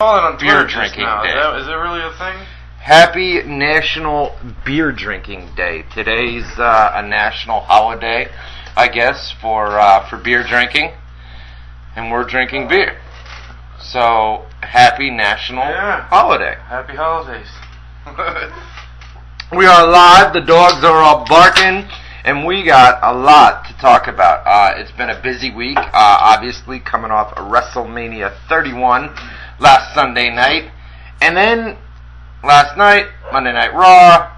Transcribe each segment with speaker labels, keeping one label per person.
Speaker 1: calling on
Speaker 2: Beer
Speaker 1: beverages
Speaker 2: drinking
Speaker 1: now.
Speaker 2: day.
Speaker 1: Is that, is that really a thing?
Speaker 3: Happy National Beer Drinking Day. Today's uh, a national holiday, I guess, for uh, for beer drinking, and we're drinking beer. So happy National
Speaker 1: Yeah.
Speaker 3: Holiday.
Speaker 1: Happy holidays.
Speaker 3: We are live. The dogs are all barking, and we got a lot to talk about. Uh, it's been a busy week. Uh, obviously, coming off of WrestleMania 31 last Sunday night, and then last night Monday Night Raw.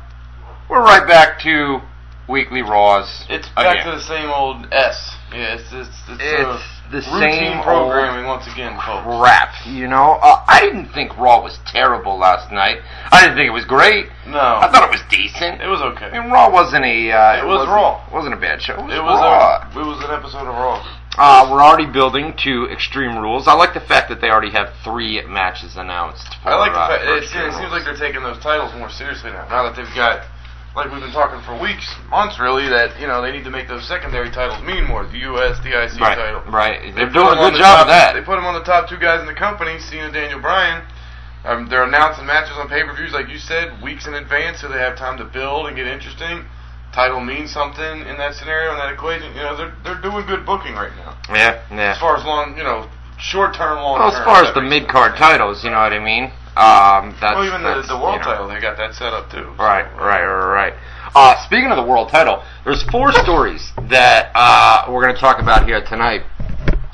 Speaker 3: We're right back to weekly Raws.
Speaker 1: it's back
Speaker 3: again.
Speaker 1: to the same old S. Yeah, it's it's, it's,
Speaker 3: It's
Speaker 1: uh,
Speaker 3: the
Speaker 1: routine
Speaker 3: same
Speaker 1: programming once again, folks.
Speaker 3: crap. You know, uh, I didn't think Raw was terrible last night. I didn't think it was great.
Speaker 1: No,
Speaker 3: I thought it was decent.
Speaker 1: it was okay.
Speaker 3: I mean, Raw wasn't a.
Speaker 1: It
Speaker 3: Uh,
Speaker 1: was
Speaker 3: wasn't-
Speaker 1: Raw.
Speaker 3: Wasn't a bad show. It was,
Speaker 1: It was
Speaker 3: Raw.
Speaker 1: a, it was an episode of Raw.
Speaker 3: Uh, we're already building to Extreme Rules. I like the fact that they already have three matches announced. For,
Speaker 1: I like the
Speaker 3: uh,
Speaker 1: fact
Speaker 3: for
Speaker 1: it,
Speaker 3: Extreme
Speaker 1: it seems like
Speaker 3: Rules.
Speaker 1: they're taking those titles more seriously now. Now that they've got, like we've been talking for weeks, months really, that you know they need to make those secondary titles mean more. The U.S. the IC
Speaker 3: right,
Speaker 1: title.
Speaker 3: right.
Speaker 1: They
Speaker 3: They're doing
Speaker 1: put him on
Speaker 3: a good
Speaker 1: the
Speaker 3: job
Speaker 1: top-
Speaker 3: of that.
Speaker 1: They put him on the top two guys in the company, Cena, and Daniel Bryan. Um, they're announcing matches on pay-per-views, like you said, weeks in advance, so they have time to build and get interesting. Title means something in that scenario, in that equation. You know, they're they're doing good booking right now,
Speaker 3: yeah, yeah.
Speaker 1: as far as long, you know, short-term, long.
Speaker 3: well, as far as the mid card titles, you know what I mean. Um, that's,
Speaker 1: well, even the,
Speaker 3: that's,
Speaker 1: the world
Speaker 3: you know.
Speaker 1: title, they got that set up too. so,
Speaker 3: Right,
Speaker 1: uh,
Speaker 3: right, right, right. Uh, speaking of the world title, there's four stories that uh, we're going to talk about here tonight.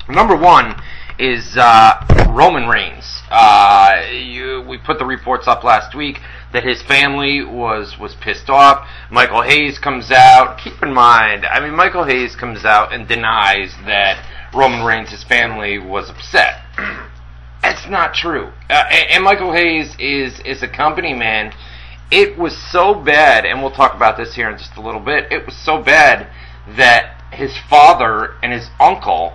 Speaker 3: Number one is uh, Roman Reigns. Uh, you, we put the reports up last week that his family was was pissed off. Michael Hayes comes out. Keep in mind, I mean, Michael Hayes comes out and denies that Roman Reigns, his family, was upset. That's not true. Uh, and, and Michael Hayes is is a company man. It was so bad, and we'll talk about this here in just a little bit. It was so bad that his father and his uncle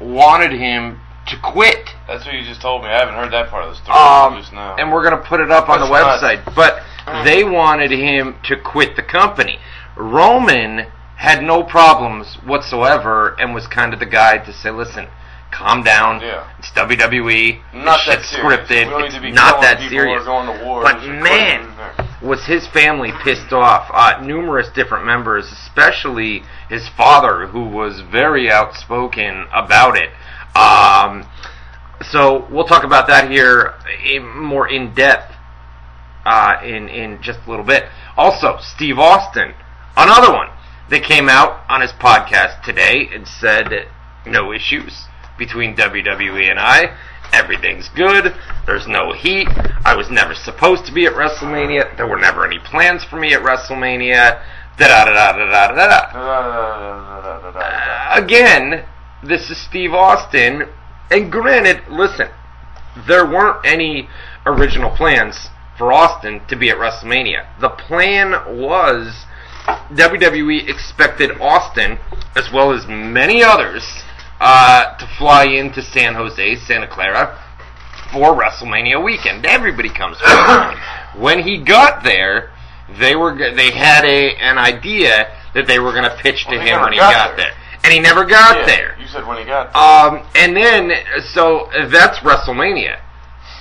Speaker 3: wanted him to quit.
Speaker 1: That's what you just told me. I haven't heard that part of the story
Speaker 3: Um,
Speaker 1: just now.
Speaker 3: and we're gonna put it up on the
Speaker 1: That's
Speaker 3: website. But
Speaker 1: Mm.
Speaker 3: they wanted him to quit the company. Roman had no problems whatsoever, and was kind of the guy to say, "Listen, calm down.
Speaker 1: Yeah.
Speaker 3: It's WWE.
Speaker 1: not
Speaker 3: This
Speaker 1: that
Speaker 3: shit's
Speaker 1: serious.
Speaker 3: scripted.
Speaker 1: We don't
Speaker 3: it's
Speaker 1: need to be
Speaker 3: not
Speaker 1: killing
Speaker 3: that
Speaker 1: people
Speaker 3: serious."
Speaker 1: Or going to war.
Speaker 3: But
Speaker 1: There's a
Speaker 3: man,
Speaker 1: question there.
Speaker 3: was his family pissed off. Uh, numerous different members, especially his father, who was very outspoken about it. Um, so we'll talk about that here in, more in depth uh, in in just a little bit. Also, Steve Austin, another one that came out on his podcast today and said no issues between WWE and I. Everything's good. There's no heat. I was never supposed to be at WrestleMania. There were never any plans for me at WrestleMania. Da da da da da da da.
Speaker 1: Da-da-da-da-da-da-da-da-da.
Speaker 3: Uh, again, this is Steve Austin. And granted, listen, there weren't any original plans for Austin to be at WrestleMania. The plan was WWE expected Austin, as well as many others, uh, to fly into San Jose, Santa Clara, for WrestleMania weekend. Everybody comes. for WrestleMania. when he got there, they were g- they had a an idea that they were going to pitch to
Speaker 1: Well, he
Speaker 3: him
Speaker 1: never
Speaker 3: when he
Speaker 1: got
Speaker 3: got
Speaker 1: there.
Speaker 3: there. and he never got
Speaker 1: Yeah,
Speaker 3: there.
Speaker 1: You said when he got there.
Speaker 3: Um, and then so that's WrestleMania.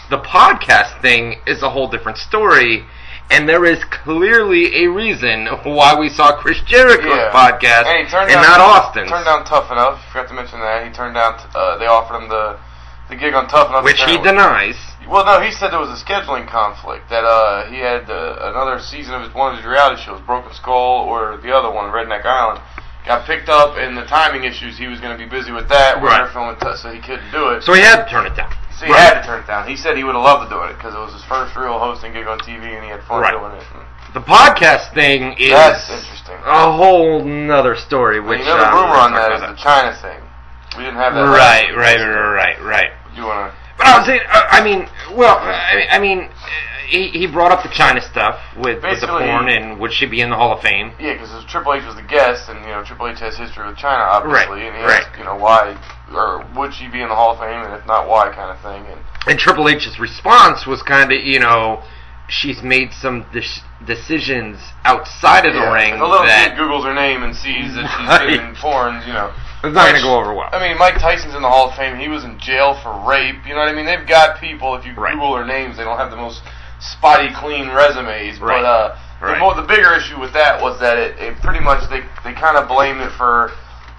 Speaker 3: The podcast thing is a whole different story, and there is clearly a reason why we saw Chris Jericho's
Speaker 1: Yeah.
Speaker 3: podcast
Speaker 1: And, he turned
Speaker 3: and
Speaker 1: down,
Speaker 3: not Austin's.
Speaker 1: Turned down Tough Enough. Forgot to mention that he turned down. Uh, they offered him the the gig on Tough Enough,
Speaker 3: which he
Speaker 1: apparently.
Speaker 3: denies.
Speaker 1: Well, no, he said there was a scheduling conflict that uh, he had uh, another season of his, one of his reality shows, Broken Skull or the other one, Redneck Island, got picked up, and the timing issues. He was going to be busy with that.
Speaker 3: Right.
Speaker 1: We're filming, t- so he couldn't do it.
Speaker 3: So he had to turn it down.
Speaker 1: So he had to turn it down. He said he would have loved to do it because it was his first real hosting gig on TV, and he had fun
Speaker 3: Right.
Speaker 1: doing it.
Speaker 3: The podcast thing is
Speaker 1: That's interesting.
Speaker 3: a whole nother story. Which
Speaker 1: you know the
Speaker 3: um,
Speaker 1: rumor on that
Speaker 3: we'll
Speaker 1: is
Speaker 3: talk
Speaker 1: the
Speaker 3: about
Speaker 1: China thing. We didn't have
Speaker 3: that.
Speaker 1: that.
Speaker 3: right,
Speaker 1: last
Speaker 3: right,
Speaker 1: week.
Speaker 3: right, right, right.
Speaker 1: You wanna?
Speaker 3: But I was saying, uh, I mean, well, I, I mean, uh, he, he brought up the China stuff with, with the
Speaker 1: Basically-
Speaker 3: porn and would she be in the Hall of Fame?
Speaker 1: Yeah, because Triple H was the guest, and you know Triple H has history with China, obviously,
Speaker 3: Right,
Speaker 1: and he
Speaker 3: right.
Speaker 1: asked, you know, why or would she be in the Hall of Fame, and if not, why, kind of thing. And
Speaker 3: And Triple H's response was kind of, you know, she's made some de- decisions outside of the
Speaker 1: yeah,
Speaker 3: ring
Speaker 1: if a little kid
Speaker 3: that
Speaker 1: Googles her name and sees that she's
Speaker 3: Right.
Speaker 1: been in porns, you know.
Speaker 3: It's not going
Speaker 1: Which,
Speaker 3: to go over well.
Speaker 1: I mean, Mike Tyson's in the Hall of Fame. He was in jail for rape. You know what I mean? They've got people. If you
Speaker 3: Right.
Speaker 1: Google their names, they don't have the most spotty clean resumes.
Speaker 3: Right.
Speaker 1: But uh,
Speaker 3: Right.
Speaker 1: the, mo- the bigger issue with that was that it, it pretty much they they kind of blamed it for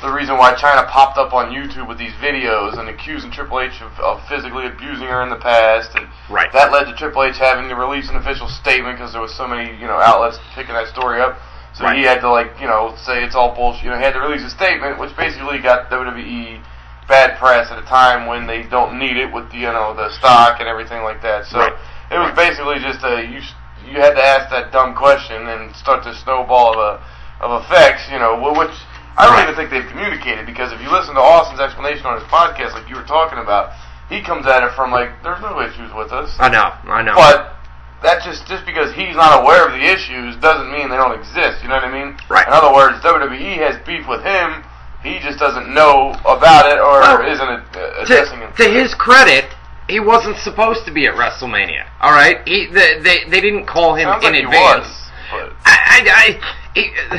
Speaker 1: the reason why China popped up on YouTube with these videos and accusing Triple H of, of physically abusing her in the past and.
Speaker 3: right.
Speaker 1: That led to Triple H having to release an official statement because there was so many, you know, outlets picking that story up. So
Speaker 3: Right.
Speaker 1: he had to like, you know, say it's all bullshit. You know, he had to release a statement, which basically got WWE bad press at a time when they don't need it with the, you know the stock and everything like that. So
Speaker 3: Right.
Speaker 1: it was basically just a you s- you had to ask that dumb question and start to snowball of a of effects. You know, wh- which I don't
Speaker 3: Right.
Speaker 1: even think they've communicated because if you listen to Austin's explanation on his podcast, like you were talking about. He comes at it from like there's no issues with us.
Speaker 3: I know. I know.
Speaker 1: But that just just because he's not aware of the issues doesn't mean they don't exist. You know what I mean?
Speaker 3: Right.
Speaker 1: In other words, WWE has beef with him. He just doesn't know about it or
Speaker 3: Well,
Speaker 1: isn't uh, addressing
Speaker 3: to,
Speaker 1: it.
Speaker 3: to his credit, he wasn't supposed to be at WrestleMania. All right, he they they, they didn't call him
Speaker 1: Sounds
Speaker 3: in
Speaker 1: like he
Speaker 3: advance.
Speaker 1: was, but-
Speaker 3: I, I, I he, uh,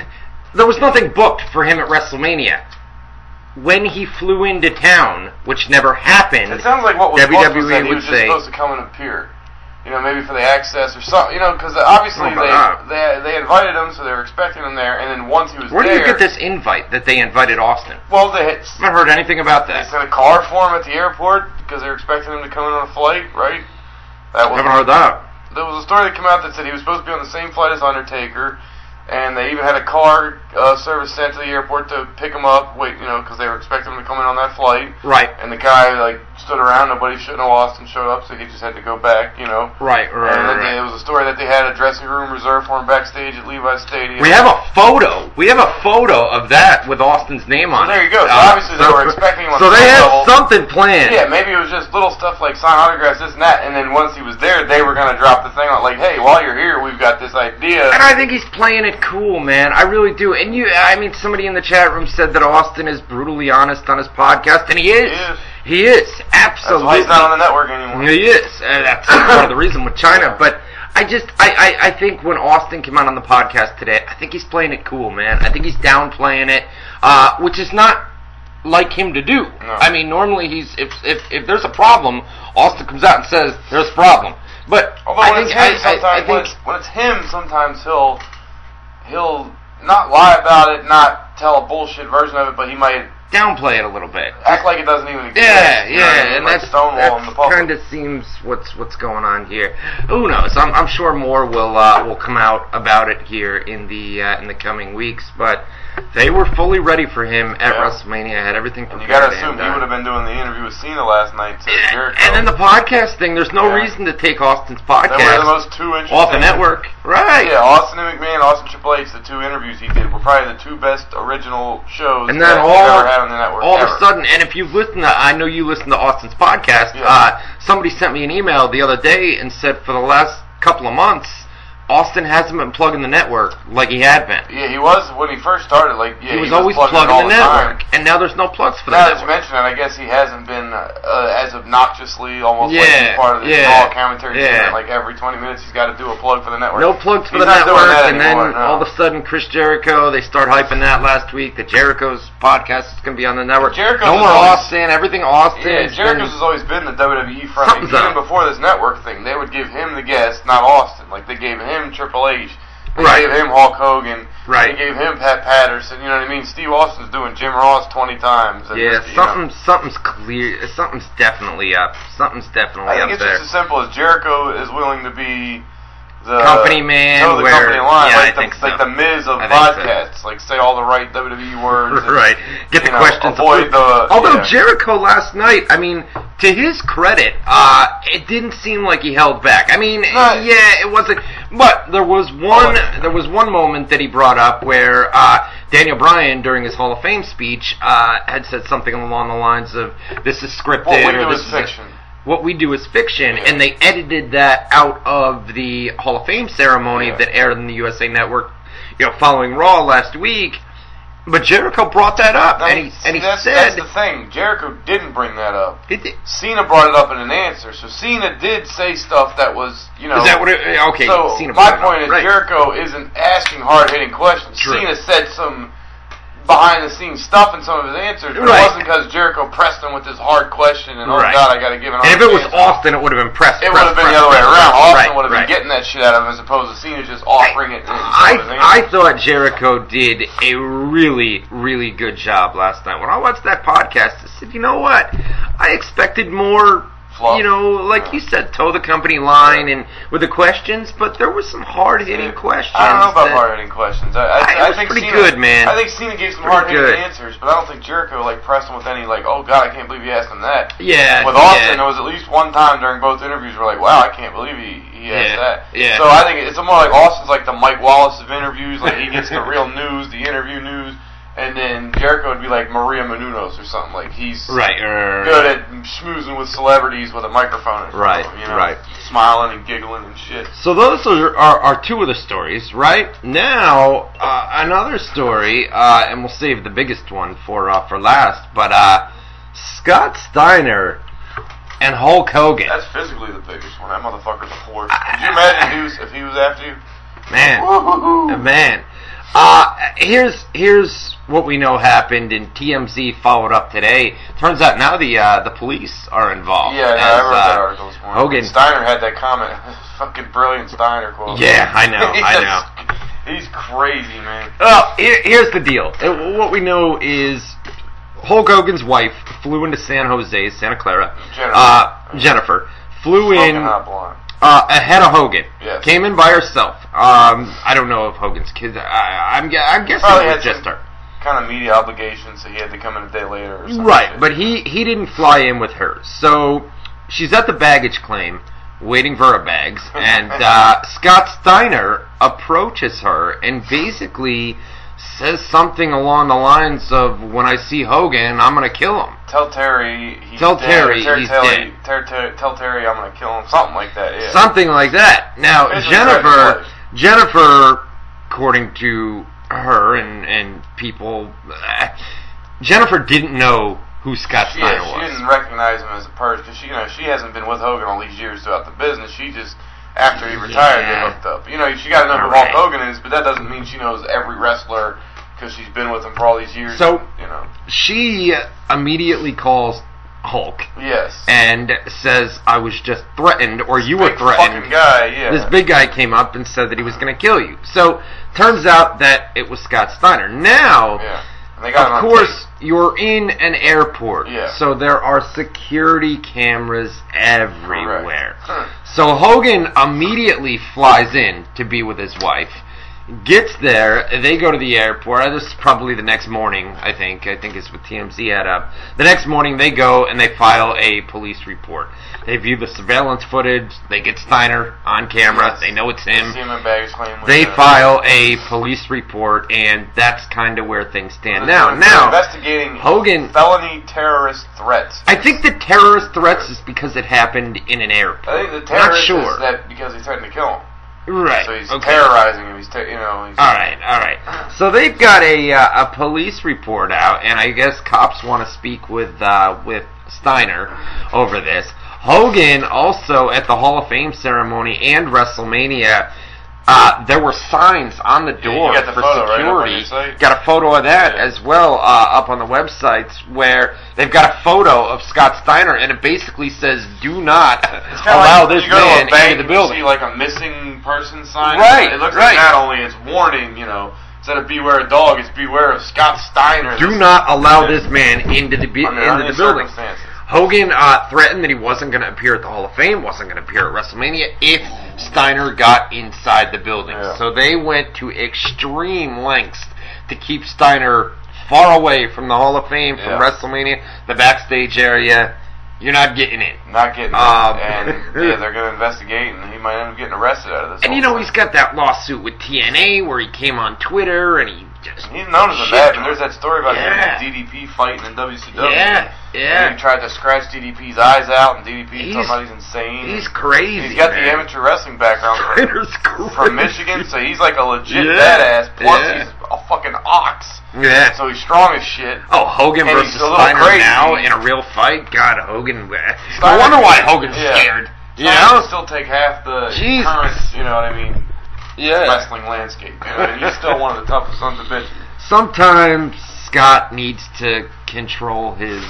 Speaker 3: there was nothing booked for him at WrestleMania. When he flew into town, which never happened,
Speaker 1: It sounds like what was
Speaker 3: WWE
Speaker 1: booked was that he
Speaker 3: E would
Speaker 1: was just
Speaker 3: say-
Speaker 1: supposed to come and appear. You know, maybe for the access or something. You know, because obviously
Speaker 3: Oh, God.
Speaker 1: they, they they invited him, so they were expecting him there. And then once he was
Speaker 3: where do
Speaker 1: there,
Speaker 3: you get this invite that they invited Austin?
Speaker 1: well, they had,
Speaker 3: I haven't heard anything about
Speaker 1: they
Speaker 3: that.
Speaker 1: sent a car for him at the airport because they were expecting him to come in on a flight, right? That was
Speaker 3: haven't heard that.
Speaker 1: there was a story that came out that said he was supposed to be on the same flight as Undertaker, and they even had a car uh, service sent to the airport to pick him up. Wait, you know, because they were expecting him to come in on that flight.
Speaker 3: Right,
Speaker 1: And the guy like stood around. Nobody shouldn't have lost and showed up, so he just had to go back. You know.
Speaker 3: right, right.
Speaker 1: And
Speaker 3: right,
Speaker 1: then
Speaker 3: right.
Speaker 1: there was a story that they had a dressing room reserved for him backstage at Levi's Stadium.
Speaker 3: We have a photo. We have a photo of that with Austin's name on
Speaker 1: Well, there
Speaker 3: it. Uh,
Speaker 1: you go. So obviously they were expecting him on
Speaker 3: So they
Speaker 1: some
Speaker 3: had
Speaker 1: level.
Speaker 3: something planned.
Speaker 1: Yeah, maybe it was just little stuff like sign autographs, this and that. And then once he was there, they were gonna drop the thing on like, hey, while you're here, we've got this idea.
Speaker 3: And I think he's playing it cool, man. I really do. And you, I mean, somebody in the chat room said that Austin is brutally honest on his podcast, and he is. He is
Speaker 1: That's
Speaker 3: absolutely.
Speaker 1: why he's not on the network anymore.
Speaker 3: He is. And that's part of the reason with China. But I just, I, I, I think when Austin came out on the podcast today, I think he's playing it cool, man. I think he's downplaying it, uh, which is not like him to do.
Speaker 1: No.
Speaker 3: I mean, normally he's if, if if there's a problem, Austin comes out and says there's a problem. But
Speaker 1: Although
Speaker 3: I
Speaker 1: when
Speaker 3: think
Speaker 1: it's him,
Speaker 3: I,
Speaker 1: sometimes
Speaker 3: I, I think
Speaker 1: when, it's, when it's him, sometimes he'll he'll not lie about it, not tell a bullshit version of it, but he might
Speaker 3: downplay it a little bit.
Speaker 1: act like it doesn't even exist.
Speaker 3: Yeah,
Speaker 1: you know what I mean?
Speaker 3: yeah, and
Speaker 1: like
Speaker 3: that's,
Speaker 1: stonewall in the public.
Speaker 3: kind of seems what's what's going on here. Who knows? I'm, I'm sure more will uh, will come out about it here in the uh, in the coming weeks. But they were fully ready for him at
Speaker 1: Yeah.
Speaker 3: WrestleMania. Had everything
Speaker 1: and
Speaker 3: prepared.
Speaker 1: you gotta assume he
Speaker 3: uh,
Speaker 1: would have been doing the interview with Cena last night to Jericho.
Speaker 3: And then the podcast thing. There's no
Speaker 1: Yeah.
Speaker 3: reason to take Austin's
Speaker 1: they were the
Speaker 3: podcast
Speaker 1: most two interesting.
Speaker 3: off the network, right?
Speaker 1: Yeah, Austin and McMahon, Austin Triple H, the two interviews he did were probably the two best original shows
Speaker 3: And
Speaker 1: that
Speaker 3: then
Speaker 1: they've
Speaker 3: all-
Speaker 1: ever had on the network.
Speaker 3: all of
Speaker 1: ever.
Speaker 3: a sudden, and if you've listened to, I know you listen to Austin's podcast.
Speaker 1: Yeah.
Speaker 3: Uh, somebody sent me an email the other day and said for the last couple of months, Austin hasn't been plugging the network like he had been.
Speaker 1: yeah, he was when he first started. Like, yeah,
Speaker 3: he was always
Speaker 1: plugging, it all
Speaker 3: plugging the
Speaker 1: time.
Speaker 3: network, and now there's no plugs for the
Speaker 1: Now that you
Speaker 3: network.
Speaker 1: mention it, I guess he hasn't been uh, as obnoxiously almost like
Speaker 3: Yeah,
Speaker 1: he's part of the
Speaker 3: yeah,
Speaker 1: all commentary
Speaker 3: yeah.
Speaker 1: segment. Like every 20 minutes, he's got to do a plug for the network.
Speaker 3: No plugs for
Speaker 1: He's
Speaker 3: the
Speaker 1: not doing
Speaker 3: network,
Speaker 1: that
Speaker 3: and
Speaker 1: anymore,
Speaker 3: then
Speaker 1: no.
Speaker 3: all of a sudden, Chris Jericho. They start hyping that last week that Jericho's podcast is going to be on the network.
Speaker 1: Jericho's
Speaker 3: no
Speaker 1: is
Speaker 3: more
Speaker 1: always-
Speaker 3: Austin. Everything Austin.
Speaker 1: Yeah,
Speaker 3: It's
Speaker 1: Jericho's
Speaker 3: been-
Speaker 1: has always been the WWE friendly.
Speaker 3: Something's
Speaker 1: Even
Speaker 3: up.
Speaker 1: before this network thing, they would give him the guest, not Austin. Like they gave him Triple H, they
Speaker 3: Right.
Speaker 1: gave him Hulk Hogan,
Speaker 3: Right.
Speaker 1: They gave him Pat Patterson. You know what I mean? Steve Austin's doing Jim Ross 20 times. and
Speaker 3: yeah,
Speaker 1: just, you know.
Speaker 3: something, something's clear. Something's definitely up. Something's definitely
Speaker 1: I
Speaker 3: up
Speaker 1: think it's
Speaker 3: there.
Speaker 1: just as simple as Jericho is willing to be the
Speaker 3: Company man,
Speaker 1: toe of the
Speaker 3: where-
Speaker 1: company line,
Speaker 3: yeah,
Speaker 1: like,
Speaker 3: I
Speaker 1: the,
Speaker 3: think
Speaker 1: like
Speaker 3: so.
Speaker 1: the Miz of
Speaker 3: I think so.
Speaker 1: podcasts, like say all the right WWE words. and,
Speaker 3: right. Get
Speaker 1: you
Speaker 3: the
Speaker 1: know,
Speaker 3: questions.
Speaker 1: avoid
Speaker 3: approved.
Speaker 1: the-
Speaker 3: Although
Speaker 1: yeah.
Speaker 3: Jericho last night, I mean, to his credit, uh, it didn't seem like he held back. I mean,
Speaker 1: No.
Speaker 3: yeah, it wasn't. But there was one.
Speaker 1: Oh,
Speaker 3: There was one moment that he brought up where uh, Daniel Bryan, during his Hall of Fame speech, uh, had said something along the lines of, "This is scripted."
Speaker 1: What we
Speaker 3: or
Speaker 1: do
Speaker 3: this
Speaker 1: is
Speaker 3: a-
Speaker 1: fiction.
Speaker 3: what we do is fiction, and they edited that out of the Hall of Fame ceremony
Speaker 1: Yeah.
Speaker 3: that aired on the USA Network, you know, following Raw last week. But Jericho brought that up,
Speaker 1: I
Speaker 3: and
Speaker 1: mean,
Speaker 3: he and he
Speaker 1: that's,
Speaker 3: said
Speaker 1: that's the thing. Jericho didn't bring that up.
Speaker 3: he did-
Speaker 1: Cena brought it up in an answer, so Cena did say stuff that was, you know.
Speaker 3: "Is that what? It, okay,
Speaker 1: so my
Speaker 3: Cena brought it up,
Speaker 1: point is
Speaker 3: right.
Speaker 1: Jericho isn't asking hard hitting questions.
Speaker 3: True.
Speaker 1: Cena said some behind the scenes stuff in some of his answers. But
Speaker 3: Right.
Speaker 1: It wasn't because Jericho pressed him with this hard question and oh
Speaker 3: Right.
Speaker 1: god, I got to give an.
Speaker 3: And if it was
Speaker 1: honest answer.
Speaker 3: Austin, it would have been press.
Speaker 1: It would
Speaker 3: press,
Speaker 1: have been
Speaker 3: press,
Speaker 1: the other way
Speaker 3: press,
Speaker 1: around.
Speaker 3: press.
Speaker 1: Austin
Speaker 3: Right,
Speaker 1: would have
Speaker 3: right.
Speaker 1: been getting that shit out of him as opposed to Cena just offering it. in some of his answers.
Speaker 3: I, I thought Jericho did a really, really good job last night. When I watched that podcast, I said, you know what? I expected more,
Speaker 1: Fluff.
Speaker 3: you know, like you said, toe the company line and with the questions, but there was some hard hitting questions.
Speaker 1: I don't know about
Speaker 3: that-
Speaker 1: hard hitting questions. I, I,
Speaker 3: I- it
Speaker 1: I
Speaker 3: was
Speaker 1: think
Speaker 3: pretty
Speaker 1: Cena,
Speaker 3: good, man.
Speaker 1: I think Cena gave some
Speaker 3: Pretty
Speaker 1: hard hitting
Speaker 3: good.
Speaker 1: answers, but I don't think Jericho like pressed him with any like, oh god, I can't believe he asked him that.
Speaker 3: Yeah.
Speaker 1: With
Speaker 3: yeah.
Speaker 1: Austin, there was at least one time during both interviews where like, wow, I can't believe he, he asked
Speaker 3: Yeah,
Speaker 1: that.
Speaker 3: yeah.
Speaker 1: So I think it's more like Austin's like the Mike Wallace of interviews. Like he gets the real news, the interview news, and then Jericho would be like Maria Menounos or something. Like he's
Speaker 3: Right. er,
Speaker 1: good at schmoozing with celebrities with a microphone. in front of
Speaker 3: Right,
Speaker 1: him, You know,
Speaker 3: right.
Speaker 1: Smiling and giggling and shit.
Speaker 3: So those are, are, are two of the stories, right? Now uh, another story, uh, and we'll save the biggest one for uh, for last. But uh, Scott Steiner and Hulk Hogan,
Speaker 1: That's physically the biggest one. That motherfucker's a horse. Could you imagine Deuce if he was after you?
Speaker 3: man,
Speaker 1: Woo-hoo-hoo.
Speaker 3: man. Uh, here's here's what we know happened, and TMZ followed up today. Turns out now the uh, the police are involved.
Speaker 1: Yeah, no,
Speaker 3: as,
Speaker 1: I read that
Speaker 3: uh,
Speaker 1: article this morning.
Speaker 3: Hogan-
Speaker 1: Steiner had that comment. Fucking brilliant Steiner quote.
Speaker 3: Yeah, I know,
Speaker 1: he's
Speaker 3: I know.
Speaker 1: He's crazy, man.
Speaker 3: Well, here, here's the deal. Uh, What we know is Hulk Hogan's wife flew into San Jose, Santa Clara.
Speaker 1: Jennifer.
Speaker 3: Uh, Jennifer flew
Speaker 1: Fucking
Speaker 3: in
Speaker 1: hot blonde.
Speaker 3: uh, ahead of Hogan.
Speaker 1: Yes.
Speaker 3: Came in by herself. Um, I don't know if Hogan's kids. I, I'm, gu- I'm guessing
Speaker 1: Probably
Speaker 3: it
Speaker 1: had
Speaker 3: was just
Speaker 1: some
Speaker 3: her.
Speaker 1: Kind of media obligations, so he had to come in a day later or something.
Speaker 3: Right, but he he didn't fly in with her, so she's at the baggage claim waiting for her bags, and uh, Scott Steiner approaches her and basically says something along the lines of, "When I see Hogan, I'm gonna kill him."
Speaker 1: Tell Terry he's
Speaker 3: Tell
Speaker 1: dead.
Speaker 3: Terry
Speaker 1: Tell
Speaker 3: he's
Speaker 1: Terry-
Speaker 3: dead.
Speaker 1: Ter- Ter- tell Terry I'm gonna kill him. Something like that. Yeah.
Speaker 3: Something like that. Now
Speaker 1: It's a
Speaker 3: Jennifer,
Speaker 1: threat.
Speaker 3: Jennifer, according to her and and people, uh, Jennifer didn't know who Scott
Speaker 1: She,
Speaker 3: Steiner
Speaker 1: she
Speaker 3: was.
Speaker 1: didn't recognize him as a person because she, you know, she hasn't been with Hogan all these years throughout the business. She just after he retired,
Speaker 3: Yeah.
Speaker 1: they hooked up. You know, she got to know who
Speaker 3: Alright.
Speaker 1: Hulk Hogan is, but that doesn't mean she knows every wrestler because she's been with him for all these years.
Speaker 3: So-
Speaker 1: and, you know,
Speaker 3: she immediately calls Hulk
Speaker 1: yes,
Speaker 3: and says, "I was just threatened, or you were
Speaker 1: big fucking
Speaker 3: threatened."
Speaker 1: guy. Yeah,
Speaker 3: This big guy came up and said that he was going to kill you. So turns out that it was Scott Steiner. Now,
Speaker 1: yeah. And they got him
Speaker 3: of
Speaker 1: on
Speaker 3: course, you're in an airport,
Speaker 1: Uh, Yeah.
Speaker 3: so there are security cameras
Speaker 1: tape. Correct.
Speaker 3: everywhere.
Speaker 1: Huh.
Speaker 3: So Hogan immediately flies in to be with his wife. Gets there, they go to the airport. Uh, This is probably the next morning, I think. I think it's with TMZ had up. The next morning, they go and they file a police report. They view the surveillance footage. They get Steiner on camera.
Speaker 1: Yes.
Speaker 3: They know it's
Speaker 1: You
Speaker 3: him.
Speaker 1: see him in baggage claim. with
Speaker 3: They
Speaker 1: the-
Speaker 3: file a police report, and that's kind of where things stand
Speaker 1: with
Speaker 3: now.
Speaker 1: the-
Speaker 3: Now,
Speaker 1: investigating
Speaker 3: Hogan
Speaker 1: felony terrorist threats.
Speaker 3: I think the terrorist threats is because it happened in an airport.
Speaker 1: I think the
Speaker 3: Not
Speaker 1: terrorist
Speaker 3: sure.
Speaker 1: is that because he threatened to kill him,
Speaker 3: right.
Speaker 1: so he's
Speaker 3: okay.
Speaker 1: terrorizing him. He's ter- you know. He's,
Speaker 3: All right, all right. So they've got a uh, a police report out, and I guess cops want to speak with uh, with Steiner over this. Hogan also at the Hall of Fame ceremony and WrestleMania. Uh, there were signs on the
Speaker 1: you
Speaker 3: door
Speaker 1: got the
Speaker 3: for
Speaker 1: photo, right, up on
Speaker 3: security.
Speaker 1: your site?
Speaker 3: got a photo of that
Speaker 1: Yeah.
Speaker 3: as well uh, up on the websites where they've got a photo of Scott Steiner, and it basically says, "Do not
Speaker 1: Kinda
Speaker 3: allow
Speaker 1: like
Speaker 3: this
Speaker 1: you go
Speaker 3: man
Speaker 1: to a bank
Speaker 3: into the
Speaker 1: and
Speaker 3: building."
Speaker 1: You see like a missing person sign.
Speaker 3: Right,
Speaker 1: It looks
Speaker 3: right.
Speaker 1: like that only it's warning. You know, instead of beware of dog, it's beware of Scott Steiner.
Speaker 3: Do
Speaker 1: This-
Speaker 3: not allow this man into the bu-
Speaker 1: under
Speaker 3: into
Speaker 1: any
Speaker 3: the building.
Speaker 1: circumstances.
Speaker 3: Hogan uh, threatened that he wasn't going to appear at the Hall of Fame, wasn't going to appear at WrestleMania if Steiner got inside the building.
Speaker 1: Yeah.
Speaker 3: So they went to extreme lengths to keep Steiner far away from the Hall of Fame, from
Speaker 1: Yeah.
Speaker 3: WrestleMania, the backstage area. You're not getting in.
Speaker 1: Not getting
Speaker 3: Um,
Speaker 1: um, and yeah, they're going to investigate, and he might end up getting arrested out of this.
Speaker 3: And you
Speaker 1: whole
Speaker 3: know he's got that lawsuit with TNA where he came on Twitter and he just
Speaker 1: thing. he's known as a
Speaker 3: Shit.
Speaker 1: bad. And there's that story about
Speaker 3: Yeah.
Speaker 1: him and DDP fighting in WCW.
Speaker 3: yeah
Speaker 1: And
Speaker 3: yeah
Speaker 1: he tried to scratch DDP's eyes out, and DDP
Speaker 3: He's-
Speaker 1: talking about he's insane.
Speaker 3: he's crazy.
Speaker 1: he's got
Speaker 3: man.
Speaker 1: the amateur wrestling background. from-
Speaker 3: Steiner
Speaker 1: from Michigan, so he's like a legit
Speaker 3: Yeah,
Speaker 1: badass. Plus,
Speaker 3: yeah.
Speaker 1: he's a fucking ox,
Speaker 3: Yeah.
Speaker 1: so he's strong as shit.
Speaker 3: Oh, Hogan
Speaker 1: And
Speaker 3: versus
Speaker 1: he's a little
Speaker 3: Steiner
Speaker 1: crazy.
Speaker 3: now in a real fight. God, Hogan. I
Speaker 1: Steiner-
Speaker 3: wonder why Hogan's
Speaker 1: Yeah.
Speaker 3: scared. You
Speaker 1: Trying to
Speaker 3: know?
Speaker 1: still take half the
Speaker 3: Jesus.
Speaker 1: current, you know what I mean,
Speaker 3: Yeah.
Speaker 1: wrestling landscape. You know, and he's still one of the toughest sons of bitches.
Speaker 3: Sometimes Scott needs to control his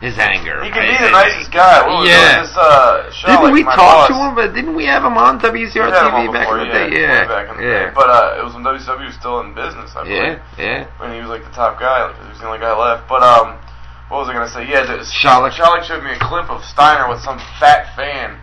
Speaker 3: his anger.
Speaker 1: He could be
Speaker 3: I-
Speaker 1: the
Speaker 3: I-
Speaker 1: nicest guy. What was
Speaker 3: Yeah.
Speaker 1: this uh, show?
Speaker 3: Didn't
Speaker 1: like,
Speaker 3: we
Speaker 1: my
Speaker 3: talk to
Speaker 1: boss-
Speaker 3: him? But didn't we have him on WCR
Speaker 1: We had him on
Speaker 3: TV back in
Speaker 1: before,
Speaker 3: the day?
Speaker 1: way
Speaker 3: Yeah,
Speaker 1: back in the
Speaker 3: yeah,
Speaker 1: day. But uh, it was when WCW was still in business, I believe.
Speaker 3: yeah, yeah.
Speaker 1: When he was like the top guy, like, he was the only guy left. But um, what was I gonna say? Yeah, this,
Speaker 3: Shalek.
Speaker 1: Shalek showed me a clip of Steiner with some fat fan.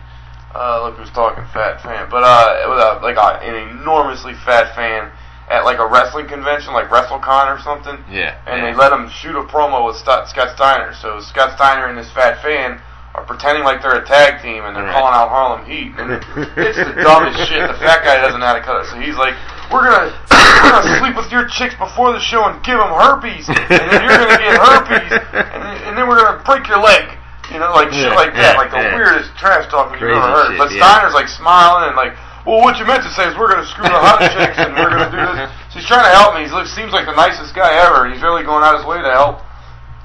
Speaker 1: Uh, look who's talking, fat fan. But uh, it was uh, like uh, an enormously fat fan at like a wrestling convention, like WrestleCon or something.
Speaker 3: Yeah.
Speaker 1: And they
Speaker 3: yeah.
Speaker 1: let him shoot a promo with Scott, Scott Steiner. So Scott Steiner and this fat fan are pretending like they're a tag team and they're
Speaker 3: Right.
Speaker 1: calling out Harlem Heat. And it's the dumbest shit. The fat guy doesn't know how to cut it. So he's like, we're gonna, we're gonna sleep with your chicks before the show and give them herpes, and then you're gonna get herpes, and then, and then we're gonna break your leg. You know, like shit
Speaker 3: Yeah,
Speaker 1: like that,
Speaker 3: yeah,
Speaker 1: like the
Speaker 3: yeah.
Speaker 1: weirdest trash talking you've
Speaker 3: Crazy
Speaker 1: ever heard.
Speaker 3: shit,
Speaker 1: but
Speaker 3: yeah.
Speaker 1: Steiner's like smiling and like, well, what you meant to say is we're gonna screw the hot chicks and we're gonna do this. So he's trying to help me. He looks, seems like the nicest guy ever. He's really going out his way to help.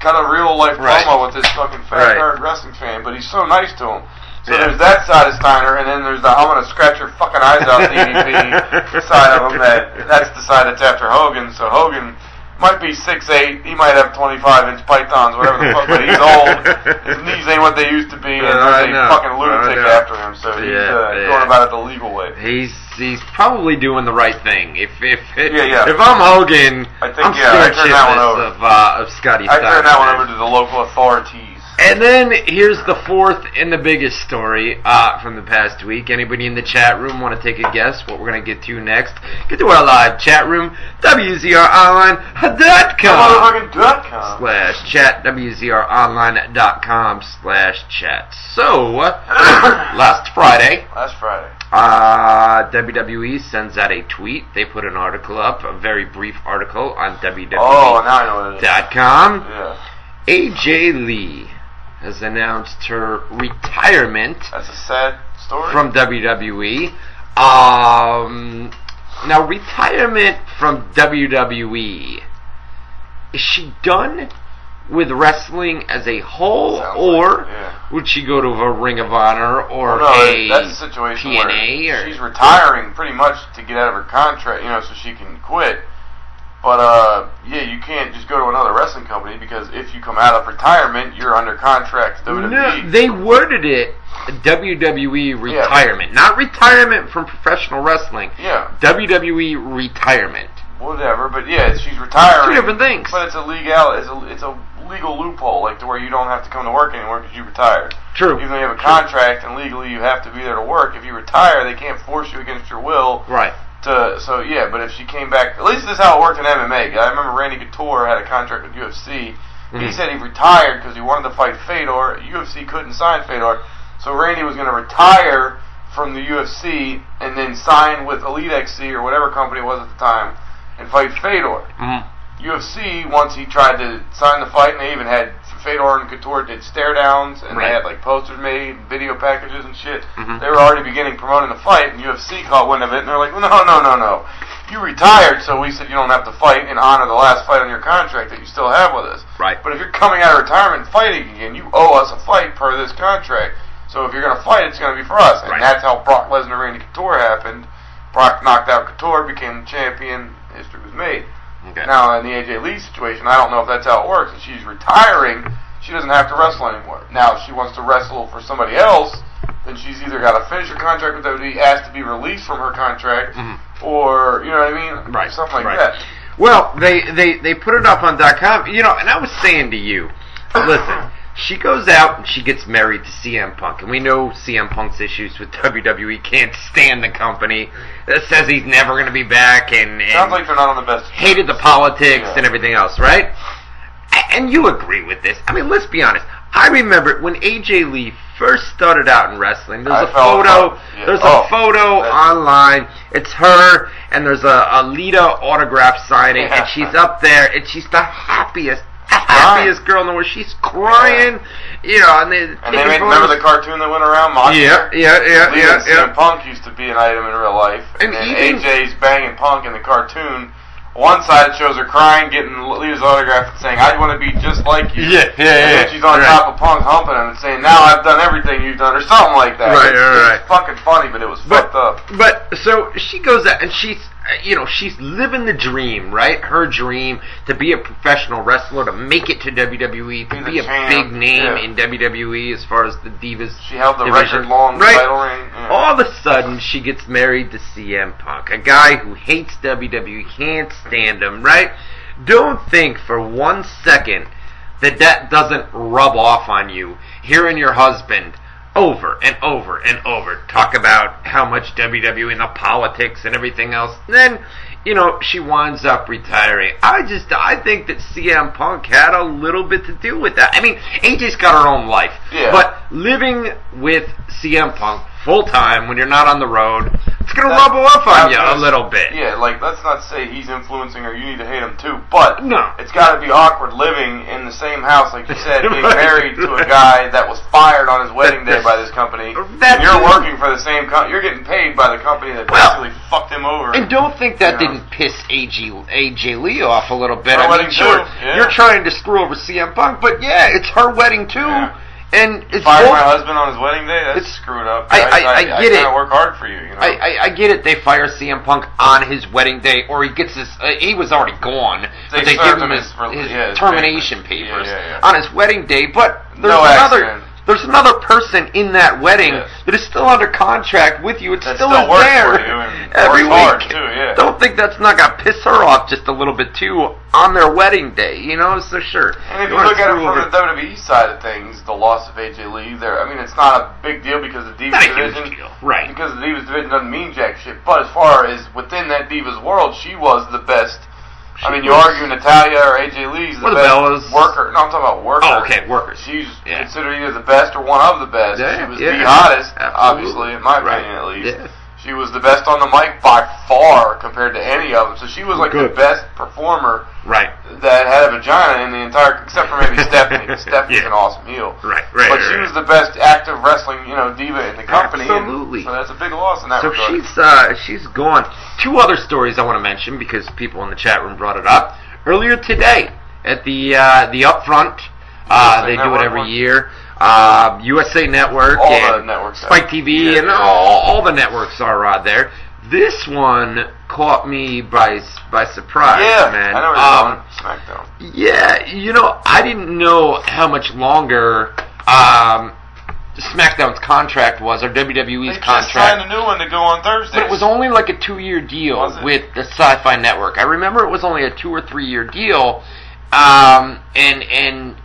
Speaker 1: Kind of real life
Speaker 3: Right.
Speaker 1: promo with this fucking fat
Speaker 3: Right.
Speaker 1: nerd wrestling fan, but he's so nice to him. So
Speaker 3: Yeah.
Speaker 1: there's that side of Steiner, and then there's the I'm gonna scratch your fucking eyes out DDP side of him. That that's the side that's after Hogan. So Hogan might be six eight. He might have 25 inch pythons, whatever the fuck. But he's old. His knees ain't what they used to be, and
Speaker 3: Uh, I
Speaker 1: there's a
Speaker 3: know.
Speaker 1: fucking
Speaker 3: I
Speaker 1: lunatic
Speaker 3: know.
Speaker 1: after him. So he's
Speaker 3: Yeah,
Speaker 1: uh,
Speaker 3: yeah.
Speaker 1: going about it the legal way.
Speaker 3: He's he's probably doing the right thing. If if
Speaker 1: Yeah, yeah.
Speaker 3: if I'm Hogan,
Speaker 1: I think,
Speaker 3: I'm
Speaker 1: yeah, I
Speaker 3: still
Speaker 1: turn that one
Speaker 3: shitless
Speaker 1: over.
Speaker 3: of uh, of Scotty.
Speaker 1: I turn that one
Speaker 3: Steiner.
Speaker 1: over to the local authorities.
Speaker 3: And then here's the fourth and the biggest story uh, from the past week. Anybody in the chat room want to take a guess what we're going to get to next? Get to our live chat room, WZROnline.com
Speaker 1: Motherfucking dot com.
Speaker 3: slash chat, WZROnline.com slash chat. So, last Friday,
Speaker 1: Last Friday.
Speaker 3: uh, WWE sends out a tweet. They put an article up, a very brief article on E
Speaker 1: Oh,
Speaker 3: WWE.com.
Speaker 1: now I know what it is. Yeah,
Speaker 3: AJ Lee has announced her retirement
Speaker 1: that's a sad story.
Speaker 3: from WWE. Um, now, retirement from WWE. Is she done with wrestling as a whole,
Speaker 1: Sounds like
Speaker 3: or
Speaker 1: it, yeah.
Speaker 3: would she go to a Ring of Honor or
Speaker 1: Well, no,
Speaker 3: a
Speaker 1: that's a situation
Speaker 3: TNA
Speaker 1: where
Speaker 3: or-
Speaker 1: she's retiring pretty much to get out of her contract, you know, so she can quit. But uh, yeah, you can't just go to another wrestling company because if you come out of retirement, you're under contract to E. WWE.
Speaker 3: No, they worded it WWE retirement, not retirement from professional wrestling.
Speaker 1: yeah,
Speaker 3: WWE retirement.
Speaker 1: whatever. But yeah, she's
Speaker 3: Two
Speaker 1: retiring.
Speaker 3: different things.
Speaker 1: But it's a legal, it's a it's a legal loophole, like to where you don't have to come to work anymore because you retired.
Speaker 3: True.
Speaker 1: Even though you have a contract and legally you have to be there to work, if you retire, they can't force you against your will.
Speaker 3: Right.
Speaker 1: To, so yeah, but if she came back, at least this is how it worked in MMA. I remember Randy Couture had a contract with UFC. He
Speaker 3: Mhm.
Speaker 1: said he retired because he wanted to fight Fedor. UFC couldn't sign Fedor, so Randy was going to retire from the UFC and then sign with Elite XC or whatever company it was at the time and fight Fedor.
Speaker 3: Mm.
Speaker 1: UFC once he tried to sign the fight, and they even had Fedor and Couture did stare downs, and
Speaker 3: Right.
Speaker 1: they had like posters made, video packages and shit.
Speaker 3: Mhm.
Speaker 1: They were already beginning promoting the fight, and UFC caught wind of it, and they're like, "No, no, no, no! You retired, so we said you don't have to fight in honor of the last fight on your contract that you still have with us.
Speaker 3: Right.
Speaker 1: But if you're coming out of retirement and fighting again, you owe us a fight per this contract. So if you're going to fight, it's going to be for us. And
Speaker 3: Right.
Speaker 1: that's how Brock Lesnar Randy Couture happened. Brock knocked out Couture, became champion. History was made.
Speaker 3: Okay.
Speaker 1: Now in the AJ Lee situation, I don't know if that's how it works. If she's retiring, she doesn't have to wrestle anymore. Now if she wants to wrestle for somebody else, then she's either got to finish her contract with WWE, asked to be released from her contract,
Speaker 3: Mhm.
Speaker 1: or you know what I mean,
Speaker 3: Right,
Speaker 1: Something like
Speaker 3: right.
Speaker 1: that.
Speaker 3: Well, they, they, they put it up on .com, you know, and I was saying to you, listen, she goes out and she gets married to CM Punk, and we know CM Punk's issues with WWE, can't stand the company, that says he's never going to be back, and, and
Speaker 1: Sounds like they're not on the best.
Speaker 3: hated the politics
Speaker 1: Yeah.
Speaker 3: and everything else, right? A- And you agree with this. I mean, let's be honest. I remember when AJ Lee first started out in wrestling. There's
Speaker 1: I
Speaker 3: a
Speaker 1: fell in
Speaker 3: photo.
Speaker 1: love. Yeah.
Speaker 3: There's
Speaker 1: Oh,
Speaker 3: a photo
Speaker 1: that's-
Speaker 3: online. It's her, and there's a, a Lita autograph signing,
Speaker 1: Yeah.
Speaker 3: and she's up there, and she's the happiest, happiest girl in the world. She's crying, you know, and they
Speaker 1: And they made, remember the cartoon that went around? Monster?
Speaker 3: yeah, yeah, yeah,
Speaker 1: Lee
Speaker 3: yeah,
Speaker 1: and CM
Speaker 3: yeah.
Speaker 1: Punk used to be an item in real life, and,
Speaker 3: And
Speaker 1: then
Speaker 3: even-
Speaker 1: AJ's banging Punk in the cartoon. One side shows her crying, getting Lita's autograph, and saying, "I want to be just like you."
Speaker 3: Yeah, yeah, yeah,
Speaker 1: And then
Speaker 3: yeah.
Speaker 1: she's on
Speaker 3: Right.
Speaker 1: top of Punk, humping him, and saying, "Now I've done everything you've done," or something like that.
Speaker 3: Right,
Speaker 1: it's,
Speaker 3: right,
Speaker 1: it's fucking funny, but it was
Speaker 3: But-
Speaker 1: fucked up.
Speaker 3: But so she goes out and she's uh, you know, she's living the dream, right? Her dream to be a professional wrestler, to make it to WWE, to
Speaker 1: Be the
Speaker 3: be a
Speaker 1: champ,
Speaker 3: big name
Speaker 1: yeah.
Speaker 3: in WWE as far as the Divas.
Speaker 1: She held the
Speaker 3: division.
Speaker 1: record long
Speaker 3: right?
Speaker 1: title reign. yeah.
Speaker 3: All of a sudden, she gets married to CM Punk, a guy who hates WWE, can't stand him, right? Don't think for one second that that doesn't rub off on you. Hearing your husband over and over and over talk about how much WWE and the politics and everything else, then you know she winds up retiring. I just I think that CM Punk had a little bit to do with that. I mean, AJ's got her own life,
Speaker 1: Yeah.
Speaker 3: but living with CM Punk full time when you're not on the road, it's gonna
Speaker 1: That-
Speaker 3: rub off on
Speaker 1: that's
Speaker 3: you a
Speaker 1: just-
Speaker 3: little bit.
Speaker 1: Yeah, like let's not say he's influencing her. You need to hate him too, but
Speaker 3: No.
Speaker 1: it's got to be awkward living in the same house, like you said, being
Speaker 3: Right,
Speaker 1: married to a
Speaker 3: right.
Speaker 1: guy that was fired on his wedding day by this company.
Speaker 3: That
Speaker 1: and you're
Speaker 3: too.
Speaker 1: working for the same company. You're getting paid by the company that
Speaker 3: Well,
Speaker 1: basically fucked him over.
Speaker 3: And don't think that
Speaker 1: Yeah.
Speaker 3: didn't piss AJ, AJ Lee off a little bit.
Speaker 1: Her
Speaker 3: I mean,
Speaker 1: wedding
Speaker 3: sure,
Speaker 1: too, yeah.
Speaker 3: you're trying to screw over CM Punk, but yeah, it's her wedding too,
Speaker 1: Yeah.
Speaker 3: and it's
Speaker 1: Fired
Speaker 3: both-
Speaker 1: my husband on his wedding day. That's
Speaker 3: It's-
Speaker 1: screwed up.
Speaker 3: I- I- I get
Speaker 1: I
Speaker 3: it.
Speaker 1: work hard for you. you know?
Speaker 3: I, I, I get it. They fire CM Punk on his wedding day, or he gets his. Uh, he was already gone, but they give
Speaker 1: served
Speaker 3: him
Speaker 1: him
Speaker 3: his,
Speaker 1: his rel-
Speaker 3: his
Speaker 1: yeah, his
Speaker 3: termination
Speaker 1: papers.
Speaker 3: papers
Speaker 1: Yeah, yeah, yeah.
Speaker 3: on his wedding day. But there's
Speaker 1: No
Speaker 3: another.
Speaker 1: accident.
Speaker 3: There's another person in that wedding
Speaker 1: Yes.
Speaker 3: that is still under contract with you. It
Speaker 1: That
Speaker 3: still,
Speaker 1: still
Speaker 3: is
Speaker 1: works
Speaker 3: there
Speaker 1: for you and
Speaker 3: every
Speaker 1: works hard,
Speaker 3: week.
Speaker 1: too, yeah.
Speaker 3: Don't think that's not gonna piss her off just a little bit too on their wedding day. You know, so sure.
Speaker 1: And if you
Speaker 3: wanna
Speaker 1: look at it
Speaker 3: screw
Speaker 1: from
Speaker 3: over-
Speaker 1: the WWE side of things, the loss of AJ Lee, there. I mean, it's not a big deal because the Divas
Speaker 3: Not a huge
Speaker 1: division,
Speaker 3: deal, right.
Speaker 1: Because the Divas division doesn't mean jack shit. But as far as within that Divas world, she was the best.
Speaker 3: She
Speaker 1: I mean, you
Speaker 3: was-
Speaker 1: argue Natalia or AJ Lee's the
Speaker 3: Or the
Speaker 1: best
Speaker 3: Bellas.
Speaker 1: worker. No, I'm talking about worker.
Speaker 3: oh, okay, workers.
Speaker 1: She's
Speaker 3: Yeah.
Speaker 1: considered either the best or one of the best.
Speaker 3: Yeah,
Speaker 1: she was
Speaker 3: yeah,
Speaker 1: the hottest,
Speaker 3: absolutely.
Speaker 1: obviously, in my
Speaker 3: Right.
Speaker 1: opinion at least.
Speaker 3: Yeah.
Speaker 1: She was the best on the mic by far compared to any of them. So she was like
Speaker 3: Good.
Speaker 1: the best performer
Speaker 3: Right.
Speaker 1: that had a vagina in the entire, except for maybe Stephanie. 'cause Stephanie's
Speaker 3: Yeah.
Speaker 1: an awesome heel.
Speaker 3: Right,
Speaker 1: But
Speaker 3: right, right,
Speaker 1: she
Speaker 3: right.
Speaker 1: was the best active wrestling, you know, diva in the company. and
Speaker 3: Absolutely.
Speaker 1: so that's a big loss in that
Speaker 3: So
Speaker 1: regard.
Speaker 3: she's uh, she's gone. Two other stories I want to mention because people in the chat room brought it up earlier today at the uh, the upfront. Uh,
Speaker 1: USA
Speaker 3: they do
Speaker 1: Network
Speaker 3: it every
Speaker 1: one?
Speaker 3: year. Uh, USA Network
Speaker 1: All the
Speaker 3: and
Speaker 1: networks have-
Speaker 3: Spike TV
Speaker 1: Yeah,
Speaker 3: and
Speaker 1: yeah.
Speaker 3: all, all the networks are uh, there. This one caught me by s- by surprise,
Speaker 1: yeah,
Speaker 3: man.
Speaker 1: I know
Speaker 3: Um,
Speaker 1: where you're going. SmackDown.
Speaker 3: yeah, you know, I didn't know how much longer um, SmackDown's contract was or WWE's
Speaker 1: They just
Speaker 3: contract.
Speaker 1: signed a new one to go on Thursday.
Speaker 3: But it was only like a two year deal
Speaker 1: Was it?
Speaker 3: with the Sci Fi Network. I remember it was only a two or three year deal. Um, and, and,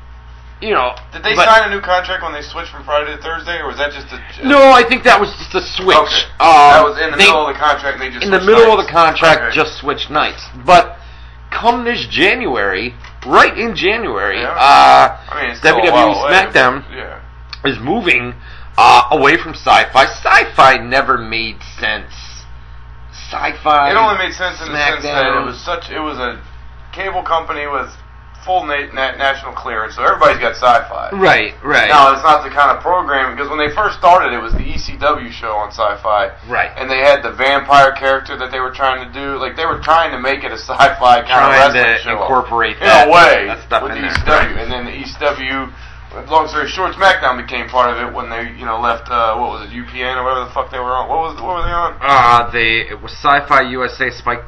Speaker 3: you know.
Speaker 1: Did they
Speaker 3: but-
Speaker 1: sign a new contract when they switched from Friday to Thursday, or was that just a
Speaker 3: No, I think that was just a switch.
Speaker 1: Okay.
Speaker 3: Um,
Speaker 1: that was in the
Speaker 3: they-
Speaker 1: middle of the contract. and They just
Speaker 3: in the
Speaker 1: switched
Speaker 3: middle of
Speaker 1: nights.
Speaker 3: the contract,
Speaker 1: Okay.
Speaker 3: just switch nights. But come this January, right in January,
Speaker 1: Yeah.
Speaker 3: uh,
Speaker 1: I mean, it's still a
Speaker 3: WWE
Speaker 1: while away, but-
Speaker 3: SmackDown
Speaker 1: Yeah.
Speaker 3: is moving uh, away from sci-fi. Sci-fi never made sense. Sci-fi.
Speaker 1: It only made sense in the sense that
Speaker 3: SmackDown.
Speaker 1: it was such it was a cable company with full na- na- national clearance, so everybody's got sci-fi.
Speaker 3: Right, right,
Speaker 1: Now it's not the kind of programming because when they first started, it was the ECW show on Sci-Fi,
Speaker 3: right.
Speaker 1: and they had the vampire character that they were trying to do. Like they were trying to make it a sci-fi kind
Speaker 3: Trying
Speaker 1: of wrestling
Speaker 3: to
Speaker 1: show
Speaker 3: incorporate
Speaker 1: in
Speaker 3: that,
Speaker 1: a way
Speaker 3: that stuff
Speaker 1: with
Speaker 3: in
Speaker 1: the
Speaker 3: there.
Speaker 1: ECW, and then the ECW. Long story short, SmackDown became part of it when they, you know, left. Uh, what was it, UPN or whatever the fuck they were on? What was what were they on?
Speaker 3: Uh, they it was Sci-Fi USA Spike.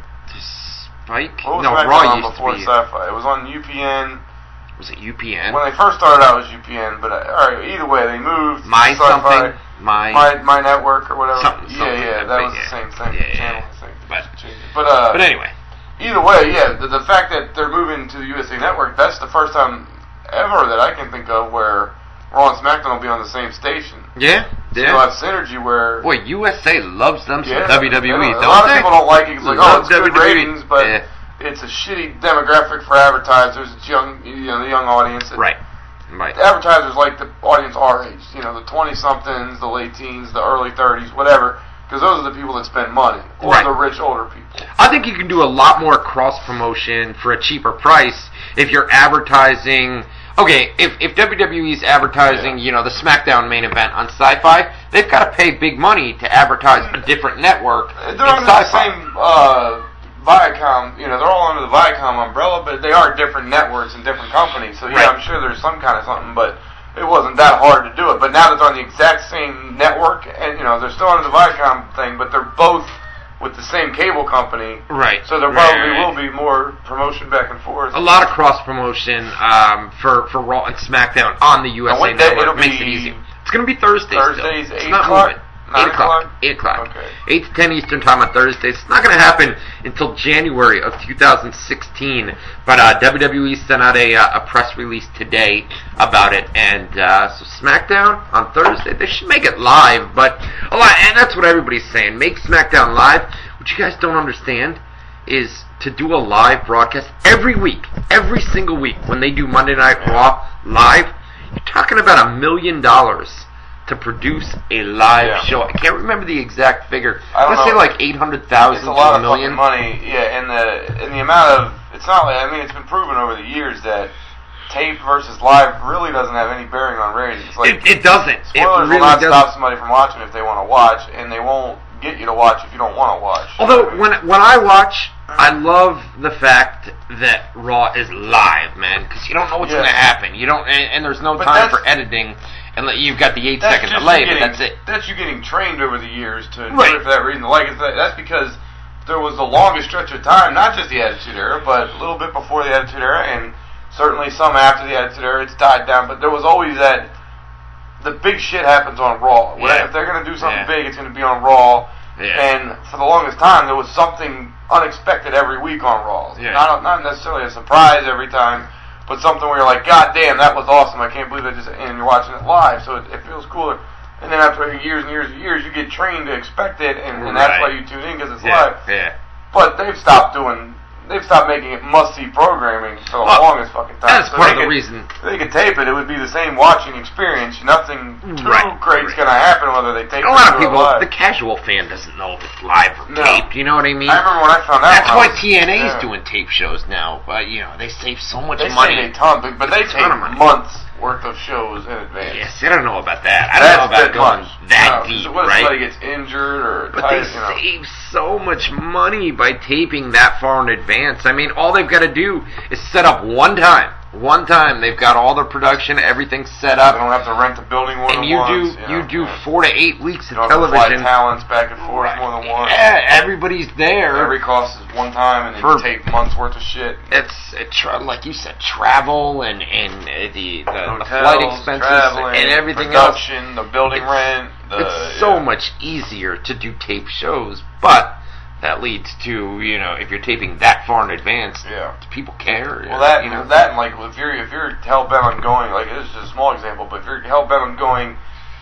Speaker 3: Spike?
Speaker 1: What was
Speaker 3: no,
Speaker 1: SmackDown
Speaker 3: Raw
Speaker 1: on
Speaker 3: used to
Speaker 1: before
Speaker 3: be.
Speaker 1: Sci-Fi? It was on UPN.
Speaker 3: Was it UPN?
Speaker 1: When they first started out, it was UPN, but uh, all right, either way, they moved. to
Speaker 3: My
Speaker 1: Sci-Fi,
Speaker 3: something. My.
Speaker 1: My, uh, my network or whatever.
Speaker 3: Something,
Speaker 1: yeah,
Speaker 3: something,
Speaker 1: yeah,
Speaker 3: I
Speaker 1: that
Speaker 3: think,
Speaker 1: was the
Speaker 3: yeah.
Speaker 1: same thing.
Speaker 3: Yeah, yeah,
Speaker 1: channel
Speaker 3: yeah.
Speaker 1: thing.
Speaker 3: But-
Speaker 1: but, uh,
Speaker 3: But anyway,
Speaker 1: either way, yeah, the, the fact that they're moving to the USA Network, that's the first time ever that I can think of where Raw and SmackDown will be on the same station.
Speaker 3: yeah,
Speaker 1: You'll
Speaker 3: yeah.
Speaker 1: have synergy where.
Speaker 3: Boy, USA loves them some
Speaker 1: yeah,
Speaker 3: WWE,
Speaker 1: yeah,
Speaker 3: E, don't
Speaker 1: A lot
Speaker 3: they?
Speaker 1: of people don't like it 'cause like, oh,
Speaker 3: Love
Speaker 1: it's good
Speaker 3: WWE.
Speaker 1: ratings, but
Speaker 3: Yeah.
Speaker 1: it's a shitty demographic for advertisers. It's young, you know, the young audience. It-
Speaker 3: right, right.
Speaker 1: advertisers like the audience our age, you know, the 20 somethings, the late teens, the early 30s, whatever, because those are the people that spend money, or
Speaker 3: Right.
Speaker 1: the rich older people.
Speaker 3: I think you can do a lot more cross promotion for a cheaper price if you're advertising. Okay, if, if WWE's advertising, you know, the SmackDown main event on Sci-Fi, they've got to pay big money to advertise a different network.
Speaker 1: Uh, They're
Speaker 3: in
Speaker 1: under the
Speaker 3: Sci-Fi.
Speaker 1: same uh, Viacom, you know, they're all under the Viacom umbrella, but they are different networks and different companies. So yeah,
Speaker 3: Right.
Speaker 1: I'm sure there's some kind of something, but it wasn't that hard to do it. But now that they're on the exact same network, and you know, they're still under the Viacom thing, but they're both with the same cable company.
Speaker 3: Right.
Speaker 1: So there
Speaker 3: right,
Speaker 1: probably
Speaker 3: right.
Speaker 1: will be more promotion back and forth.
Speaker 3: a lot of cross promotion um, for for Raw and SmackDown on the USA
Speaker 1: what day?
Speaker 3: Network.
Speaker 1: It'll
Speaker 3: Makes it
Speaker 1: be
Speaker 3: easy. It's gonna be Thursdays.
Speaker 1: Thursdays,
Speaker 3: still. It's
Speaker 1: 8
Speaker 3: not
Speaker 1: o'clock?
Speaker 3: moving.
Speaker 1: 9
Speaker 3: Eight o'clock.
Speaker 1: o'clock?
Speaker 3: Eight o'clock.
Speaker 1: Okay.
Speaker 3: Eight to ten Eastern time on Thursdays. It's not gonna happen until January of 2016. But uh, WWE sent out a uh, a press release today about it, and uh, so SmackDown on Thursday they should make it live. But a lot, and that's what everybody's saying. Make SmackDown live. What you guys don't understand is to do a live broadcast every week, every single week when they do Monday Night Raw live. You're talking about a million dollars to produce a live
Speaker 1: Yeah.
Speaker 3: show. I can't remember the exact figure.
Speaker 1: I don't
Speaker 3: want to
Speaker 1: know.
Speaker 3: say like eight hundred thousand
Speaker 1: it's
Speaker 3: to
Speaker 1: a lot
Speaker 3: a
Speaker 1: of fucking
Speaker 3: million.
Speaker 1: money. Yeah, and the and the amount of it's not like I mean it's been proven over the years that tape versus live really doesn't have any bearing on ratings. It's Like
Speaker 3: It, it doesn't. It
Speaker 1: spoilers
Speaker 3: really
Speaker 1: will not
Speaker 3: doesn't.
Speaker 1: stop somebody from watching if they want to watch, and they won't get you to watch if you don't want to watch.
Speaker 3: Although when when I watch, I love the fact that Raw is live, man, because you don't know what's
Speaker 1: Yeah.
Speaker 3: going to happen. You don't, and, and there's no
Speaker 1: But
Speaker 3: time
Speaker 1: that's-
Speaker 3: for editing, and like, you've got the eight
Speaker 1: that's
Speaker 3: second
Speaker 1: just
Speaker 3: delay,
Speaker 1: you
Speaker 3: but
Speaker 1: getting,
Speaker 3: that's it.
Speaker 1: you getting trained over the years to do
Speaker 3: Right.
Speaker 1: it for that reason. Like it's that, that's because there was the longest stretch of time, not just the Attitude Era, but a little bit before the Attitude Era, and certainly some after the Attitude Era. It's died down, but there was always that. The big shit happens on Raw. When-
Speaker 3: Yeah.
Speaker 1: If they're gonna do something
Speaker 3: Yeah.
Speaker 1: big, it's gonna be on Raw.
Speaker 3: Yeah.
Speaker 1: And for the longest time, there was something unexpected every week on Raw.
Speaker 3: Yeah.
Speaker 1: Not not necessarily a surprise every time, but something where you're like, God damn, that was awesome! I can't believe I just and you're watching it live, so it, it feels cooler. And then after years and years and years, you get trained to expect it, and, and that's why
Speaker 3: Right.
Speaker 1: you tune in because it's
Speaker 3: yeah,
Speaker 1: live.
Speaker 3: yeah.
Speaker 1: But they've stopped doing, they've stopped making it must-see programming for the
Speaker 3: Well,
Speaker 1: longest fucking time.
Speaker 3: That's
Speaker 1: So
Speaker 3: part
Speaker 1: they
Speaker 3: of the
Speaker 1: could-
Speaker 3: reason.
Speaker 1: if They could tape it; it would be the same watching experience. Nothing too
Speaker 3: Right,
Speaker 1: great's
Speaker 3: right.
Speaker 1: gonna happen whether they tape
Speaker 3: A
Speaker 1: it
Speaker 3: lot
Speaker 1: or
Speaker 3: of people,
Speaker 1: live.
Speaker 3: the casual fan, doesn't know if it's live or
Speaker 1: No.
Speaker 3: taped. You know what I mean?
Speaker 1: I remember when I found out.
Speaker 3: Hmm. That's
Speaker 1: when I
Speaker 3: why
Speaker 1: was-
Speaker 3: TNA is
Speaker 1: yeah.
Speaker 3: doing tape shows now. But you know, they save so much
Speaker 1: They
Speaker 3: money.
Speaker 1: saved a ton, but, but they
Speaker 3: It's a ton
Speaker 1: take
Speaker 3: of money.
Speaker 1: months worth of shows in advance.
Speaker 3: Yes, I don't know about that. I
Speaker 1: That's
Speaker 3: don't know about
Speaker 1: that
Speaker 3: going
Speaker 1: much.
Speaker 3: that
Speaker 1: No, 'cause
Speaker 3: deep,
Speaker 1: What if
Speaker 3: right?
Speaker 1: somebody gets injured or
Speaker 3: But
Speaker 1: tired,
Speaker 3: they
Speaker 1: you know?
Speaker 3: save so much money by taping that far in advance. I mean, all they've got to do is set up one time. One time, they've got all their production, everything set
Speaker 1: They
Speaker 3: up,
Speaker 1: don't have to rent the building more
Speaker 3: and
Speaker 1: than
Speaker 3: you
Speaker 1: once.
Speaker 3: do
Speaker 1: you,
Speaker 3: you
Speaker 1: know?
Speaker 3: do four to eight weeks
Speaker 1: You
Speaker 3: of
Speaker 1: don't have to fly
Speaker 3: television.
Speaker 1: talents back and forth more than once.
Speaker 3: Yeah, everybody's there.
Speaker 1: Every cost is one time, and then
Speaker 3: For-
Speaker 1: you take months worth of shit.
Speaker 3: it's it tra- like you said, travel and and uh, the the, the
Speaker 1: Hotels,
Speaker 3: flight expenses
Speaker 1: traveling,
Speaker 3: and everything else.
Speaker 1: production, the building
Speaker 3: It's-
Speaker 1: rent. The,
Speaker 3: it's so
Speaker 1: Uh, yeah.
Speaker 3: much easier to do tape shows, but that leads to you know if you're taping that far in advance,
Speaker 1: Yeah.
Speaker 3: do people care?
Speaker 1: Well, that
Speaker 3: you know?
Speaker 1: that and like if you're if you're hell bent on going like this is a small example, but if you're hell bent on going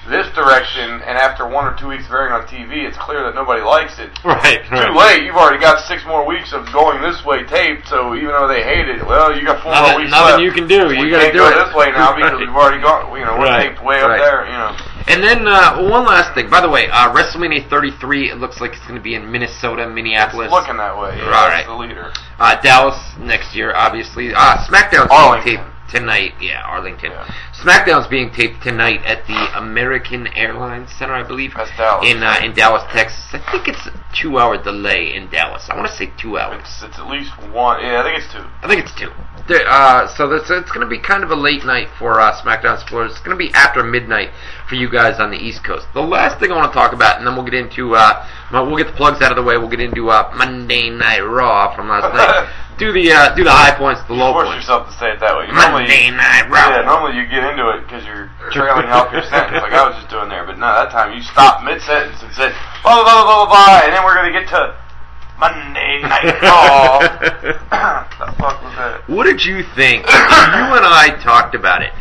Speaker 1: this direction, and after one or two weeks of airing on TV, it's clear that nobody likes it.
Speaker 3: right,
Speaker 1: Too late. You've already got six more weeks of going this way taped. So even though they hate it, well, you got four more
Speaker 3: Nothing,
Speaker 1: weeks
Speaker 3: nothing
Speaker 1: left.
Speaker 3: you can do.
Speaker 1: we
Speaker 3: you got to
Speaker 1: can't
Speaker 3: do
Speaker 1: go
Speaker 3: it
Speaker 1: this way now because
Speaker 3: Right.
Speaker 1: we've already gone. You know, we're
Speaker 3: Right,
Speaker 1: taped way up
Speaker 3: right.
Speaker 1: there. You know,
Speaker 3: And then uh, one last thing. By the way, uh, WrestleMania 33. It looks like it's going to be in Minnesota, Minneapolis,
Speaker 1: it's looking that way. Yeah,
Speaker 3: All
Speaker 1: that's
Speaker 3: right.
Speaker 1: the leader.
Speaker 3: uh, Dallas next year, obviously. Uh, SmackDown's
Speaker 1: Arlington.
Speaker 3: being taped tonight. Yeah, Arlington.
Speaker 1: Yeah.
Speaker 3: SmackDown's being taped tonight at the American Airlines Center, I believe,
Speaker 1: That's Dallas.
Speaker 3: in uh, in Dallas, Texas. I think it's a two-hour delay in Dallas. I want to say two hours.
Speaker 1: It's it's at least one. Yeah, I think it's two.
Speaker 3: I think it's two. There- Uh, so this, it's going to be kind of a late night for uh, SmackDown Spoilers. It's going to be after midnight for you guys on the East Coast. The last thing I want to talk about, and then we'll get into uh, my- we'll get the plugs out of the way. We'll get into uh, Monday Night Raw from last night. Do the uh, do the high points, the low
Speaker 1: Force
Speaker 3: points.
Speaker 1: yourself to say it that way. You normally-
Speaker 3: Monday Night Raw.
Speaker 1: Yeah, normally you get into it because you're trailing off your sentence, like I was just doing there. But no, that time you stopped mid sentence and said blah blah blah blah blah, blah and then we're gonna get to Monday Night Raw. the fuck was that?
Speaker 3: What did you think? you and I talked about it.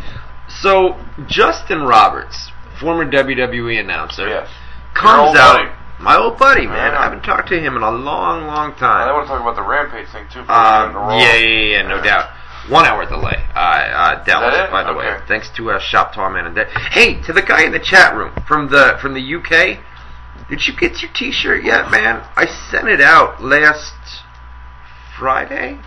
Speaker 3: So Justin Roberts, former WWE announcer,
Speaker 1: Yes. Your
Speaker 3: comes
Speaker 1: old
Speaker 3: out. Ah.
Speaker 1: buddy.
Speaker 3: My old buddy, man.
Speaker 1: Yeah.
Speaker 3: I haven't talked to him in a long, long time.
Speaker 1: I want to talk about the Rampage thing too. before we get into Raw.
Speaker 3: Um, yeah, yeah, yeah, no doubt. One hour delay. Uh, uh, Dallas,
Speaker 1: that it?
Speaker 3: by the way.
Speaker 1: Okay.
Speaker 3: Thanks to uh, Shop Tall Man and that. Hey, to the guy in the chat room from the from the UK, did you get your T-shirt yet, man? I sent it out last Friday,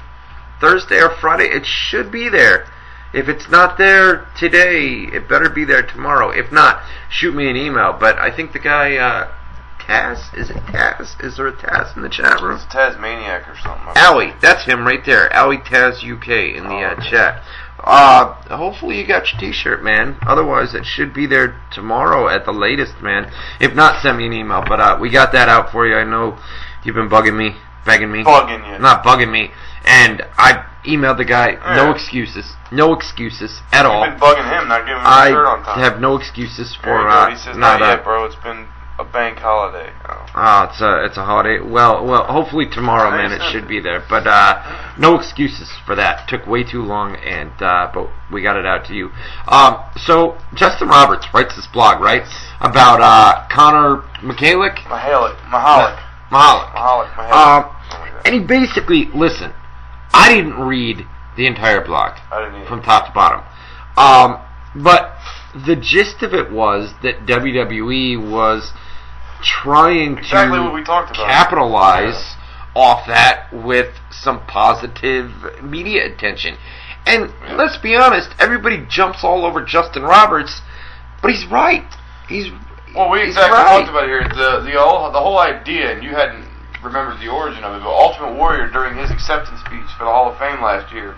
Speaker 3: Thursday or Friday. It should be there. If it's not there today, it better be there tomorrow. If not, shoot me an email. But I think the guy uh, Taz is it Taz? Is there a Taz in the chat room?
Speaker 1: It's Tasmaniac or something.
Speaker 3: Owie, that's him right there. Owie Taz UK in the
Speaker 1: Oh,
Speaker 3: uh,
Speaker 1: okay.
Speaker 3: chat. Uh, hopefully you got your T-shirt, man. Otherwise, it should be there tomorrow at the latest, man. If not, send me an email. But uh, we got that out for you. I know You've been bugging me, begging me,
Speaker 1: Bugging you.
Speaker 3: not bugging me, and I emailed the guy. No
Speaker 1: Yeah.
Speaker 3: excuses, no excuses at
Speaker 1: You've
Speaker 3: all.
Speaker 1: been bugging him, not giving him
Speaker 3: I
Speaker 1: a shirt on time.
Speaker 3: have no excuses
Speaker 1: There
Speaker 3: for
Speaker 1: you go.
Speaker 3: uh,
Speaker 1: he says, not,
Speaker 3: not, uh,
Speaker 1: yet, bro. It's been a bank holiday. Oh.
Speaker 3: Oh, it's a it's a holiday. Well, well, hopefully tomorrow, man, it should be there. But uh, no excuses for that. Took way too long, and uh, but we got it out to you. Um, so Justin Roberts writes this blog, right, about uh, Connor Michalik,
Speaker 1: Mahalik. Mahalik.
Speaker 3: Mahalik,
Speaker 1: Mahalik. Mahalik.
Speaker 3: um,
Speaker 1: Something like that.
Speaker 3: and he basically listen. I didn't read the entire blog
Speaker 1: I didn't
Speaker 3: from
Speaker 1: either.
Speaker 3: top to bottom. Um, but the gist of it was that WWE was trying
Speaker 1: Exactly
Speaker 3: to
Speaker 1: what we talked about.
Speaker 3: capitalize off that with some positive media attention. And let's be honest, everybody jumps all over Justin Roberts, but he's right. He's
Speaker 1: Well, we
Speaker 3: he's
Speaker 1: exactly
Speaker 3: right.
Speaker 1: talked about it here the the whole the whole idea, and you hadn't remembered the origin of it. But Ultimate Warrior, during his acceptance speech for the Hall of Fame last year,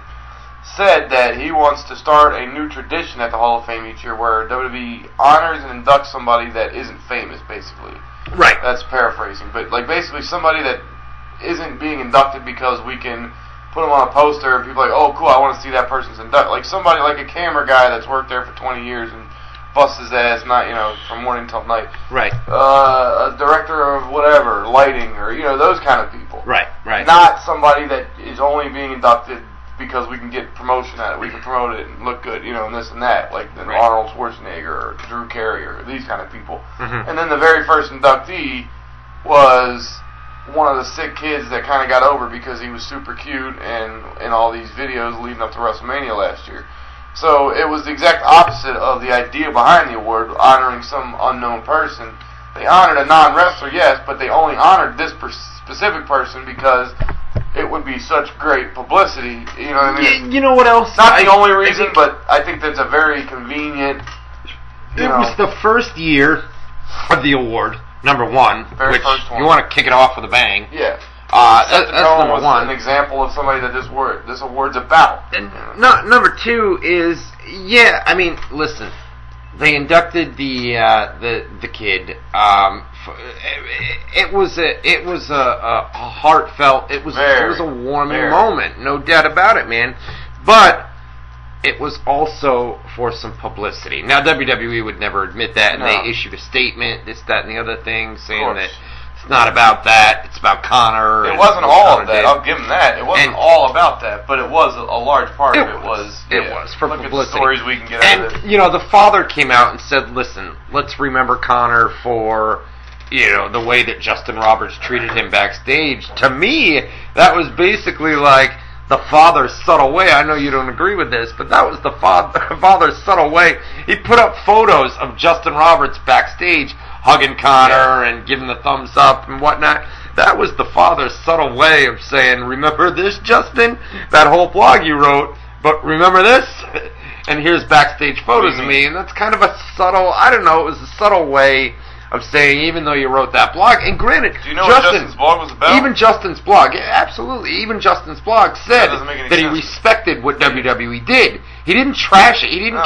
Speaker 1: said that he wants to start a new tradition at the Hall of Fame each year, where WWE honors and inducts somebody that isn't famous, basically.
Speaker 3: right.
Speaker 1: That's paraphrasing, but like basically somebody that isn't being inducted because we can put them on a poster and people are like, oh, cool, I want to see that person's inducted. Like somebody like a camera guy that's worked there for 20 years and busts his ass, not you know from morning till night.
Speaker 3: Right.
Speaker 1: Uh, a director of whatever, lighting or you know those kind of people.
Speaker 3: Right. Right.
Speaker 1: Not somebody that is only being inducted because we can get promotion at it, we can promote it and look good, you know, and this and that, like an
Speaker 3: Right.
Speaker 1: Arnold Schwarzenegger or Drew Carey or these kind of people.
Speaker 3: Mhm.
Speaker 1: And then the very first inductee was one of the sick kids that kind of got over because he was super cute and in all these videos leading up to WrestleMania last year. So it was the exact opposite of the idea behind the award, honoring some unknown person. They honored a non wrestler, yes, but they only honored this per- specific person because it would be such great publicity. You know what I mean?
Speaker 3: Y- you know what else?
Speaker 1: It's not
Speaker 3: I-
Speaker 1: the only
Speaker 3: I
Speaker 1: reason,
Speaker 3: think-
Speaker 1: but I think that's a very convenient. you
Speaker 3: It
Speaker 1: know.
Speaker 3: was the first year of the award, number one,
Speaker 1: Very
Speaker 3: which
Speaker 1: first one.
Speaker 3: you want to kick it off with a bang.
Speaker 1: Yeah.
Speaker 3: Uh,
Speaker 1: Set
Speaker 3: that,
Speaker 1: the
Speaker 3: that's
Speaker 1: tone
Speaker 3: number
Speaker 1: was An
Speaker 3: one.
Speaker 1: example of somebody that this word, this award's about.
Speaker 3: And no, number two is yeah. I mean, listen, they inducted the uh, the the kid. Um, f- it, it was a it was a, a a heartfelt. It was it
Speaker 1: Very,
Speaker 3: was a warming
Speaker 1: very.
Speaker 3: moment, no doubt about it, man. But it was also for some publicity. Now WWE would never admit that, and
Speaker 1: No.
Speaker 3: they issued a statement, this, that, and the other thing, saying
Speaker 1: course.
Speaker 3: that it's not about that. It's about Connor.
Speaker 1: It
Speaker 3: and
Speaker 1: wasn't
Speaker 3: what
Speaker 1: all
Speaker 3: Connor
Speaker 1: of that.
Speaker 3: did.
Speaker 1: I'll give him that. It wasn't
Speaker 3: And-
Speaker 1: all about that, but it was a, a large part
Speaker 3: It
Speaker 1: of it.
Speaker 3: was.
Speaker 1: Was
Speaker 3: It
Speaker 1: yeah.
Speaker 3: was, for
Speaker 1: Look at
Speaker 3: publicity.
Speaker 1: the stories we can get out of
Speaker 3: And
Speaker 1: this.
Speaker 3: you know, the father came out and said, "Listen, let's remember Connor for you know the way that Justin Roberts treated him backstage." To me, that was basically like the father's subtle way. I know you don't agree with this, but that was the father father's subtle way. He put up photos of Justin Roberts backstage hugging Connor and giving the thumbs up and whatnot. That was the father's subtle way of saying, "Remember this, Justin? That whole blog you wrote." But remember this? And here's backstage photos of me. And that's kind of a subtle, I don't know, it was a subtle way of saying, even though you wrote that blog, and granted,
Speaker 1: Do you know what
Speaker 3: Justin,
Speaker 1: Justin's blog was about?
Speaker 3: even Justin's blog, yeah, absolutely, even Justin's blog said
Speaker 1: doesn't make any
Speaker 3: that he
Speaker 1: sense.
Speaker 3: respected what WWE did. He didn't trash it, he
Speaker 1: No,
Speaker 3: didn't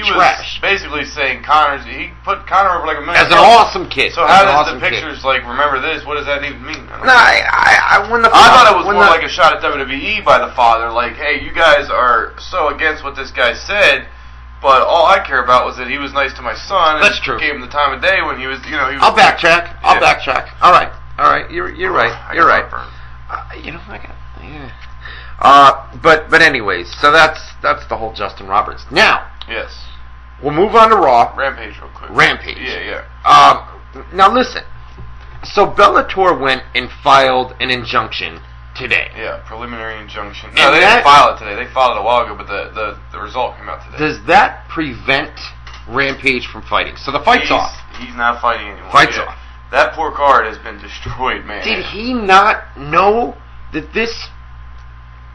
Speaker 1: he was
Speaker 3: trash.
Speaker 1: Basically saying Connor's. He put Connor over like a million.
Speaker 3: As an
Speaker 1: bucks.
Speaker 3: awesome kid.
Speaker 1: So
Speaker 3: as
Speaker 1: how
Speaker 3: an
Speaker 1: does
Speaker 3: awesome
Speaker 1: the
Speaker 3: kid.
Speaker 1: pictures like remember this? What does that even mean? I don't know.
Speaker 3: No, I, I, I, when the
Speaker 1: I thought it was
Speaker 3: when
Speaker 1: more
Speaker 3: the-
Speaker 1: like a shot at WWE by the father, like, hey, you guys are so against what this guy said, but all I care about was that he was nice to my son and
Speaker 3: That's true.
Speaker 1: gave him the time of day when he was, you know, he was.
Speaker 3: I'll backtrack. I'll
Speaker 1: Yeah.
Speaker 3: backtrack. All right. All right. You're you're right.
Speaker 1: I
Speaker 3: You're
Speaker 1: got
Speaker 3: right.
Speaker 1: heartburn.
Speaker 3: Uh, you know, I got. Yeah. Uh, but but anyways, so that's that's the whole Justin Roberts. Now
Speaker 1: Yes.
Speaker 3: we'll move on to Raw.
Speaker 1: Rampage, real quick.
Speaker 3: Rampage.
Speaker 1: Yeah, yeah.
Speaker 3: Um, now listen. So Bellator went and filed an injunction today.
Speaker 1: Yeah, preliminary injunction.
Speaker 3: And
Speaker 1: No, they
Speaker 3: that-
Speaker 1: didn't file it today. They filed it a while ago, but the, the, the result came out today.
Speaker 3: Does that prevent Rampage from fighting? So the fight's
Speaker 1: he's,
Speaker 3: off.
Speaker 1: He's not fighting anymore.
Speaker 3: Fight's
Speaker 1: yeah.
Speaker 3: off.
Speaker 1: That poor card has been destroyed, man.
Speaker 3: Did he not know that this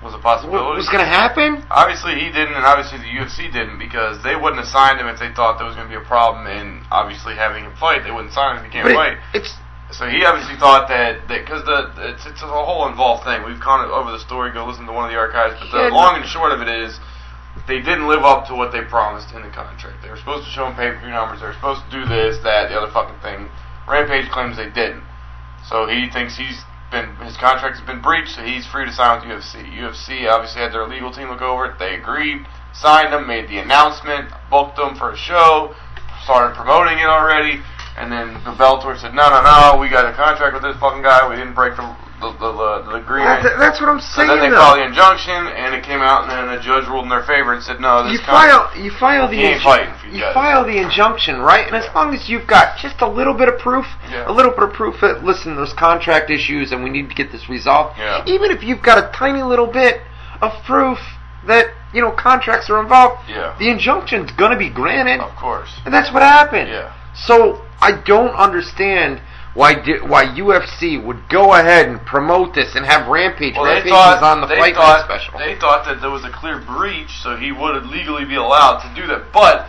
Speaker 1: was a
Speaker 3: w-
Speaker 1: possibility.
Speaker 3: was going to happen?
Speaker 1: Obviously, he didn't, and obviously the UFC didn't because they wouldn't have signed him if they thought there was going to be a problem. And obviously, having him fight, they wouldn't sign him if he can't
Speaker 3: But it-
Speaker 1: fight.
Speaker 3: it's
Speaker 1: So he obviously thought that because the it's, it's a whole involved thing. We've gone over the story. Go listen to one of the archives. But
Speaker 3: Yeah,
Speaker 1: the
Speaker 3: no.
Speaker 1: long and short of it is, they didn't live up to what they promised in the contract. They were supposed to show him pay per view numbers. They were supposed to do this, that, the other fucking thing. Rampage claims they didn't. So he thinks he's been his contract has been breached, so he's free to sign with UFC. UFC obviously had their legal team look over it. They agreed, signed him, made the announcement, booked him for a show, started promoting it already, and then the Bellator said, "No, no, no, we got a contract with this fucking guy. We didn't break the the, the, the, the agreement."
Speaker 3: That's, that's what I'm
Speaker 1: so
Speaker 3: saying.
Speaker 1: then they
Speaker 3: though.
Speaker 1: filed the injunction, and it came out, and then the judge ruled in their favor and said, "No, this
Speaker 3: you
Speaker 1: contract."
Speaker 3: file you file the
Speaker 1: He ain't
Speaker 3: inju-
Speaker 1: fighting if he
Speaker 3: you
Speaker 1: does.
Speaker 3: file the injunction right and as long as you've got just a little bit of proof
Speaker 1: Yeah.
Speaker 3: a little bit of proof that listen there's contract issues and we need to get this resolved
Speaker 1: Yeah.
Speaker 3: even if you've got a tiny little bit of proof that you know contracts are involved
Speaker 1: Yeah.
Speaker 3: the injunction's gonna be granted
Speaker 1: Of course.
Speaker 3: and that's what happened
Speaker 1: Yeah.
Speaker 3: so I don't understand why di- why UFC would go ahead and promote this and have Rampage
Speaker 1: Well, they
Speaker 3: Rampage
Speaker 1: thought
Speaker 3: is on the
Speaker 1: they
Speaker 3: Fight Night
Speaker 1: thought
Speaker 3: special
Speaker 1: they thought that there was a clear breach, so he would legally be allowed to do that. But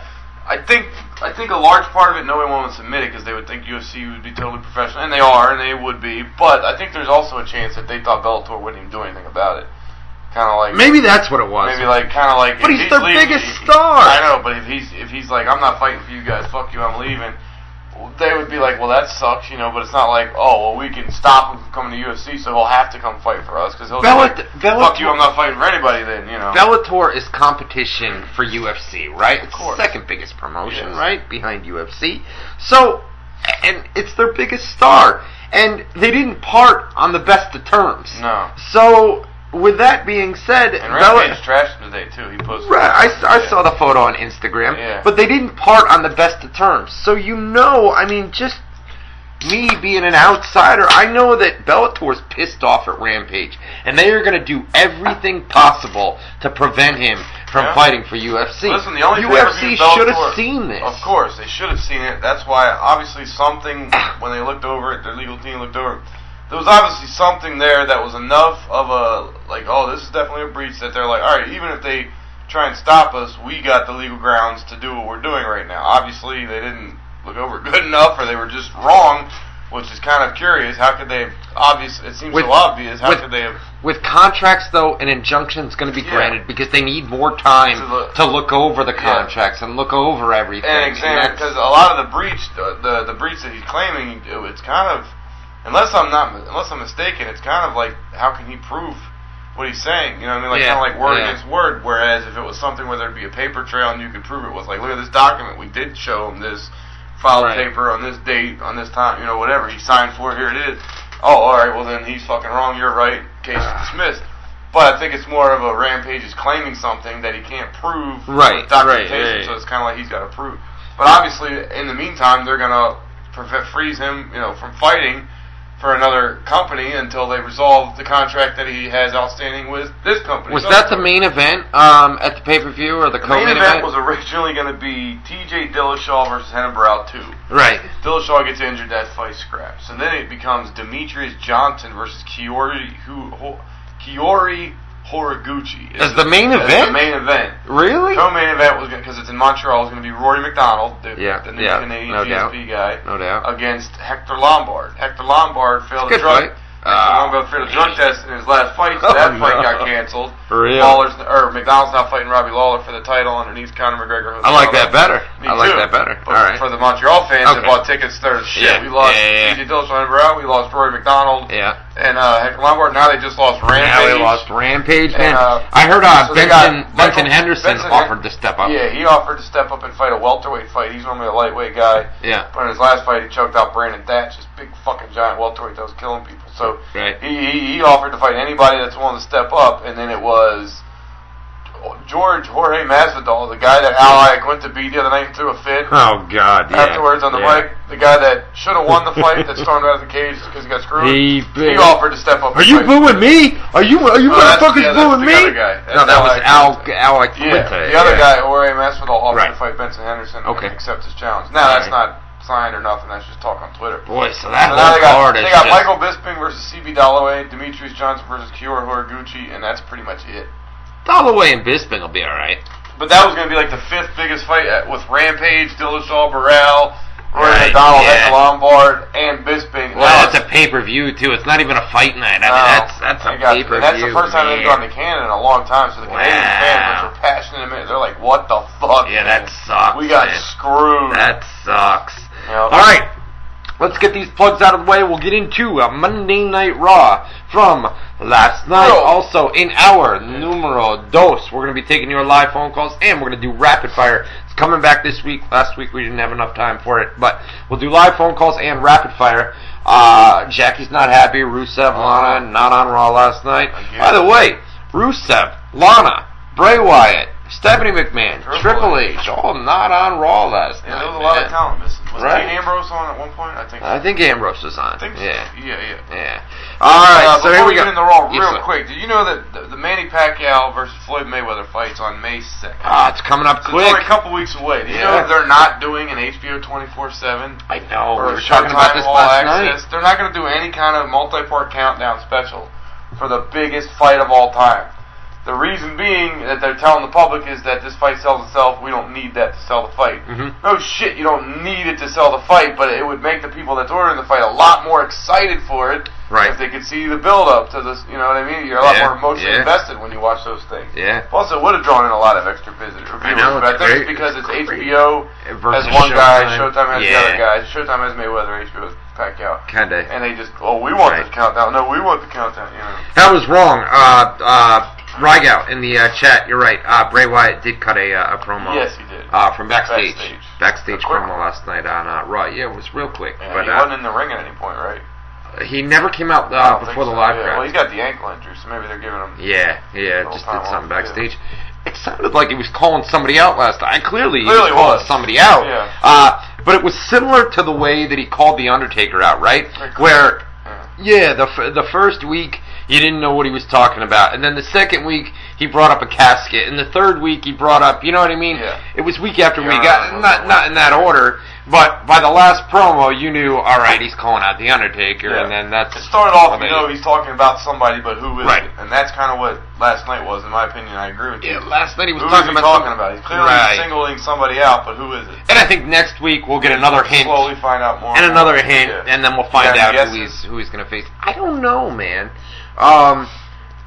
Speaker 1: I think I think a large part of it, no one would submit it because they would think UFC would be totally professional, and they are, and they would be. But I think there's also a chance that they thought Bellator wouldn't even do anything about it. Kind of like
Speaker 3: maybe that's what it was
Speaker 1: Maybe like kind of like.
Speaker 3: But
Speaker 1: if
Speaker 3: he's their
Speaker 1: leaving-
Speaker 3: biggest star.
Speaker 1: I know, but if he's if he's like, I'm not fighting for you guys. Fuck you, I'm leaving. They would be like, well, that sucks, you know. But it's not like, oh, well, we can stop him from coming to UFC, so he'll have to come fight for us because he'll be like,
Speaker 3: Bellat- Bellator-
Speaker 1: fuck you, I'm not fighting for anybody. Then you know.
Speaker 3: Bellator is competition for UFC, right? It's the
Speaker 1: course.
Speaker 3: second biggest promotion,
Speaker 1: Yes.
Speaker 3: right? Behind UFC. So, and it's their biggest star. And they didn't part on the best of terms.
Speaker 1: no.
Speaker 3: So, with that being said,
Speaker 1: And
Speaker 3: Bella-
Speaker 1: Rampage trashed him today too. He posted.
Speaker 3: Right, I, s- I
Speaker 1: Yeah.
Speaker 3: saw the photo on Instagram,
Speaker 1: Yeah.
Speaker 3: but they didn't part on the best of terms. So you know, I mean, just me being an outsider, I know that Bellator's pissed off at Rampage, and they are going to do everything possible to prevent him from
Speaker 1: Yeah.
Speaker 3: fighting for UFC.
Speaker 1: Listen, the only
Speaker 3: UFC
Speaker 1: pay-per-view Bellator-
Speaker 3: should have seen this.
Speaker 1: Of course, they should have seen it. That's why obviously something when they looked over it, their legal team looked over. it, There was obviously something there that was enough of a like, oh, this is definitely a breach that they're like, all right, even if they try and stop us, we got the legal grounds to do what we're doing right now. Obviously, they didn't look over it good enough, or they were just wrong, which is kind of curious. How could they? have Obvious, it seems
Speaker 3: With-
Speaker 1: so obvious. How
Speaker 3: with-
Speaker 1: could they have?
Speaker 3: With contracts, though, an injunction's going to be
Speaker 1: Yeah.
Speaker 3: granted because they need more time
Speaker 1: To look-
Speaker 3: to look over the
Speaker 1: Yeah.
Speaker 3: contracts and look over everything.
Speaker 1: And
Speaker 3: that's-
Speaker 1: examine because a lot of the breach, the, the the breach that he's claiming, it- it's kind of, unless I'm not unless I'm mistaken, it's kind of like how can he prove what he's saying? You know what I mean? Like
Speaker 3: Yeah,
Speaker 1: kind of like word
Speaker 3: yeah.
Speaker 1: against word. Whereas if it was something where there'd be a paper trail and you could prove it was like, look at this document, we did show him this filed
Speaker 3: Right.
Speaker 1: paper on this date on this time, you know, whatever he signed for. it, Here it is. Oh, all right. Well, then he's fucking wrong. You're right. Case
Speaker 3: Ah.
Speaker 1: dismissed. But I think it's more of a rampage is claiming something that he can't prove
Speaker 3: Right,
Speaker 1: with documentation.
Speaker 3: right, right.
Speaker 1: So it's kind of like he's got to prove. But obviously, in the meantime, they're gonna prevent, freeze him, you know, from fighting for another company until they resolve the contract that he has outstanding with this company.
Speaker 3: Was
Speaker 1: So-
Speaker 3: that the main event um, at the pay per view or the,
Speaker 1: The
Speaker 3: co-main
Speaker 1: main event was originally going to be T.J. Dillashaw versus Hannah Brow two.
Speaker 3: right.
Speaker 1: Dillashaw gets injured, that fight scraps, and then it becomes Demetrius Johnson versus Kiori who Ho, Kiori Horiguchi.
Speaker 3: As the main
Speaker 1: as
Speaker 3: event?
Speaker 1: The main event.
Speaker 3: Really?
Speaker 1: Co-main event was because it's in Montreal. It's going to be Rory McDonald, the,
Speaker 3: Yeah,
Speaker 1: the new
Speaker 3: yeah,
Speaker 1: Canadian
Speaker 3: no
Speaker 1: GSP guy,
Speaker 3: No doubt.
Speaker 1: against Hector Lombard. Hector Lombard failed a
Speaker 3: Good
Speaker 1: drug.
Speaker 3: fight.
Speaker 1: Hector
Speaker 3: Ah.
Speaker 1: Lombard failed a drug test in his last fight, so
Speaker 3: Oh,
Speaker 1: that fight
Speaker 3: no.
Speaker 1: got canceled.
Speaker 3: Really?
Speaker 1: Lawler's or McDonald's now fighting Robbie Lawler for the title underneath Conor McGregor. who's
Speaker 3: I like
Speaker 1: on the-
Speaker 3: that better.
Speaker 1: Me
Speaker 3: I like
Speaker 1: too.
Speaker 3: that better.
Speaker 1: But
Speaker 3: All right.
Speaker 1: For the Montreal fans that
Speaker 3: Okay.
Speaker 1: bought tickets, they're shit.
Speaker 3: Yeah,
Speaker 1: We lost
Speaker 3: yeah, yeah, yeah.
Speaker 1: TJ Dillashaw and Brown. We lost Rory McDonald.
Speaker 3: yeah.
Speaker 1: And uh, Hector Lombard. Now they just lost
Speaker 3: Now
Speaker 1: Rampage.
Speaker 3: they lost Rampage, man.
Speaker 1: And, uh,
Speaker 3: I heard uh,
Speaker 1: so they got
Speaker 3: Benson, Benson
Speaker 1: Michael-
Speaker 3: Henderson
Speaker 1: Benson-
Speaker 3: offered to step up.
Speaker 1: Yeah, he offered to step up and fight a welterweight fight. He's normally a lightweight guy.
Speaker 3: Yeah.
Speaker 1: But in his last fight, he choked out Brandon Thatch, this big fucking giant welterweight that was killing people. So
Speaker 3: Right.
Speaker 1: he, he he offered to fight anybody that's willing to step up, and then it was George Jorge Masvidal, the guy that Al Iaquinta beat the other night and threw a fit.
Speaker 3: Oh God. Yeah.
Speaker 1: Afterwards on the mic,
Speaker 3: yeah.
Speaker 1: the guy that should have won the fight that stormed out of the cage because he got screwed,
Speaker 3: He bit-
Speaker 1: offered to step up.
Speaker 3: Are
Speaker 1: and
Speaker 3: you
Speaker 1: fight.
Speaker 3: booing me? Are you are you
Speaker 1: No, that's-
Speaker 3: motherfuckers
Speaker 1: yeah, that's
Speaker 3: booing
Speaker 1: the
Speaker 3: me?
Speaker 1: other guy.
Speaker 3: No,
Speaker 1: That's
Speaker 3: that was
Speaker 1: Al
Speaker 3: Al Al Quinta.
Speaker 1: Yeah, the other guy, Jorge Masvidal, offered
Speaker 3: Right.
Speaker 1: to fight Benson Henderson
Speaker 3: Okay.
Speaker 1: and accept his challenge. Now,
Speaker 3: All
Speaker 1: that's
Speaker 3: right.
Speaker 1: not signed or nothing. That's just talk on Twitter.
Speaker 3: Boy, so that
Speaker 1: So now
Speaker 3: whole
Speaker 1: they got,
Speaker 3: card
Speaker 1: they
Speaker 3: is
Speaker 1: got
Speaker 3: just-
Speaker 1: Michael Bisping versus CB Dalloway, Demetrius Johnson versus Kiora Horiguchi, and that's pretty much it.
Speaker 3: Holloway and Bisping will be all right.
Speaker 1: But that was going to be like the fifth biggest fight at, with Rampage, Dillashaw, Burrell, Rory
Speaker 3: Right,
Speaker 1: McDonald,
Speaker 3: yeah.
Speaker 1: Hector Lombard, and Bisping.
Speaker 3: Well, it's a pay per view too. It's not even a fight night. I mean,
Speaker 1: No.
Speaker 3: that's that's
Speaker 1: They
Speaker 3: a
Speaker 1: Oh, got-
Speaker 3: pay per view.
Speaker 1: and That's the first time they've gone to Canada in a long time, so the Canadian
Speaker 3: Wow.
Speaker 1: fans are passionate. in it. They're like, "What the fuck?"
Speaker 3: Yeah,
Speaker 1: man?
Speaker 3: that sucks.
Speaker 1: We got
Speaker 3: man.
Speaker 1: screwed.
Speaker 3: That sucks.
Speaker 1: Yeah.
Speaker 3: All right. Let's get these plugs out of the way. We'll get into a Monday Night Raw from last night.
Speaker 1: Bro.
Speaker 3: Also, in our numero dos, we're going to be taking your live phone calls and we're going to do rapid fire. It's coming back this week. Last week we didn't have enough time for it, but we'll do live phone calls and rapid fire. Uh, Jackie's not happy. Rusev, Lana, not on Raw last night.
Speaker 1: Again.
Speaker 3: By the way, Rusev, Lana, Bray Wyatt, Stephanie McMahon, Triple
Speaker 1: Triple
Speaker 3: H, all not on Raw last
Speaker 1: Yeah,
Speaker 3: night.
Speaker 1: there was a lot
Speaker 3: man.
Speaker 1: of talent missing. Was
Speaker 3: Right.
Speaker 1: Dean Ambrose on at one point? I think.
Speaker 3: I think Ambrose is on.
Speaker 1: I think so.
Speaker 3: yeah.
Speaker 1: Yeah, yeah.
Speaker 3: Yeah. All right.
Speaker 1: Uh,
Speaker 3: so
Speaker 1: before
Speaker 3: here
Speaker 1: we
Speaker 3: we go.
Speaker 1: get in the Raw,
Speaker 3: Yes,
Speaker 1: real
Speaker 3: sir.
Speaker 1: quick, did you know that the, the Manny Pacquiao versus Floyd Mayweather fights on May 2nd?
Speaker 3: Ah, it's coming up
Speaker 1: so
Speaker 3: quick.
Speaker 1: It's only a couple weeks away. Do you
Speaker 3: Yeah.
Speaker 1: know they're not doing an HBO 24/7
Speaker 3: I know.
Speaker 1: or
Speaker 3: We
Speaker 1: a
Speaker 3: were talking about
Speaker 1: Showtime
Speaker 3: this
Speaker 1: All
Speaker 3: last
Speaker 1: Access?
Speaker 3: night.
Speaker 1: They're not going to do any kind of multi-part countdown special for the biggest fight of all time. The reason being that they're telling the public is that this fight sells itself. We don't need that to sell the fight.
Speaker 3: Mhm.
Speaker 1: No shit, you don't need it to sell the fight, but it would make the people that's ordering the fight a lot more excited for it
Speaker 3: Right.
Speaker 1: if they could see the build up to this. You know what I mean? You're a lot
Speaker 3: Yeah,
Speaker 1: more emotionally
Speaker 3: yeah.
Speaker 1: invested when you watch those things.
Speaker 3: Yeah.
Speaker 1: Plus, it would have drawn in a lot of extra visitors.
Speaker 3: I know,
Speaker 1: but I think
Speaker 3: it's great.
Speaker 1: it's because
Speaker 3: It's
Speaker 1: it's,
Speaker 3: great.
Speaker 1: HBO has
Speaker 3: Versus
Speaker 1: one guy,
Speaker 3: Showtime.
Speaker 1: Showtime has
Speaker 3: Yeah.
Speaker 1: the other guy. Showtime has Mayweather, HBO has Pacquiao,
Speaker 3: Kinda.
Speaker 1: and they just oh we want
Speaker 3: Right.
Speaker 1: the countdown. No, we want the countdown. You know.
Speaker 3: That was wrong. Uh, uh, Rygout in the uh, chat. You're right. Uh, Bray Wyatt did cut a, uh, a promo.
Speaker 1: Yes, he did.
Speaker 3: Uh, from backstage.
Speaker 1: Backstage.
Speaker 3: Backstage,
Speaker 1: A quick
Speaker 3: promo
Speaker 1: one.
Speaker 3: last night on uh, Raw. Yeah, it was real quick.
Speaker 1: And
Speaker 3: but
Speaker 1: he
Speaker 3: uh,
Speaker 1: wasn't in the ring at any point, right?
Speaker 3: he never came out
Speaker 1: I
Speaker 3: uh,
Speaker 1: don't
Speaker 3: before the
Speaker 1: think so.
Speaker 3: live
Speaker 1: yeah.
Speaker 3: crowd.
Speaker 1: Well, he's got the ankle injury, so maybe they're giving him.
Speaker 3: Yeah, yeah,
Speaker 1: Little
Speaker 3: just
Speaker 1: time
Speaker 3: did
Speaker 1: off,
Speaker 3: something
Speaker 1: yeah.
Speaker 3: backstage. It sounded like he was calling somebody out last night. Clearly,
Speaker 1: Clearly
Speaker 3: he was calling
Speaker 1: was.
Speaker 3: somebody out.
Speaker 1: Yeah.
Speaker 3: Uh, but it was similar to the way that he called the Undertaker out, right?
Speaker 1: Like-
Speaker 3: Where,
Speaker 1: Yeah.
Speaker 3: yeah, the f- the first week you didn't know what he was talking about, and then the second week he brought up a casket, and the third week he brought up, you know what I mean?
Speaker 1: Yeah.
Speaker 3: It was week after
Speaker 1: Yeah,
Speaker 3: week,
Speaker 1: I
Speaker 3: uh,
Speaker 1: remember
Speaker 3: not
Speaker 1: that.
Speaker 3: not in that order, but by the last promo you knew, all right, he's calling out the Undertaker,
Speaker 1: Yeah.
Speaker 3: and then that's
Speaker 1: It started off,
Speaker 3: when
Speaker 1: you
Speaker 3: they-
Speaker 1: know, he's talking about somebody, but who is
Speaker 3: Right.
Speaker 1: it? And that's kind of what last night was, in my opinion. I agree with you.
Speaker 3: Yeah, last night he was
Speaker 1: who is
Speaker 3: talking
Speaker 1: he
Speaker 3: about
Speaker 1: talking
Speaker 3: something-
Speaker 1: about? He's clearly
Speaker 3: Right.
Speaker 1: singling somebody out, but who is it?
Speaker 3: And I think next week we'll get another hint
Speaker 1: Slowly find out more.
Speaker 3: and
Speaker 1: more.
Speaker 3: another hint,
Speaker 1: Yeah.
Speaker 3: and then we'll find
Speaker 1: Yeah,
Speaker 3: out who
Speaker 1: guesses.
Speaker 3: he's who he's gonna face. I don't know, man. Um,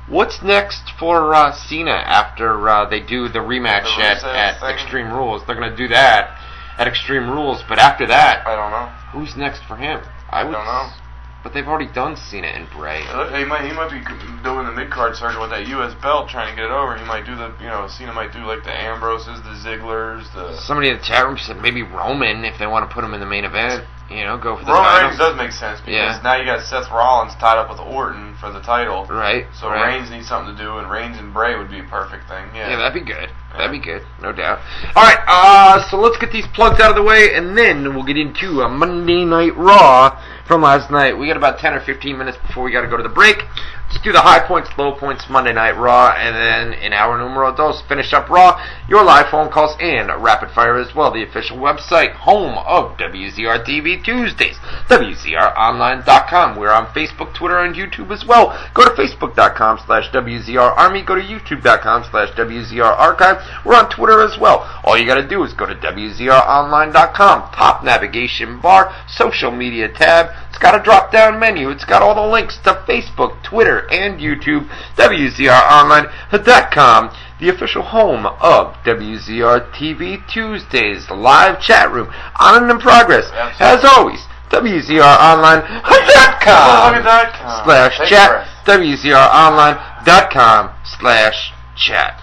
Speaker 3: what's next for uh, Cena after uh, they do the rematch
Speaker 1: The
Speaker 3: at,
Speaker 1: Rusev
Speaker 3: at
Speaker 1: thing?
Speaker 3: Extreme Rules? They're gonna do that at Extreme Rules, but after that,
Speaker 1: I don't know.
Speaker 3: who's next for him? I would.
Speaker 1: Don't know.
Speaker 3: s- But they've already done Cena and Bray.
Speaker 1: Look, Uh, He might he might be doing the mid card circuit with that U.S. belt, trying to get it over. He might do the you know Cena might do like the Ambroses, the Ziglers, the
Speaker 3: Somebody in the chat room said maybe Roman if they want to put him in the main event. You know, go for the
Speaker 1: Roman
Speaker 3: title.
Speaker 1: Reigns does make sense because
Speaker 3: Yeah.
Speaker 1: now you got Seth Rollins tied up with Orton for the title.
Speaker 3: right.
Speaker 1: So
Speaker 3: right.
Speaker 1: Reigns needs something to do, and Reigns and Bray would be a perfect thing.
Speaker 3: Yeah, that'd be good. That'd be good, no doubt. All right, uh, so let's get these plugs out of the way, and then we'll get into a Monday Night Raw from last night. We got about ten or fifteen minutes before we got to go to the break. Let's do the high points, low points, Monday Night Raw, and then in our numero dos, finish up Raw. Your live phone calls and rapid fire as well. The official website, home of WZR TV Tuesdays, WZROnline.com. We're on Facebook, Twitter, and YouTube as well. Go to Facebook.com slash WZR Army. Go to YouTube.com slash WZR Archive. We're on Twitter as well. All you got to do is go to WZROnline.com, top navigation bar, social media tab. It's got a drop down menu. It's got all the links to Facebook, Twitter, and YouTube. WZROnline.com the official home of WZR TV Tuesdays live chat room on and in progress.
Speaker 1: Absolutely.
Speaker 3: As always,
Speaker 1: Look at
Speaker 3: WZRonline.com
Speaker 1: that. Con.
Speaker 3: slash
Speaker 1: Take a
Speaker 3: chat,
Speaker 1: breath.
Speaker 3: WZRonline.com slash chat.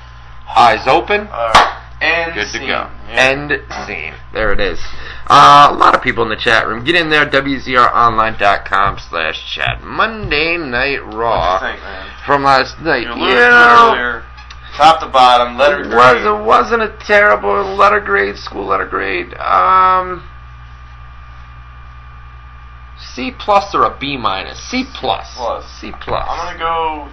Speaker 3: Eyes open.
Speaker 1: Alright. And
Speaker 3: Good to
Speaker 1: scene.
Speaker 3: go.
Speaker 1: Yeah.
Speaker 3: End scene. There it is. Uh, a lot of people in the chat room. Get in there, WZRonline.com slash chat. Monday Night
Speaker 1: What do you
Speaker 3: Raw
Speaker 1: think, man?
Speaker 3: from last night.
Speaker 1: You
Speaker 3: You
Speaker 1: alluded
Speaker 3: know,
Speaker 1: to it earlier. Top to bottom, letter
Speaker 3: it
Speaker 1: grade.
Speaker 3: was it wasn't a terrible letter grade, school letter grade. Um, C plus or a B minus? C plus.
Speaker 1: Plus.
Speaker 3: C plus.
Speaker 1: I'm gonna go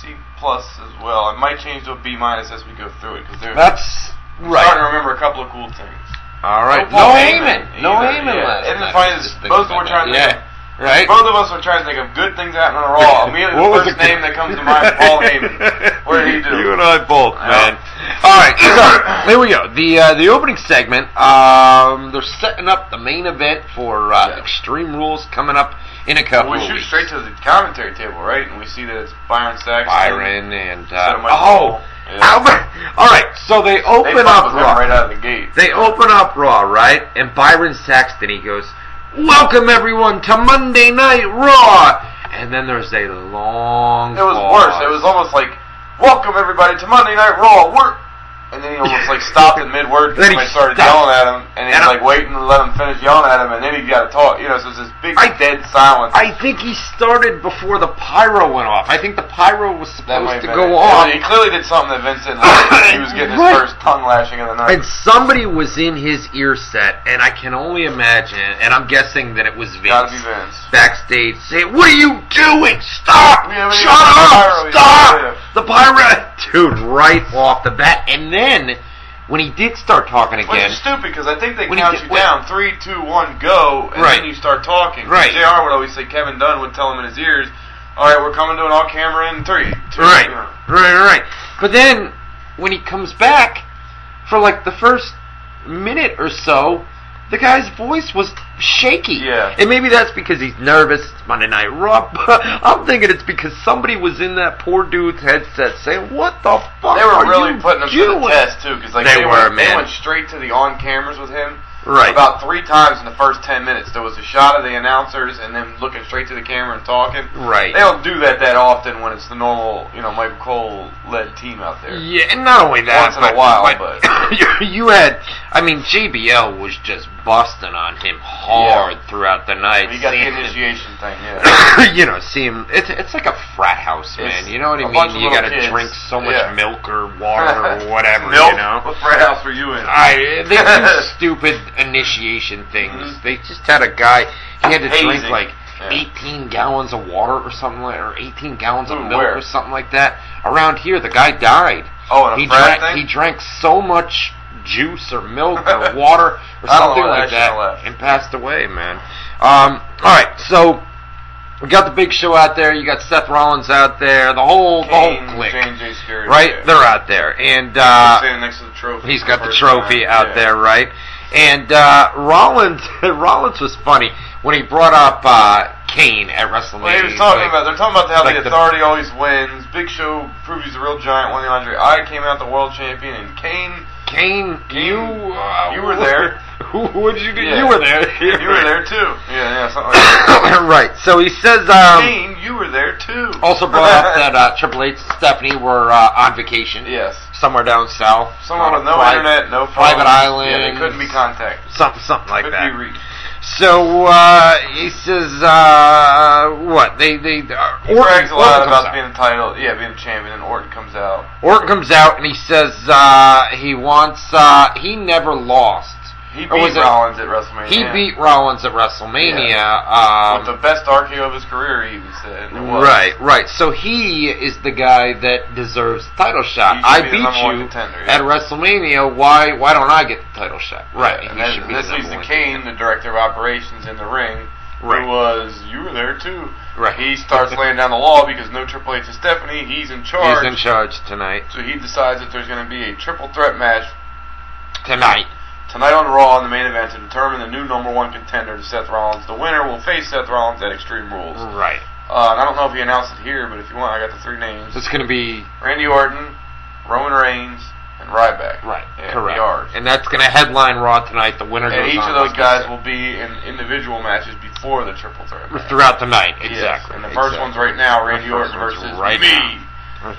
Speaker 1: C plus as well. I might change to a B minus as we go through it because there's
Speaker 3: That's
Speaker 1: I'm starting to
Speaker 3: right.
Speaker 1: remember a couple of cool things.
Speaker 3: All right.
Speaker 1: Paul
Speaker 3: No
Speaker 1: Heyman
Speaker 3: Heyman. No
Speaker 1: either,
Speaker 3: Heyman
Speaker 1: yeah.
Speaker 3: last
Speaker 1: Isn't it
Speaker 3: night.
Speaker 1: funny
Speaker 3: I was just
Speaker 1: that
Speaker 3: thinking
Speaker 1: both
Speaker 3: about
Speaker 1: were trying to-
Speaker 3: that. Yeah. Right.
Speaker 1: Both of us were trying to think of good things out on Raw. Immediately,
Speaker 3: What
Speaker 1: the
Speaker 3: was
Speaker 1: first
Speaker 3: the good-
Speaker 1: name that comes to mind, Paul Heyman. What did he do?
Speaker 3: You and I both,
Speaker 1: I
Speaker 3: man.
Speaker 1: know.
Speaker 3: All right, so here we go. The uh, the opening segment. Um, they're setting up the main event for uh,
Speaker 1: Yeah.
Speaker 3: Extreme Rules coming up in a couple.
Speaker 1: we
Speaker 3: of
Speaker 1: shoot
Speaker 3: weeks.
Speaker 1: straight to the commentary table, right? And we see that it's Byron Saxton.
Speaker 3: Byron and
Speaker 1: Instead
Speaker 3: uh,
Speaker 1: of Michael
Speaker 3: oh,
Speaker 1: Cole.
Speaker 3: Albert. All right, so
Speaker 1: They
Speaker 3: they open
Speaker 1: fucked
Speaker 3: up
Speaker 1: with him
Speaker 3: Raw.
Speaker 1: right out of the gate.
Speaker 3: They open up Raw, right? And Byron Saxton, he goes, Welcome everyone to Monday Night Raw. And then there's a long.
Speaker 1: It was worse. It was almost like, "Welcome everybody to Monday Night Raw." We're and then he almost like stopped in mid word because
Speaker 3: Then he
Speaker 1: I started
Speaker 3: stopped.
Speaker 1: yelling at him, and he's
Speaker 3: And I-
Speaker 1: like waiting to let him finish yelling at him, and then he got to talk. You know, so it's this big
Speaker 3: I-
Speaker 1: dead silence.
Speaker 3: I think he started before the pyro went off. I think the pyro was
Speaker 1: that might
Speaker 3: supposed
Speaker 1: have been
Speaker 3: to
Speaker 1: it.
Speaker 3: go off.
Speaker 1: He clearly did something that Vince didn't like. he was getting his
Speaker 3: Right.
Speaker 1: first tongue lashing of the night.
Speaker 3: And somebody was in his ear set, and I can only imagine, and I'm guessing that it was
Speaker 1: Gotta
Speaker 3: Vince.
Speaker 1: be Vince.
Speaker 3: Backstage saying, What are you doing? Stop!
Speaker 1: We haven't
Speaker 3: Shut
Speaker 1: even got the pyro
Speaker 3: up!
Speaker 1: yet."
Speaker 3: Stop!
Speaker 1: Yeah.
Speaker 3: The pyro! Dude, right off the bat. And then, when he did start talking
Speaker 1: Which
Speaker 3: again,
Speaker 1: is stupid because I think they
Speaker 3: When he
Speaker 1: count
Speaker 3: did-
Speaker 1: you
Speaker 3: when-
Speaker 1: down three, two, one, go, and
Speaker 3: Right.
Speaker 1: then you start talking.
Speaker 3: Right.
Speaker 1: Jr. would always say Kevin Dunn would tell him in his ears, "All right, we're coming to an all camera in three, two,
Speaker 3: Right,
Speaker 1: you know."
Speaker 3: right, right. But then when he comes back for like the first minute or so, the guy's voice was shaky.
Speaker 1: Yeah.
Speaker 3: And maybe that's because he's nervous. It's Monday Night Raw. But I'm thinking it's because somebody was in that poor dude's headset saying, "What the fuck?"
Speaker 1: They were
Speaker 3: are
Speaker 1: really
Speaker 3: you
Speaker 1: putting him
Speaker 3: doing?
Speaker 1: to the test too, because like
Speaker 3: They were,
Speaker 1: went,
Speaker 3: man.
Speaker 1: They went straight to the on cameras with him.
Speaker 3: Right.
Speaker 1: About three times in the first ten minutes, there was a shot of the announcers and them looking straight to the camera and talking.
Speaker 3: Right.
Speaker 1: They don't do that that often when it's the normal, you know, Michael Cole led team out there.
Speaker 3: Yeah, and not only that,
Speaker 1: Once in a
Speaker 3: but-
Speaker 1: while,
Speaker 3: but, you- you had, I mean, JBL was just busting on him hard throughout the night.
Speaker 1: You got the
Speaker 3: saying-
Speaker 1: initiation thing, yeah.
Speaker 3: you know, see him. It's it's like a frat house, man.
Speaker 1: It's
Speaker 3: you know what I
Speaker 1: a
Speaker 3: mean?
Speaker 1: bunch of
Speaker 3: you
Speaker 1: little
Speaker 3: gotta
Speaker 1: kids.
Speaker 3: drink so much
Speaker 1: Yeah.
Speaker 3: milk or water or whatever,
Speaker 1: Nope.
Speaker 3: you know.
Speaker 1: What frat house were you in?
Speaker 3: I they do stupid initiation things.
Speaker 1: Mhm.
Speaker 3: They just had a guy. He had to drink
Speaker 1: Hazing.
Speaker 3: like
Speaker 1: Yeah.
Speaker 3: 18 gallons of water or something, like, or 18 gallons of
Speaker 1: Ooh,
Speaker 3: milk
Speaker 1: where?
Speaker 3: or something like that. Around here, the guy died.
Speaker 1: Oh, in a
Speaker 3: he
Speaker 1: frat
Speaker 3: drank
Speaker 1: thing?
Speaker 3: he drank so much juice or milk or water or
Speaker 1: I don't know
Speaker 3: something
Speaker 1: why that
Speaker 3: like that,
Speaker 1: should've left.
Speaker 3: and passed away, man. Um, all right, so we got the big show out there. You got Seth Rollins out there. The whole the
Speaker 1: Kane,
Speaker 3: whole clique,
Speaker 1: Jane J. Scary,
Speaker 3: oh, right?
Speaker 1: yeah.
Speaker 3: They're out there, and
Speaker 1: He's
Speaker 3: uh,
Speaker 1: standing next to the trophy.
Speaker 3: He's
Speaker 1: for
Speaker 3: got the
Speaker 1: first
Speaker 3: trophy
Speaker 1: time,
Speaker 3: out
Speaker 1: yeah.
Speaker 3: there, right? And uh, Rollins, Rollins was funny when he brought up uh, Kane at WrestleMania.
Speaker 1: Well, he was
Speaker 3: He's
Speaker 1: talking
Speaker 3: like,
Speaker 1: about they're talking about how
Speaker 3: like
Speaker 1: the
Speaker 3: the-
Speaker 1: authority always wins. Big Show proved he's a real giant. Won the Andre. I came out the world champion, and Kane,
Speaker 3: Kane. You, uh,
Speaker 1: you were there.
Speaker 3: Who would you do?
Speaker 1: Yeah.
Speaker 3: You were there.
Speaker 1: you were there too. Yeah, yeah, something like that.
Speaker 3: right. So he says. Um,
Speaker 1: Kane, you were there too.
Speaker 3: also brought up that uh, Triple H and Stephanie were uh, on vacation
Speaker 1: yes,
Speaker 3: somewhere down south, Uh,
Speaker 1: someone
Speaker 3: on a
Speaker 1: with no
Speaker 3: pri-
Speaker 1: internet, no
Speaker 3: private
Speaker 1: phones.
Speaker 3: island.
Speaker 1: Yeah, they couldn't be contacted.
Speaker 3: Something, something like
Speaker 1: Couldn't
Speaker 3: that.
Speaker 1: be reached.
Speaker 3: So uh, he says, uh, what they they uh,
Speaker 1: He brags a lot
Speaker 3: comes
Speaker 1: about
Speaker 3: out.
Speaker 1: being the title. Yeah, being the champion, and Orton comes out.
Speaker 3: Orton comes out and he says uh, he wants uh, he never lost.
Speaker 1: He
Speaker 3: Or
Speaker 1: beat
Speaker 3: was it-
Speaker 1: Rollins at WrestleMania.
Speaker 3: He beat Rollins at WrestleMania. Um,
Speaker 1: with the best RKO of his career. He even said. It was.
Speaker 3: Right, right. So he is the guy that deserves the title shot.
Speaker 1: He should
Speaker 3: I
Speaker 1: be the
Speaker 3: beat
Speaker 1: number one
Speaker 3: you
Speaker 1: contender, yeah.
Speaker 3: at WrestleMania. Why? Why don't I get the title shot? Right.
Speaker 1: And
Speaker 3: he
Speaker 1: then,
Speaker 3: should be
Speaker 1: this
Speaker 3: the
Speaker 1: leads
Speaker 3: number
Speaker 1: to
Speaker 3: one
Speaker 1: Kane, the director of operations in the ring,
Speaker 3: Right.
Speaker 1: who was you were there too.
Speaker 3: Right.
Speaker 1: He starts laying down the law because no Triple H and Stephanie. He's in charge.
Speaker 3: contender. He's in charge tonight.
Speaker 1: so he decides that there's going to be a triple threat match
Speaker 3: Tonight.
Speaker 1: tonight on Raw in the main event to determine the new number one contender to Seth Rollins. The winner will face Seth Rollins at Extreme Rules.
Speaker 3: Right.
Speaker 1: Uh, and I don't know if he announced it here, but if you want, I got the three names:
Speaker 3: So it's going to be
Speaker 1: Randy Orton, Roman Reigns, and Ryback.
Speaker 3: right.
Speaker 1: Yeah,
Speaker 3: correct.
Speaker 1: yards.
Speaker 3: And that's going to headline Raw tonight. The winner
Speaker 1: And
Speaker 3: goes
Speaker 1: each of
Speaker 3: on
Speaker 1: those
Speaker 3: like
Speaker 1: guys
Speaker 3: this.
Speaker 1: will be in individual matches before the triple threat. match.
Speaker 3: throughout the night.
Speaker 1: Yes,
Speaker 3: Exactly.
Speaker 1: And the first
Speaker 3: exactly.
Speaker 1: one's right now, Randy
Speaker 3: The first
Speaker 1: Orton versus
Speaker 3: one's right
Speaker 1: me.
Speaker 3: now.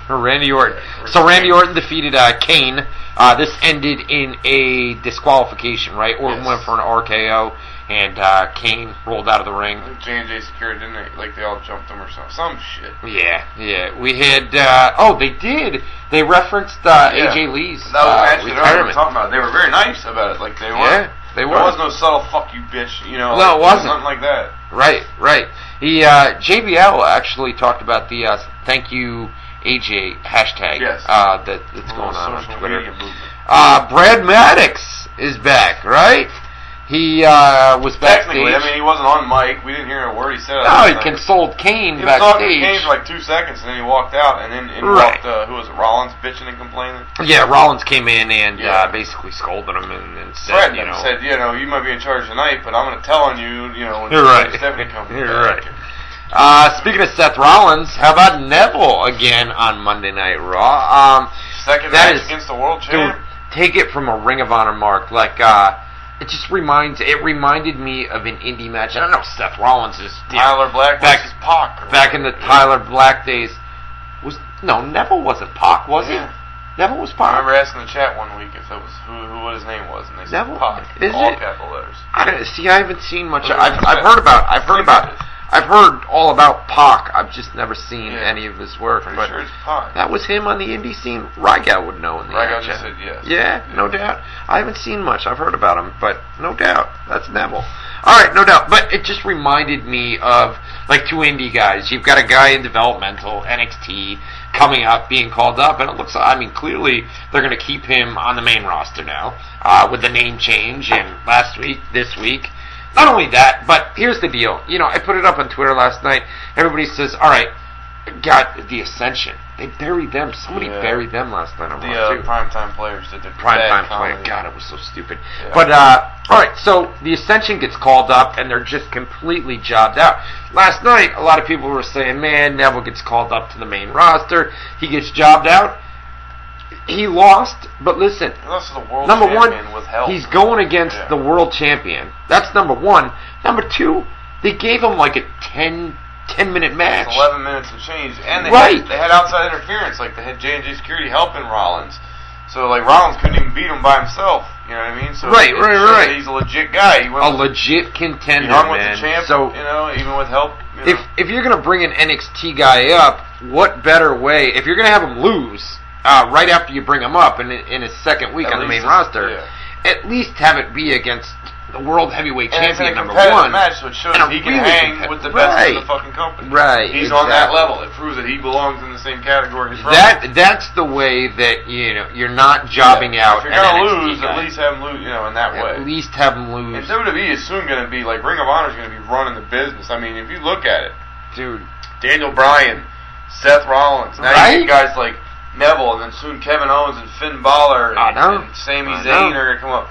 Speaker 3: Randy Orton.
Speaker 1: versus
Speaker 3: So Randy
Speaker 1: Kane.
Speaker 3: Orton defeated uh, Kane. Uh, this ended in a disqualification, right? Orton
Speaker 1: Yes.
Speaker 3: went for an RKO, and uh, Kane rolled out of the ring.
Speaker 1: I think J and J secured, didn't they? Like they all jumped him or something. Some shit.
Speaker 3: Yeah, yeah. We had uh, oh, they did. They referenced uh,
Speaker 1: Yeah.
Speaker 3: AJ Lee's
Speaker 1: That was
Speaker 3: uh,
Speaker 1: a match that I was
Speaker 3: retirement.
Speaker 1: talking about. They were very nice about it. Like they were.
Speaker 3: Yeah, they were.
Speaker 1: There was no subtle "fuck you, bitch." You know.
Speaker 3: No, it
Speaker 1: like,
Speaker 3: wasn't.
Speaker 1: Nothing like that.
Speaker 3: Right, right. He uh, JBL actually talked about the uh, thank you AJ hashtag
Speaker 1: Yes.
Speaker 3: uh, that that's
Speaker 1: A little
Speaker 3: going on on
Speaker 1: social
Speaker 3: Twitter.
Speaker 1: media movement.
Speaker 3: Uh, Brad Maddox is back, right? He uh, was backstage.
Speaker 1: Technically, I mean, he wasn't on mic. We didn't hear a word he said.
Speaker 3: no, he
Speaker 1: Like,
Speaker 3: consoled
Speaker 1: He
Speaker 3: Kane
Speaker 1: was talking to
Speaker 3: backstage.
Speaker 1: Kane for like two seconds, and then he walked out, and then in
Speaker 3: Right.
Speaker 1: walked uh, who was it? Rollins bitching and complaining.
Speaker 3: yeah, Rollins came in and
Speaker 1: Yeah.
Speaker 3: uh, basically scolded him and, and said,
Speaker 1: threatened
Speaker 3: you
Speaker 1: him,
Speaker 3: know,
Speaker 1: said, you know, you might be in charge tonight, but I'm going to tell on you, you know, when
Speaker 3: You're right.
Speaker 1: Stephanie comes
Speaker 3: You're
Speaker 1: back.
Speaker 3: right. uh, speaking of Seth Rollins, how about Neville again on Monday Night Raw? Um,
Speaker 1: Second
Speaker 3: That
Speaker 1: match
Speaker 3: is-
Speaker 1: against the world
Speaker 3: dude,
Speaker 1: champ.
Speaker 3: take it from a Ring of Honor mark, like uh, It just reminds. It reminded me of an indie match. I don't know. Seth Rollins is
Speaker 1: Tyler Black
Speaker 3: Back-
Speaker 1: versus Pac. or-
Speaker 3: back in the Tyler Black days. Was no Neville wasn't Pac, was
Speaker 1: Yeah.
Speaker 3: he? Neville was
Speaker 1: I
Speaker 3: Pac.
Speaker 1: remember asking the chat one week if that was who, who what his name was, and they said
Speaker 3: Neville?
Speaker 1: Pac.
Speaker 3: Is
Speaker 1: all
Speaker 3: it?
Speaker 1: capital letters.
Speaker 3: I don't see. I haven't seen much.
Speaker 1: Who
Speaker 3: I've,
Speaker 1: was
Speaker 3: I've
Speaker 1: that?
Speaker 3: heard about. I've heard
Speaker 1: Who
Speaker 3: about.
Speaker 1: is it?
Speaker 3: I've heard all about Pac. I've just never seen
Speaker 1: Yeah.
Speaker 3: any of his work.
Speaker 1: Pretty
Speaker 3: But
Speaker 1: sure it's Pac.
Speaker 3: that was him on the indie scene. Rygal would know in the
Speaker 1: Right, I
Speaker 3: action.
Speaker 1: just said yes.
Speaker 3: Yeah, no doubt. I haven't seen much. I've heard about him, but no doubt that's Neville. All right, no doubt. But it just reminded me of like two indie guys. You've got a guy in developmental NXT coming up, being called up, and it looks. I mean, clearly they're going to keep him on the main roster now uh, with the name change. And last week, this week. Not only that, but here's the deal. You know, I put it up on Twitter last night. Everybody says, "All right, got the Ascension." They buried them. Somebody
Speaker 1: Yeah.
Speaker 3: buried them last night on
Speaker 1: The
Speaker 3: Raw,
Speaker 1: uh,
Speaker 3: too
Speaker 1: primetime players did their
Speaker 3: primetime
Speaker 1: bad
Speaker 3: player.
Speaker 1: comedy.
Speaker 3: God, it was so stupid.
Speaker 1: Yeah.
Speaker 3: But uh, all right, so the Ascension gets called up, and they're just completely jobbed out. Last night, a lot of people were saying, "Man, Neville gets called up to the main roster. He gets jobbed out. He lost, but listen,
Speaker 1: He lost to the world
Speaker 3: number
Speaker 1: champion
Speaker 3: one,
Speaker 1: with help.
Speaker 3: he's going against
Speaker 1: Yeah.
Speaker 3: the world champion. That's number one. Number two, they gave him like a 10, 10 minute match.
Speaker 1: It's 11 minutes and change, and they
Speaker 3: Right.
Speaker 1: had, they had outside interference. Like they had J and J security helping Rollins, so like Rollins couldn't even beat him by himself. You know what I mean? So
Speaker 3: Right,
Speaker 1: it
Speaker 3: right,
Speaker 1: shows
Speaker 3: right.
Speaker 1: that He's a legit guy. He went
Speaker 3: A
Speaker 1: with,
Speaker 3: legit
Speaker 1: he
Speaker 3: contender,
Speaker 1: hung with
Speaker 3: man.
Speaker 1: the champ.
Speaker 3: so
Speaker 1: you know, even with help. You
Speaker 3: if
Speaker 1: know.
Speaker 3: if you're gonna bring an NXT guy up, what better way? If you're gonna have him lose uh, right after you bring him up in in his second week
Speaker 1: At
Speaker 3: on the main
Speaker 1: least it's-
Speaker 3: roster,
Speaker 1: yeah.
Speaker 3: at least have it be against the world heavyweight
Speaker 1: and it's in
Speaker 3: champion
Speaker 1: a
Speaker 3: number
Speaker 1: competitive
Speaker 3: one.
Speaker 1: match, so it shows
Speaker 3: and a
Speaker 1: he can
Speaker 3: really
Speaker 1: hang
Speaker 3: competitive-
Speaker 1: with the best
Speaker 3: right.
Speaker 1: of the fucking company.
Speaker 3: Right,
Speaker 1: He's on that
Speaker 3: exactly.
Speaker 1: level. It proves that he belongs in the same category as Rollins.
Speaker 3: That that's the way that you know you're not jobbing out.
Speaker 1: If you're
Speaker 3: an
Speaker 1: gonna
Speaker 3: NXT
Speaker 1: lose,
Speaker 3: guy.
Speaker 1: at least have him lose. You know, in that way.
Speaker 3: at least have him
Speaker 1: And
Speaker 3: lose,
Speaker 1: WWE E is soon going to be like Ring of Honor is going to be running the business. I mean, if you look at it,
Speaker 3: dude.
Speaker 1: Daniel Bryan, Seth Rollins, now you
Speaker 3: Right?
Speaker 1: get guys like Neville, and then soon Kevin Owens and Finn Balor and,
Speaker 3: I know.
Speaker 1: and Sami
Speaker 3: I
Speaker 1: Zayn
Speaker 3: know.
Speaker 1: are going to come up.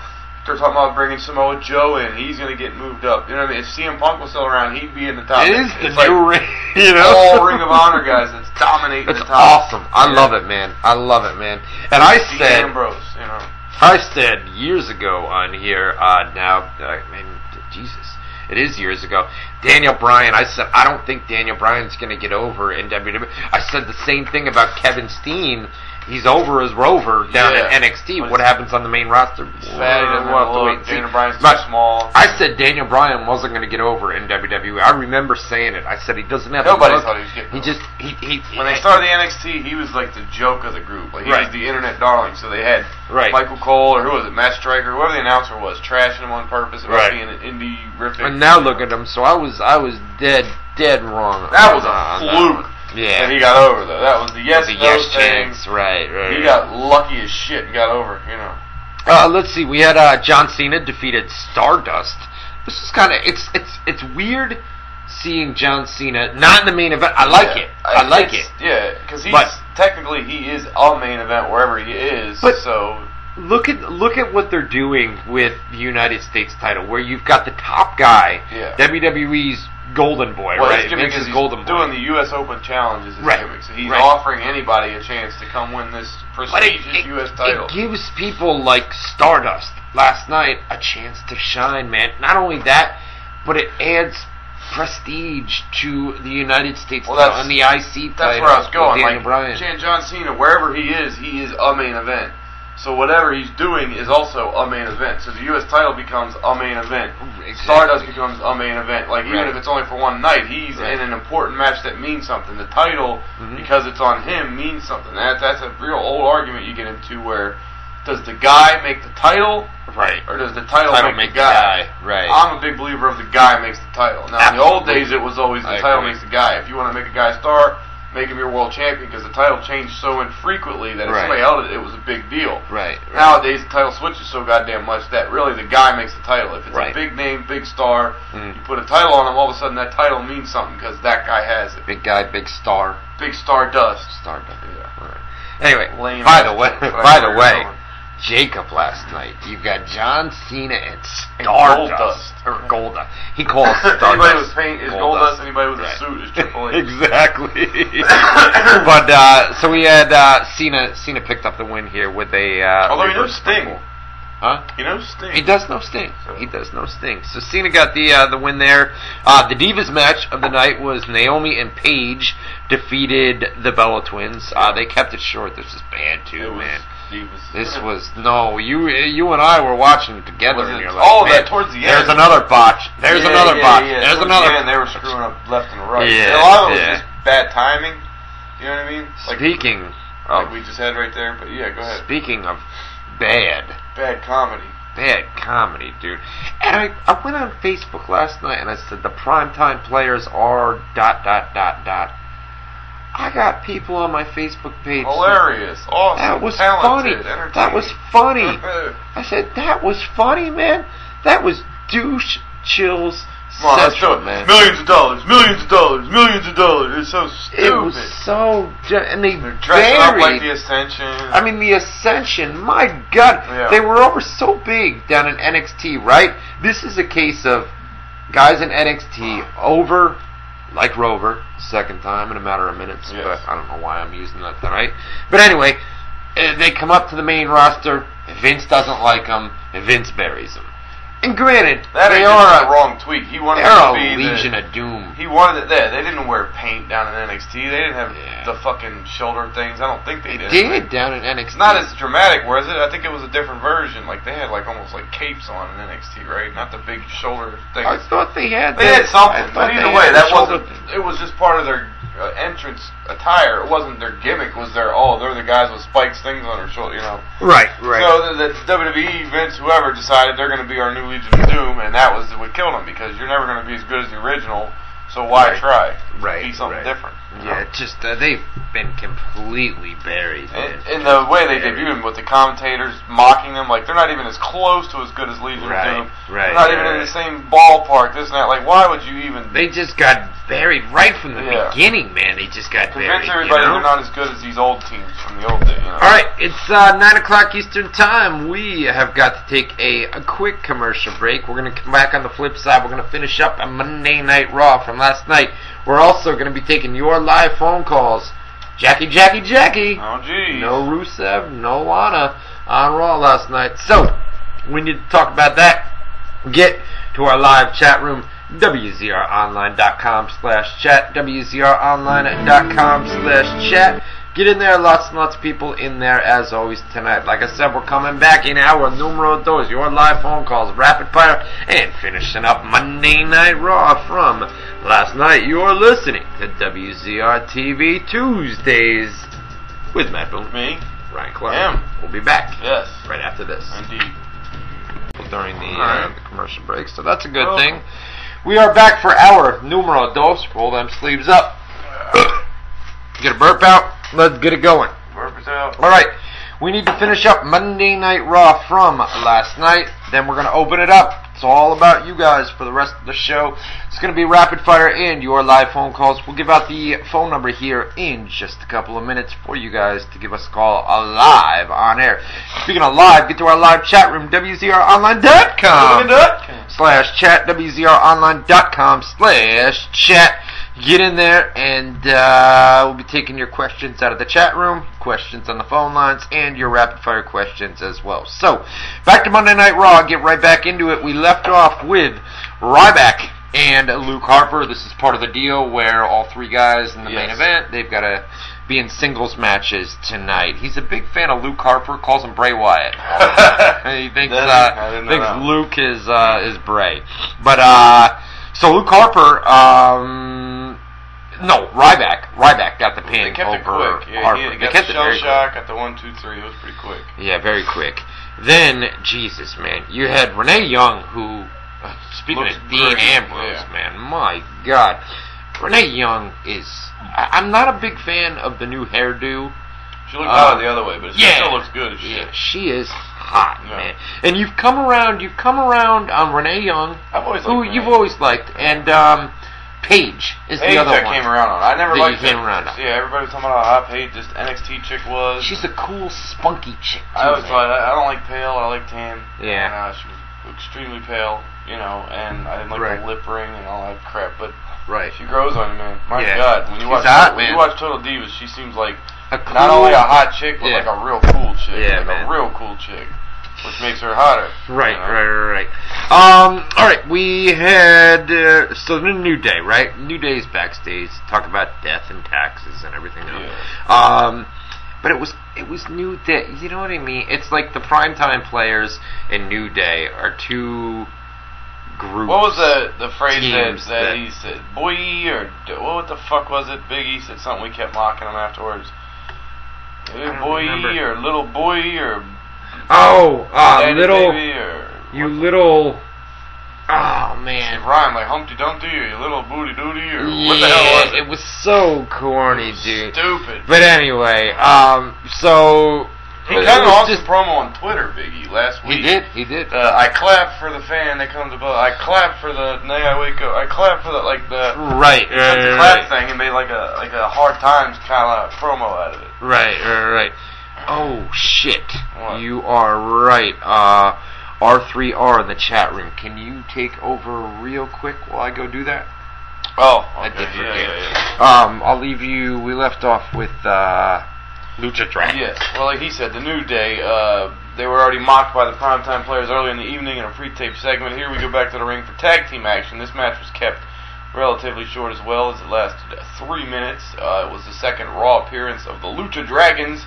Speaker 1: They're talking about bringing Samoa Joe in. He's going to get moved up. You know what I mean? If CM Punk was still around, he'd be in the top.
Speaker 3: It is the
Speaker 1: It's like
Speaker 3: new ring, you know.
Speaker 1: all Ring of Honor guys that's dominating
Speaker 3: It's
Speaker 1: the top.
Speaker 3: awesome. I love it, man. I love it, man. And I
Speaker 1: Dean
Speaker 3: said,
Speaker 1: Ambrose, you know.
Speaker 3: I said years ago on here, uh, now, uh, man, Jesus, it is years ago. Daniel Bryan, I said, I don't think Daniel Bryan's going to get over in WWE. I said the same thing about Kevin Steen. He's over as Rover down
Speaker 1: Yeah.
Speaker 3: at NXT.
Speaker 1: But
Speaker 3: What
Speaker 1: he's-
Speaker 3: happens on the main roster?
Speaker 1: He's fat, he doesn't
Speaker 3: We'll have
Speaker 1: have
Speaker 3: to
Speaker 1: a
Speaker 3: wait and
Speaker 1: look.
Speaker 3: see.
Speaker 1: Daniel Bryan's
Speaker 3: But
Speaker 1: too small.
Speaker 3: I said Daniel Bryan wasn't going to get over in WWE. I remember saying it. I said he doesn't have. the
Speaker 1: Nobody
Speaker 3: look.
Speaker 1: thought he was getting
Speaker 3: He
Speaker 1: over.
Speaker 3: just he he.
Speaker 1: When they started the NXT, he was like the joke of the group. Like he
Speaker 3: Right.
Speaker 1: was the internet darling. So they had
Speaker 3: Right.
Speaker 1: Michael Cole or who was it, Matt Striker, whoever the announcer was, trashing him on purpose about
Speaker 3: Right.
Speaker 1: being an indie riffing.
Speaker 3: and now look at him. So I was I was dead dead wrong.
Speaker 1: that was a
Speaker 3: on that
Speaker 1: fluke.
Speaker 3: one. Yeah.
Speaker 1: that he got over though. That was the yes,
Speaker 3: the
Speaker 1: no
Speaker 3: yes
Speaker 1: thing.
Speaker 3: chance, right? Right.
Speaker 1: He
Speaker 3: right.
Speaker 1: got lucky as shit and got over. You know,
Speaker 3: Uh, let's see. We had uh, John Cena defeated Stardust. This is kind of it's it's it's weird seeing John Cena not in the main event. I like
Speaker 1: Yeah.
Speaker 3: it. I, like it.
Speaker 1: it's- Yeah, because he's
Speaker 3: But-
Speaker 1: technically he is a main event wherever he is.
Speaker 3: But-
Speaker 1: so
Speaker 3: Look at look at what they're doing with the United States title, where you've got the top guy,
Speaker 1: Yeah.
Speaker 3: WWE's golden boy,
Speaker 1: well,
Speaker 3: right?
Speaker 1: his gimmick
Speaker 3: Vince's
Speaker 1: is he's
Speaker 3: golden boy.
Speaker 1: doing the U.S. Open Challenge is his
Speaker 3: Right.
Speaker 1: gimmick. So he's
Speaker 3: Right.
Speaker 1: offering anybody a chance to come win this
Speaker 3: But it,
Speaker 1: prestigious
Speaker 3: it,
Speaker 1: U.S.
Speaker 3: it
Speaker 1: title.
Speaker 3: gives people like Stardust last night a chance to shine, man. Not only that, but it adds prestige to the United States
Speaker 1: Well,
Speaker 3: title
Speaker 1: that's-
Speaker 3: and the IC title.
Speaker 1: That's where I was
Speaker 3: with
Speaker 1: going.
Speaker 3: Daniel
Speaker 1: Like
Speaker 3: Bryan.
Speaker 1: Jan John Cena, wherever he is, he is a main event. So whatever he's doing is also a main event. So the U.S. title becomes a main event.
Speaker 3: Exactly.
Speaker 1: Stardust becomes a main event. Like even
Speaker 3: Right.
Speaker 1: if it's only for one night, he's
Speaker 3: Right. Mm-hmm.
Speaker 1: in an important match that means something. The title, because it's on him, means something. That that's a real old argument you get into where does the guy make the title
Speaker 3: right.
Speaker 1: or does the title,
Speaker 3: Title
Speaker 1: make, the guy? Um,
Speaker 3: Right.
Speaker 1: I'm a big believer of the guy makes the title. Now, in the old days, it was always the
Speaker 3: I
Speaker 1: title
Speaker 3: agree.
Speaker 1: makes the guy. If you want to make a guy a star, make him your world champion because the title changed so infrequently that if
Speaker 3: Right.
Speaker 1: somebody held it, it was a big deal.
Speaker 3: right. Right.
Speaker 1: Nowadays, the title switches so goddamn much that really the guy makes the title. If it's
Speaker 3: Right.
Speaker 1: a big name, big star,
Speaker 3: Mm.
Speaker 1: you put a title on him, all of a sudden that title means something because that guy has it.
Speaker 3: big guy, big star,
Speaker 1: Big star dust.
Speaker 3: Stardust.
Speaker 1: Yeah.
Speaker 3: Alright. Anyway,
Speaker 1: Lame
Speaker 3: by
Speaker 1: ass
Speaker 3: the way,
Speaker 1: joke, but I
Speaker 3: by
Speaker 1: know
Speaker 3: the
Speaker 1: where
Speaker 3: way,
Speaker 1: you're going.
Speaker 3: Jacob last night. You've got John Cena and
Speaker 1: And
Speaker 3: Stardust or Golda. He calls Stardust.
Speaker 1: anybody with paint is gold dust. Anybody with
Speaker 3: Right.
Speaker 1: a suit is Triple H.
Speaker 3: exactly. but uh, so we had uh, Cena. Cena picked up the win here with a. Uh,
Speaker 1: Although he knows
Speaker 3: reverse
Speaker 1: Sting.
Speaker 3: stumble. Huh?
Speaker 1: He knows Sting.
Speaker 3: He does no sting. He does no sting. So Cena got the uh, the win there. Uh, the Divas match of the night was Naomi and Paige defeated the Bella Twins. Uh, they kept it short. This was bad too,
Speaker 1: It was-
Speaker 3: man.
Speaker 1: he was-
Speaker 3: This was no. You you and I were watching together.
Speaker 1: Was
Speaker 3: and
Speaker 1: it-
Speaker 3: you're like,
Speaker 1: oh,
Speaker 3: man,
Speaker 1: that towards the
Speaker 3: There's
Speaker 1: end.
Speaker 3: another botch. There's
Speaker 1: Yeah,
Speaker 3: another
Speaker 1: yeah,
Speaker 3: botch.
Speaker 1: yeah.
Speaker 3: There's
Speaker 1: Towards
Speaker 3: another.
Speaker 1: the end, they were screwing up left and right.
Speaker 3: Yeah,
Speaker 1: a lot of it was
Speaker 3: yeah.
Speaker 1: just bad timing. You know what I mean? Like,
Speaker 3: speaking
Speaker 1: like
Speaker 3: of
Speaker 1: we just had right there. But yeah, go ahead.
Speaker 3: speaking of bad.
Speaker 1: Bad comedy.
Speaker 3: bad comedy, dude. And I, I went on Facebook last night and I said the primetime players are dot dot dot dot. I got people on my Facebook page.
Speaker 1: Hilarious. Awesome.
Speaker 3: That was
Speaker 1: talented,
Speaker 3: funny.
Speaker 1: entertaining.
Speaker 3: That was funny. I said that was funny, man. That was douche chills
Speaker 1: Come on, let's do
Speaker 3: central,
Speaker 1: it.
Speaker 3: man.
Speaker 1: Millions of dollars, millions of dollars, millions of dollars. It's so stupid.
Speaker 3: It was so, ge- and they
Speaker 1: They're dressing up like
Speaker 3: buried
Speaker 1: the Ascension.
Speaker 3: I mean, the Ascension, my God,
Speaker 1: Yeah.
Speaker 3: they were over so big down in NXT, right? This is a case of guys in NXT over, like Rover, second time in a matter of minutes,
Speaker 1: Yes.
Speaker 3: but I don't know why I'm using that tonight. But anyway, eh, they come up to the main roster, Vince doesn't like them, Vince buries them. And granted,
Speaker 1: that
Speaker 3: they
Speaker 1: ain't just
Speaker 3: are
Speaker 1: the
Speaker 3: a,
Speaker 1: wrong tweet. He wanted it to
Speaker 3: they're a
Speaker 1: be the-
Speaker 3: legion of doom.
Speaker 1: He wanted it there. They didn't wear paint down in NXT. They didn't have
Speaker 3: Yeah.
Speaker 1: the fucking shoulder things. I don't think they
Speaker 3: They
Speaker 1: did.
Speaker 3: did down in
Speaker 1: It's
Speaker 3: NXT.
Speaker 1: not as dramatic, was it? I think it was a different version. Like they had like almost like capes on in NXT, right? Not the big shoulder things.
Speaker 3: I thought they had.
Speaker 1: They had
Speaker 3: that- I
Speaker 1: something, but
Speaker 3: thought
Speaker 1: either
Speaker 3: they
Speaker 1: way,
Speaker 3: had
Speaker 1: that
Speaker 3: the shoulder
Speaker 1: wasn't. It was just part of their uh, entrance attire. It wasn't their gimmick. Was their oh, they're the guys with spikes things on their shoulder, you know?
Speaker 4: Right, right.
Speaker 1: So the, the WWE, Vince, whoever decided they're going to be our new Legion of Doom, and that was what killed them because you're never going to be as good as the original. So why
Speaker 4: Right.
Speaker 1: try?
Speaker 4: Right,
Speaker 1: Be something
Speaker 4: right.
Speaker 1: different. you know?
Speaker 3: Yeah, it's just uh, they've been completely buried. man.
Speaker 1: And, and the way they debuted him with the commentators mocking them, like they're not even as close to as good as Legion of
Speaker 3: Right,
Speaker 1: Doom.
Speaker 3: right,
Speaker 1: They're not even in
Speaker 3: right.
Speaker 1: the same ballpark. This and that. Like, why would you even
Speaker 3: they just got buried right from the
Speaker 1: Yeah.
Speaker 3: beginning, man. They just got
Speaker 1: convince
Speaker 3: buried. you
Speaker 1: everybody
Speaker 3: know?
Speaker 1: they're not as good as these old teams from the old days? You know?
Speaker 3: All right, it's uh, nine o'clock Eastern time. We have got to take a, a quick commercial break. We're going to come back on the flip side. We're going to finish up a Monday Night Raw from last night. We're also going to be taking your live phone calls. Jackie, Jackie, Jackie.
Speaker 1: Oh, geez.
Speaker 3: No Rusev, no Lana on Raw last night. So, we need to talk about that. Get to our live chat room, wzronline.com slash chat, wzronline.com slash chat. Get in there, lots and lots of people in there as always tonight. Like I said, we're coming back in our numero dos, your live phone calls, rapid fire, and finishing up Monday Night Raw from last night. You're listening to WZR TV Tuesdays with Matt Boone.
Speaker 1: Me?
Speaker 3: Ryan Clark.
Speaker 1: Him.
Speaker 3: We'll be back
Speaker 1: Yes.
Speaker 3: right after this
Speaker 1: Indeed.
Speaker 3: during the, uh,
Speaker 1: Alright.
Speaker 3: the commercial break, so that's a good
Speaker 1: Well-
Speaker 3: thing. We are back for our numero dos. Roll them sleeves up. get a burp out. Let's get it going.
Speaker 1: Burp is out.
Speaker 3: All right, we need to finish up Monday Night Raw from last night. Then we're gonna open it up. It's all about you guys for the rest of the show. It's gonna be rapid fire and your live phone calls. We'll give out the phone number here in just a couple of minutes for you guys to give us a call uh, live on air. Speaking of live, get to our live chat room wzronline.com slash chat wzronline.com slash chat get in there and uh, we'll be taking your questions out of the chat room questions on the phone lines and your rapid fire questions as well so back to monday night raw get right back into it we left off with ryback and luke harper this is part of the deal where all three guys in the main
Speaker 1: Yes.
Speaker 3: event they've got to be in singles matches tonight he's a big fan of luke harper calls him bray wyatt he thinks
Speaker 1: Does he? I
Speaker 3: uh,
Speaker 1: didn't know
Speaker 3: thinks
Speaker 1: that.
Speaker 3: Luke is uh, is Bray, but uh, so Luke Harper, um, no Ryback, Ryback got the pin
Speaker 1: They kept it
Speaker 3: over
Speaker 1: quick. Yeah,
Speaker 3: Harper.
Speaker 1: he
Speaker 3: they
Speaker 1: got
Speaker 3: kept
Speaker 1: the
Speaker 3: it
Speaker 1: shell
Speaker 3: very
Speaker 1: shock, got the one, two, three. It was pretty quick.
Speaker 3: quick. Yeah, very quick. Then Jesus, man, you had Renee Young who, speaking
Speaker 1: Looks
Speaker 3: of Dean
Speaker 1: great,
Speaker 3: Ambrose,
Speaker 1: yeah.
Speaker 3: man, my God, Renee Young is. I, I'm not a big fan of the new hairdo.
Speaker 1: She looked hot
Speaker 3: Uh,
Speaker 1: the other way, but she
Speaker 3: yeah.
Speaker 1: still looks good as shit.
Speaker 3: Yeah, she is hot,
Speaker 1: Yeah.
Speaker 3: man. And you've come around, you've come around on Renee Young,
Speaker 1: I've always
Speaker 3: who
Speaker 1: liked
Speaker 3: you've
Speaker 1: Renee.
Speaker 3: always liked, and um, Paige is
Speaker 1: Paige
Speaker 3: the other
Speaker 1: I
Speaker 3: one.
Speaker 1: came around on. I never
Speaker 3: That you
Speaker 1: liked her.
Speaker 3: came around on.
Speaker 1: Yeah, everybody was talking about how hot Paige, this NXT chick was.
Speaker 3: She's a cool, spunky chick. Too,
Speaker 1: I always
Speaker 3: man.
Speaker 1: thought I I don't like pale. I like tan.
Speaker 3: Yeah.
Speaker 1: And, uh, she was extremely pale, you know, and I didn't like
Speaker 3: Right.
Speaker 1: the lip ring and all that crap. But
Speaker 3: right.
Speaker 1: she grows on you, man. My
Speaker 3: Yeah.
Speaker 1: God, when you
Speaker 3: She's
Speaker 1: watch
Speaker 3: hot,
Speaker 1: when
Speaker 3: man.
Speaker 1: you watch Total Divas, she seems like
Speaker 3: A cool,
Speaker 1: not only a hot chick, but
Speaker 3: Yeah.
Speaker 1: like a real cool chick.
Speaker 3: Yeah,
Speaker 1: like
Speaker 3: man.
Speaker 1: a real cool chick. which makes her hotter.
Speaker 3: Right,
Speaker 1: you know?
Speaker 3: right, right, right. Um, all right, we had uh, so the new day, right? New day's backstage talk about death and taxes and everything else. Um, but it was it was new day. You know what I mean? It's like the primetime players and new day are two groups.
Speaker 1: What was the the phrase that,
Speaker 3: Teams
Speaker 1: that
Speaker 3: that-
Speaker 1: he said? Boy, or d- what the fuck was it? Biggie said something. We kept mocking him afterwards. Eh,
Speaker 3: don't
Speaker 1: Boy,
Speaker 3: remember.
Speaker 1: or little boy, or
Speaker 3: Oh, uh,
Speaker 1: daddy
Speaker 3: little
Speaker 1: baby, or
Speaker 3: you little. Oh
Speaker 1: it
Speaker 3: man.
Speaker 1: rhymed like Humpty Dumpty, or you little booty dooty, or
Speaker 3: yeah,
Speaker 1: what the hell was it?
Speaker 3: was so corny, dude.
Speaker 1: Stupid.
Speaker 3: But anyway, um, so
Speaker 1: He
Speaker 3: but it
Speaker 1: kind of
Speaker 3: was
Speaker 1: lost
Speaker 3: just-
Speaker 1: his promo on Twitter, Biggie, last week.
Speaker 3: He did. He did.
Speaker 1: Uh, I clap for the fan that comes above. I clap for the nay I wake up. I clap for the like the, took
Speaker 3: right, right,
Speaker 1: the
Speaker 3: right,
Speaker 1: clap
Speaker 3: right,
Speaker 1: thing and made like a like a hard times kind of promo out of it.
Speaker 3: right, right, right. Oh shit!
Speaker 1: What?
Speaker 3: You are right. Uh, R3R in the chat room. Can you take over real quick while I go do that?
Speaker 1: Oh,
Speaker 3: I did
Speaker 1: yeah,
Speaker 3: forget.
Speaker 1: yeah, yeah.
Speaker 3: Um, I'll leave you. We left off with uh, Lucha Dragon.
Speaker 1: Yes. Well, like he said, the New Day, uh, they were already mocked by the primetime players early in the evening in a pre-tape segment. Here we go back to the ring for tag team action. This match was kept relatively short as well, as it lasted three minutes. Uh, it was the second Raw appearance of the Lucha Dragons,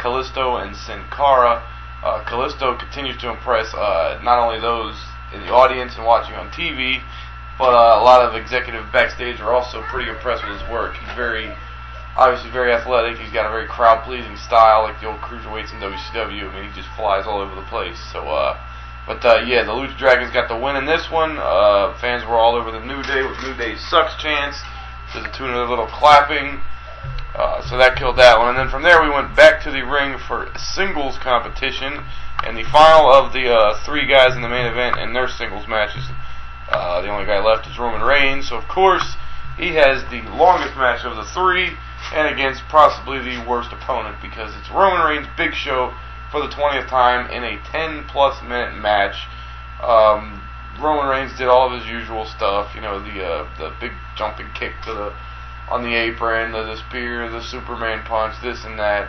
Speaker 1: Callisto and Sin Cara. Uh, Callisto continues to impress uh, not only those in the audience and watching on TV, but uh, a lot of executive backstage are also pretty impressed with his work. He's very obviously very athletic. He's got a very crowd pleasing style, like the old cruiserweights in WCW. I mean, he just flies all over the place. So, uh, but uh, yeah, the Lucha Dragons got the win in this one. Uh, fans were all over the New Day with New Day sucks chance to the tune of a little clapping. Uh, so that killed that one, and then from there we went back to the ring for singles competition, and the final of the uh, three guys in the main event and their singles matches. Uh, the only guy left is Roman Reigns, so of course he has the longest match of the three, and against possibly the worst opponent because it's Roman Reigns' Big Show for the 20th time in a 10-plus minute match. Um, Roman Reigns did all of his usual stuff, you know, the uh, the big jumping kick to the on the apron, the, the spear, the Superman punch, this and that,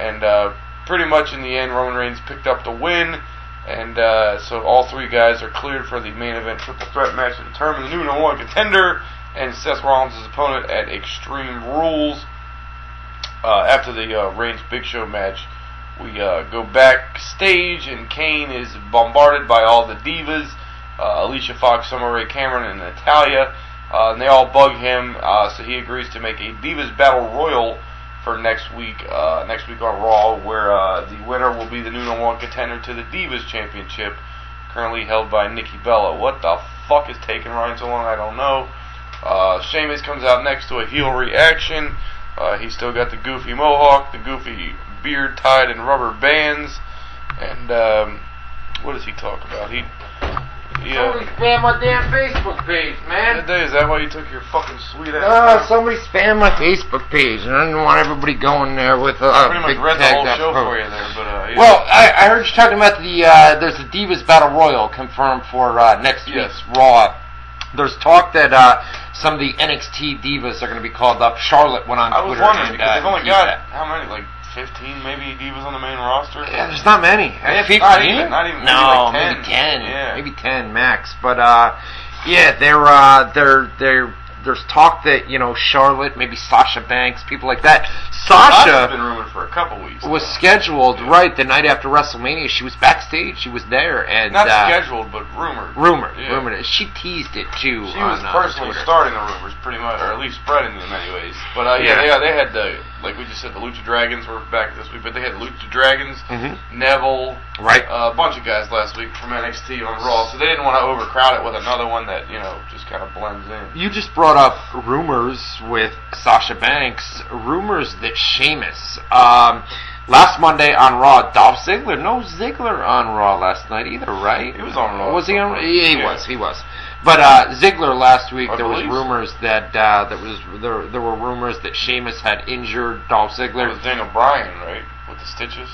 Speaker 1: and uh, pretty much in the end, Roman Reigns picked up the win. And uh, so all three guys are cleared for the main event triple threat match to determine the new number one contender and Seth Rollins' opponent at Extreme Rules. Uh, after the uh, Reigns Big Show match, we uh, go backstage, and Kane is bombarded by all the divas uh, Alicia Fox, Summer Rae Cameron, and Natalia. Uh, and they all bug him, uh, so he agrees to make a Divas Battle Royal for next week. Uh, next week on Raw, where uh, the winner will be the new number one contender to the Divas Championship, currently held by Nikki Bella. What the fuck is taking Ryan so long? I don't know. Uh, Sheamus comes out next to a heel reaction. Uh, he's still got the goofy mohawk, the goofy beard tied in rubber bands, and um, what does he talk about? He yeah.
Speaker 3: spam my damn Facebook page,
Speaker 1: That day, is that why you took your fucking sweet
Speaker 3: Uh,
Speaker 1: ass?
Speaker 3: somebody spam my Facebook page. and I didn't want everybody going there with a
Speaker 1: I pretty
Speaker 3: big
Speaker 1: much read the
Speaker 3: tag
Speaker 1: whole
Speaker 3: that
Speaker 1: show
Speaker 3: promo.
Speaker 1: for you there, but uh, yeah.
Speaker 3: Well, I, I heard you talking about the uh, there's a Divas Battle Royal confirmed for uh, next
Speaker 1: Yes.
Speaker 3: week's Raw. There's talk that uh, some of the NXT divas are going to be called up. Charlotte went on
Speaker 1: I was
Speaker 3: Twitter
Speaker 1: wondering
Speaker 3: and,
Speaker 1: because
Speaker 3: uh,
Speaker 1: they've only
Speaker 3: teased
Speaker 1: got
Speaker 3: that.
Speaker 1: how many, like fifteen, maybe divas on the main roster.
Speaker 3: Yeah, there's not many.
Speaker 1: Yeah, not even- not even, maybe
Speaker 3: No,
Speaker 1: like 10.
Speaker 3: maybe ten.
Speaker 1: Yeah.
Speaker 3: Maybe ten max. But uh, yeah, they're uh, they're they're. There's talk that you know Charlotte, maybe Sasha Banks, people like that.
Speaker 1: Sasha's
Speaker 3: Sasha
Speaker 1: been rumored for a couple weeks.
Speaker 3: was
Speaker 1: now.
Speaker 3: scheduled right the night after WrestleMania. She was backstage. She was there, and
Speaker 1: not
Speaker 3: uh,
Speaker 1: scheduled, but rumored.
Speaker 3: Rumored,
Speaker 1: Yeah.
Speaker 3: rumored. She teased it too.
Speaker 1: She was
Speaker 3: on, uh,
Speaker 1: personally
Speaker 3: Twitter.
Speaker 1: starting the rumors, pretty much, or at least spreading them, anyways. But uh, yeah,
Speaker 3: Yeah.
Speaker 1: They, they had the like we just said, the Lucha Dragons were back this week, but they had Lucha Dragons,
Speaker 3: Mhm.
Speaker 1: Neville,
Speaker 3: Right.
Speaker 1: a bunch of guys last week from NXT on Raw, so they didn't want to overcrowd it with another one that you know just kind of blends in.
Speaker 3: You just brought up rumors with Sasha Banks. Rumors that Sheamus. Um, last Monday on Raw, Dolph Ziggler. No Ziggler on Raw last night either, right?
Speaker 1: He was on Raw.
Speaker 3: Was he on? Yeah, he
Speaker 1: Yeah.
Speaker 3: was. He was. But uh, Ziggler last week,
Speaker 1: I
Speaker 3: there was
Speaker 1: believe.
Speaker 3: rumors that uh, that was there. There were rumors that Sheamus had injured Dolph
Speaker 1: It
Speaker 3: Ziggler.
Speaker 1: was Daniel Bryan, right, with the stitches.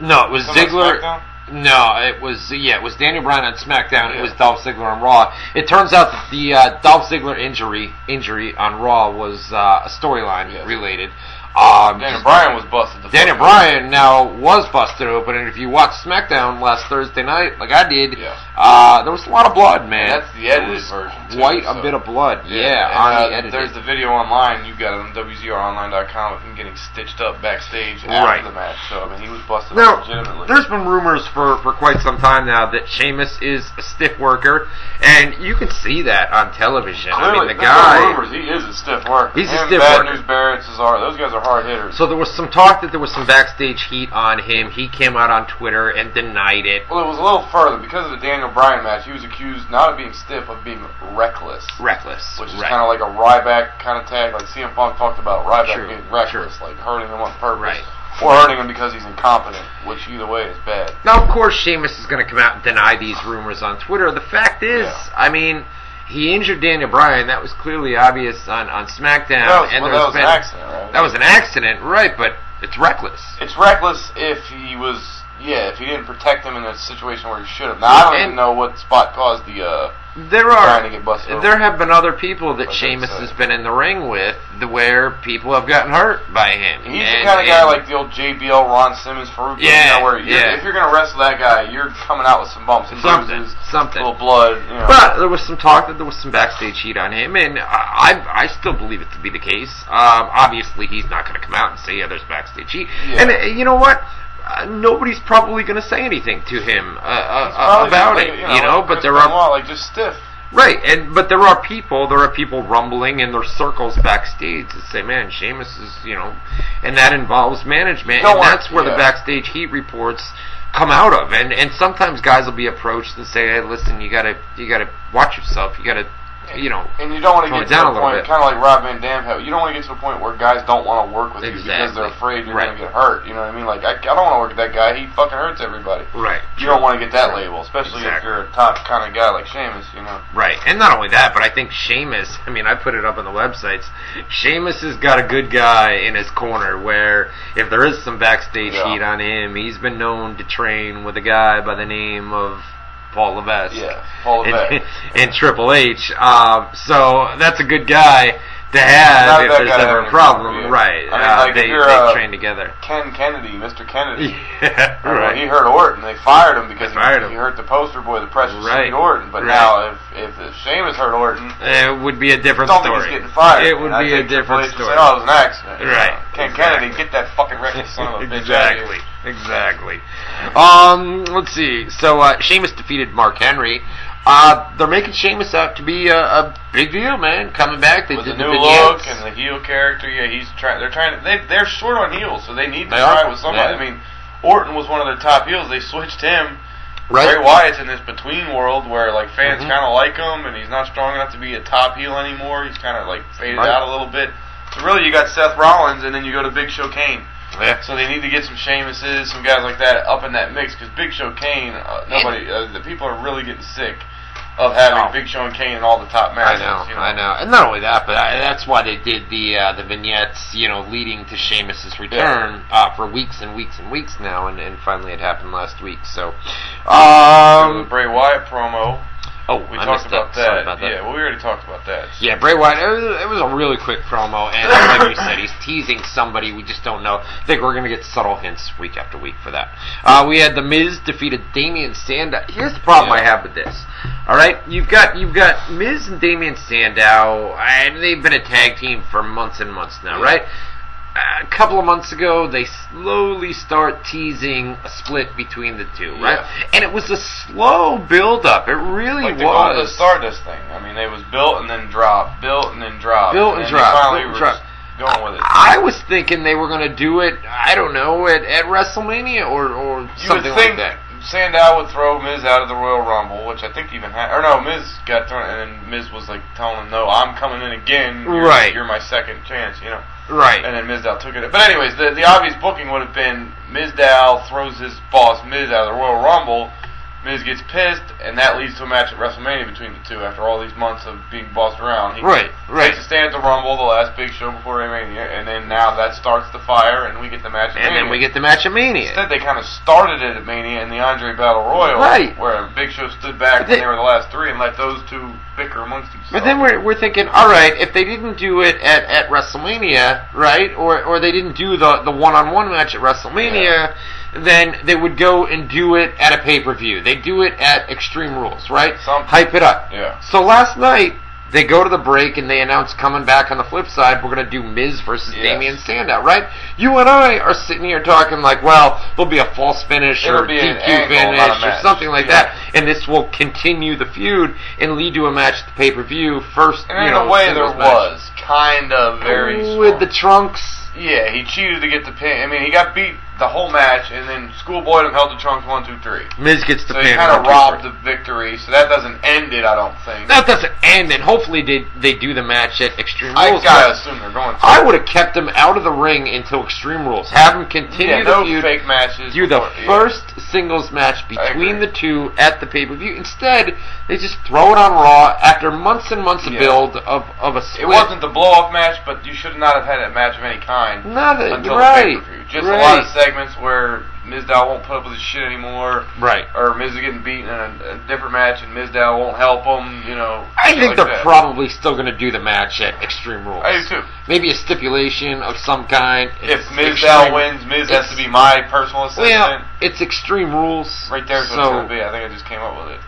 Speaker 3: No, it was
Speaker 1: Something like
Speaker 3: Ziggler.
Speaker 1: SmackDown?
Speaker 3: No, it was yeah, it was Daniel Bryan on SmackDown.
Speaker 1: Yeah.
Speaker 3: It was Dolph Ziggler on Raw. It turns out that the uh, Dolph Ziggler injury injury on Raw was uh, a storyline
Speaker 1: Yes.
Speaker 3: related. Um,
Speaker 1: Daniel Bryan was busted. The
Speaker 3: Daniel
Speaker 1: fuck up.
Speaker 3: Bryan now was busted open, and if you watched SmackDown last Thursday night, like I did,
Speaker 1: Yeah.
Speaker 3: uh, there was a lot of blood, man.
Speaker 1: And that's the
Speaker 3: There
Speaker 1: edited
Speaker 3: was
Speaker 1: version. Too,
Speaker 3: Quite
Speaker 1: so-
Speaker 3: a bit of blood, yeah,
Speaker 1: and,
Speaker 3: on
Speaker 1: uh,
Speaker 3: the edited.
Speaker 1: There's the video online. You got it on WZROnline.com of him getting stitched up backstage after
Speaker 3: Right.
Speaker 1: the match. So I mean, he was busted
Speaker 3: Now,
Speaker 1: up legitimately.
Speaker 3: There's been rumors for, for quite some time now that Sheamus is a stiff worker, and you can see that on television. I mean, the
Speaker 1: there's no
Speaker 3: guy.
Speaker 1: rumors. He is a stiff worker.
Speaker 3: He's a
Speaker 1: Him,
Speaker 3: stiff
Speaker 1: Bad
Speaker 3: worker.
Speaker 1: News Barrett, Cesaro. Those guys are hard hitters.
Speaker 3: So there was some talk that there was some backstage heat on him. He came out on Twitter and denied it.
Speaker 1: Well, it was a little further because of the Daniel Bryan match. He was accused not of being stiff, of being reckless,
Speaker 3: Reckless.
Speaker 1: which is
Speaker 3: Right.
Speaker 1: kind of like a Ryback kind of tag. Like CM Punk talked about Ryback
Speaker 3: True,
Speaker 1: being reckless, like hurting him on purpose,
Speaker 3: Right.
Speaker 1: or hurting him because he's incompetent, which either way is bad.
Speaker 3: Now, of course, Sheamus is going to come out and deny these rumors on Twitter. The fact is,
Speaker 1: Yeah.
Speaker 3: I mean, he injured Daniel Bryan. That was clearly obvious on, on SmackDown.
Speaker 1: that was,
Speaker 3: and
Speaker 1: well, that was
Speaker 3: there's been,
Speaker 1: an accident, right?
Speaker 3: That was an accident, right? But it's reckless.
Speaker 1: it's reckless if he was, yeah, if he didn't protect him in a situation where he should have. Now I don't
Speaker 3: And-
Speaker 1: even know what spot caused the uh,
Speaker 3: There are
Speaker 1: Bryan to get busted. open.
Speaker 3: there have been other people that
Speaker 1: Like I
Speaker 3: Sheamus
Speaker 1: said.
Speaker 3: has been in the ring with, the, where people have gotten hurt by him.
Speaker 1: He's
Speaker 3: And-
Speaker 1: the kind of guy
Speaker 3: and-
Speaker 1: like the old JBL, Ron Simmons, Farouk.
Speaker 3: Yeah,
Speaker 1: you know, where you're,
Speaker 3: yeah.
Speaker 1: if you're gonna wrestle that guy, you're coming out with some bumps and
Speaker 3: Something,
Speaker 1: bruises,
Speaker 3: something.
Speaker 1: a little blood. You know. Uh,
Speaker 3: But there was some talk that there was some backstage heat on him, and I I, I still believe it to be the case. Um, obviously, he's not going to come out and say, "Yeah, there's backstage heat."
Speaker 1: Yeah.
Speaker 3: And uh, you know what? Uh, nobody's probably going to say anything to him uh,
Speaker 1: It's probably
Speaker 3: uh, about
Speaker 1: just
Speaker 3: it,
Speaker 1: like,
Speaker 3: you know. but
Speaker 1: Chris
Speaker 3: there are
Speaker 1: Benoit, like just stiff.
Speaker 3: right, and but there are people, there are people rumbling in their circles backstage that say, "Man, Sheamus is," you know, and that involves management,
Speaker 1: Don't
Speaker 3: and
Speaker 1: want-
Speaker 3: that's where the
Speaker 1: yeah.
Speaker 3: backstage heat reports come out of. And and sometimes guys will be approached and say, "Hey, listen, you gotta you gotta watch yourself. You gotta." You know,
Speaker 1: And you don't want to
Speaker 3: Tone
Speaker 1: get
Speaker 3: it down
Speaker 1: to
Speaker 3: a
Speaker 1: the
Speaker 3: little
Speaker 1: point,
Speaker 3: bit.
Speaker 1: kind of like Rob Van Dam. How you don't want to get to the point where guys don't want to work with you because they're
Speaker 3: Exactly.
Speaker 1: afraid you're
Speaker 3: Right.
Speaker 1: gonna get hurt. You know what I mean? Like I, I don't want to work with that guy. He fucking hurts everybody.
Speaker 3: Right.
Speaker 1: You don't want to get that label, especially if
Speaker 3: Exactly.
Speaker 1: you're a top kind of guy like Sheamus. You know.
Speaker 3: Right. And not only that, but I think Sheamus, I mean, I put it up on the websites. Sheamus has got a good guy in his corner where if there is some backstage
Speaker 1: Yeah.
Speaker 3: heat on him, he's been known to train with a guy by the name of Paul Levesque.
Speaker 1: Yeah, Paul
Speaker 3: in,
Speaker 1: Levesque.
Speaker 3: in Triple H. Um, so that's a good guy to have
Speaker 1: Not
Speaker 3: if
Speaker 1: that
Speaker 3: there's
Speaker 1: guy
Speaker 3: ever
Speaker 1: having
Speaker 3: a
Speaker 1: a
Speaker 3: problem.
Speaker 1: problem, yeah.
Speaker 3: Right.
Speaker 1: I mean,
Speaker 3: uh,
Speaker 1: like, if
Speaker 3: they
Speaker 1: you're,
Speaker 3: they
Speaker 1: uh,
Speaker 3: train together.
Speaker 1: Ken Kennedy, Mr. Kennedy.
Speaker 3: Yeah,
Speaker 1: I mean,
Speaker 3: right.
Speaker 1: He hurt Orton. They fired him because
Speaker 3: They fired
Speaker 1: he,
Speaker 3: him.
Speaker 1: he hurt the poster boy, the precious
Speaker 3: Right.
Speaker 1: Steve Orton. But
Speaker 3: Right.
Speaker 1: now, if if the Sheamus hurt Orton,
Speaker 3: It would be a
Speaker 1: I
Speaker 3: different
Speaker 1: don't think
Speaker 3: story.
Speaker 1: he's getting fired.
Speaker 3: It would
Speaker 1: And I
Speaker 3: be a
Speaker 1: think Triple
Speaker 3: different
Speaker 1: H would
Speaker 3: story.
Speaker 1: Say, oh, it was an accident.
Speaker 3: Right.
Speaker 1: Ken Kennedy, get that fucking reckless son of a bitch. out of
Speaker 3: exactly.
Speaker 1: here.
Speaker 3: Exactly. Um, let's see. So uh, Sheamus defeated Mark Henry. Uh, they're making Sheamus out to be a, a big deal, man. Coming back, they
Speaker 1: With the
Speaker 3: did
Speaker 1: new
Speaker 3: vignettes.
Speaker 1: look and the heel character, yeah, he's trying. They're trying to. They, they're short on heels, so they need to
Speaker 3: They
Speaker 1: try
Speaker 3: are.
Speaker 1: it with somebody.
Speaker 3: Yeah.
Speaker 1: I mean, Orton was one of their top heels. They switched him.
Speaker 3: right?
Speaker 1: Bray Wyatt's in this between world where like fans
Speaker 3: Mhm.
Speaker 1: kind of like him, and he's not strong enough to be a top heel anymore. He's kind of like faded
Speaker 3: Right.
Speaker 1: out a little bit. So really, you got Seth Rollins, and then you go to Big Show Kane.
Speaker 3: Yeah.
Speaker 1: So they need to get some Sheamuses, some guys like that up in that mix because Big Show Kane, uh, nobody, uh, the people are really getting sick of having
Speaker 3: Oh.
Speaker 1: Big Show and Kane in all the top
Speaker 3: I
Speaker 1: matches.
Speaker 3: know,
Speaker 1: you know?
Speaker 3: I know, and not only that, but I, that's why they did the uh, the vignettes, you know, leading to Sheamus's return uh, for weeks and weeks and weeks now, and, and finally it happened last week. So,
Speaker 1: Um, the
Speaker 3: um,
Speaker 1: Bray Wyatt promo.
Speaker 3: oh,
Speaker 1: We
Speaker 3: I
Speaker 1: talked
Speaker 3: missed
Speaker 1: about
Speaker 3: that. Sorry
Speaker 1: that.
Speaker 3: about that.
Speaker 1: Yeah, well, we already talked about that.
Speaker 3: Yeah, Bray Wyatt. It was, it was a really quick promo, and like we said, he's teasing somebody. We just don't know. I think we're gonna get subtle hints week after week for that. Uh, we had the Miz defeated Damian Sandow. Here's the problem I
Speaker 1: Yeah.
Speaker 3: have with this. All right, you've got you've got Miz and Damian Sandow, and they've been a tag team for months and months now,
Speaker 1: Yeah.
Speaker 3: right? A couple of months ago, they slowly start teasing a split between the two, right?
Speaker 1: Yeah.
Speaker 3: And it was a slow build up. It really
Speaker 1: Like the
Speaker 3: was.
Speaker 1: Golden Stardust thing. I mean, it was built and then dropped, built and then dropped,
Speaker 3: Built and
Speaker 1: then
Speaker 3: dropped,
Speaker 1: They finally
Speaker 3: built and
Speaker 1: were
Speaker 3: dropped.
Speaker 1: just going with it.
Speaker 3: I was thinking they were going to do it. I don't know at, at WrestleMania or or
Speaker 1: You
Speaker 3: something
Speaker 1: would think
Speaker 3: like that.
Speaker 1: Sandow would throw Miz out of the Royal Rumble, which I think even ha- or no, Miz got thrown, and then Miz was like telling him, "No, I'm coming in again. You're,
Speaker 3: Right.
Speaker 1: you're my second chance," you know.
Speaker 3: Right.
Speaker 1: And then Mizdow took it. But anyways, the, the obvious booking would have been Mizdow throws his boss Miz out of the Royal Rumble, Miz gets pissed, and that leads to a match at WrestleMania between the two. After all these months of being bossed around, he
Speaker 3: Right, right.
Speaker 1: takes a stand at the Rumble, the last big show before Mania, and then now that starts the fire, and we get the match. at
Speaker 3: And then
Speaker 1: Mania.
Speaker 3: we get the match of Mania.
Speaker 1: Instead, they kind of started it at Mania in the Andre Battle Royal,
Speaker 3: Right.
Speaker 1: Where Big Show stood back
Speaker 3: But
Speaker 1: when
Speaker 3: they-
Speaker 1: they were the last three and let those two bicker amongst themselves.
Speaker 3: But then we're, we're thinking, all right, if they didn't do it at, at WrestleMania, right, or or they didn't do the the one on one match at WrestleMania, then they would go and do it at a pay per view. They do it at Extreme Rules, right?
Speaker 1: Something.
Speaker 3: Hype it up.
Speaker 1: yeah,
Speaker 3: So last night they go to the break and they announce coming back on the flip side we're going to do Miz versus
Speaker 1: Yes.
Speaker 3: Damian Sandow, right? You and I are sitting here talking like, well, there'll be a false finish
Speaker 1: It'll
Speaker 3: or
Speaker 1: be an
Speaker 3: DQ
Speaker 1: angle, not
Speaker 3: finish
Speaker 1: a
Speaker 3: or
Speaker 1: match.
Speaker 3: something like
Speaker 1: Yeah.
Speaker 3: that, and this will continue the feud and lead to a match at the pay per view first.
Speaker 1: and
Speaker 3: you
Speaker 1: in
Speaker 3: know,
Speaker 1: a way there
Speaker 3: singles match.
Speaker 1: was kind of very
Speaker 3: with
Speaker 1: small.
Speaker 3: the trunks.
Speaker 1: yeah he cheated to get the pin. I mean he got beat the whole match, and then Schoolboy him held the trunks one two three.
Speaker 3: Miz gets the
Speaker 1: So he
Speaker 3: pin.
Speaker 1: kind
Speaker 3: one,
Speaker 1: of
Speaker 3: two,
Speaker 1: robbed
Speaker 3: three.
Speaker 1: the victory. So that doesn't end it, I don't think.
Speaker 3: That doesn't end, and hopefully they they do the match at Extreme
Speaker 1: I
Speaker 3: Rules.
Speaker 1: gotta assume they're going. To.
Speaker 3: I would have kept him out of the ring until Extreme Rules. Have him continue
Speaker 1: yeah,
Speaker 3: the
Speaker 1: no
Speaker 3: feud.
Speaker 1: fake matches.
Speaker 3: do the
Speaker 1: before- yeah.
Speaker 3: first singles match
Speaker 1: I
Speaker 3: between
Speaker 1: agree.
Speaker 3: the two at the pay per view. Instead, they just throw it on Raw after months and months of
Speaker 1: Yeah.
Speaker 3: build of, of a split.
Speaker 1: It wasn't the blow off match, but you should not have had a match of any kind.
Speaker 3: nothing.
Speaker 1: until
Speaker 3: right.
Speaker 1: the pay-per-view. Just
Speaker 3: right.
Speaker 1: a lot of segments where Mizdow won't put up with his shit anymore,
Speaker 3: Right.
Speaker 1: or Miz is getting beaten in a, a different match, and Mizdow won't help him. You know,
Speaker 3: I
Speaker 1: shit
Speaker 3: think
Speaker 1: like
Speaker 3: they're
Speaker 1: that.
Speaker 3: probably still going to do the match at Extreme Rules.
Speaker 1: I do too.
Speaker 3: Maybe a stipulation of some kind.
Speaker 1: If
Speaker 3: It's
Speaker 1: Mizdow
Speaker 3: Extreme-
Speaker 1: wins, Miz
Speaker 3: it's-
Speaker 1: has to be my personal assistant.
Speaker 3: Well, it's Extreme Rules.
Speaker 1: right there's
Speaker 3: so,
Speaker 1: what it's gonna be. I think I just came up with it.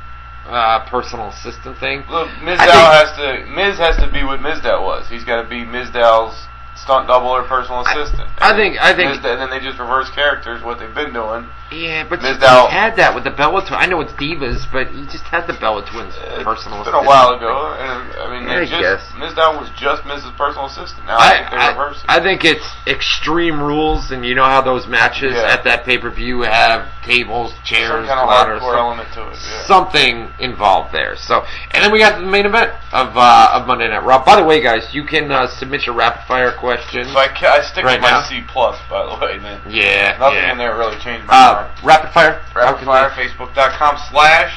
Speaker 3: Uh, personal assistant thing.
Speaker 1: Look,
Speaker 3: I
Speaker 1: Mizdow has to. Miz has to be what Mizdow was. He's got to be Mizdow's stunt double or personal
Speaker 3: I-
Speaker 1: assistant.
Speaker 3: I
Speaker 1: And
Speaker 3: think- I think-
Speaker 1: Mizdow, and then they just reverse characters what they've been doing.
Speaker 3: Yeah, but
Speaker 1: Missed
Speaker 3: he
Speaker 1: out.
Speaker 3: had that with the Bella Twins. I know it's Divas, but he just had the Bella Twins Uh, personal.
Speaker 1: It's been a
Speaker 3: assistant.
Speaker 1: while ago, and I mean,
Speaker 3: I
Speaker 1: they
Speaker 3: guess.
Speaker 1: just Ms. Down was just Mrs. Personal Assistant. Now I, think they
Speaker 3: I,
Speaker 1: reversed it.
Speaker 3: I, I think it's extreme rules, and you know how those matches
Speaker 1: Yeah.
Speaker 3: at that pay per view have tables,
Speaker 1: Some
Speaker 3: chairs,
Speaker 1: kind of
Speaker 3: ladders,
Speaker 1: hardcore
Speaker 3: some-
Speaker 1: element to it. Yeah.
Speaker 3: something involved there. So, and then we got the main event of uh, of Monday Night Raw. By the way, guys, you can uh, submit your rapid fire questions.
Speaker 1: so I, ca- I stick
Speaker 3: Right
Speaker 1: to my
Speaker 3: now?
Speaker 1: C plus, by the way. Then
Speaker 3: yeah,
Speaker 1: nothing
Speaker 3: yeah.
Speaker 1: in there really changed my
Speaker 3: Uh,
Speaker 1: mind.
Speaker 3: rapid fire. How
Speaker 1: Rapid
Speaker 3: can
Speaker 1: fire,
Speaker 3: they-
Speaker 1: Facebook.com slash.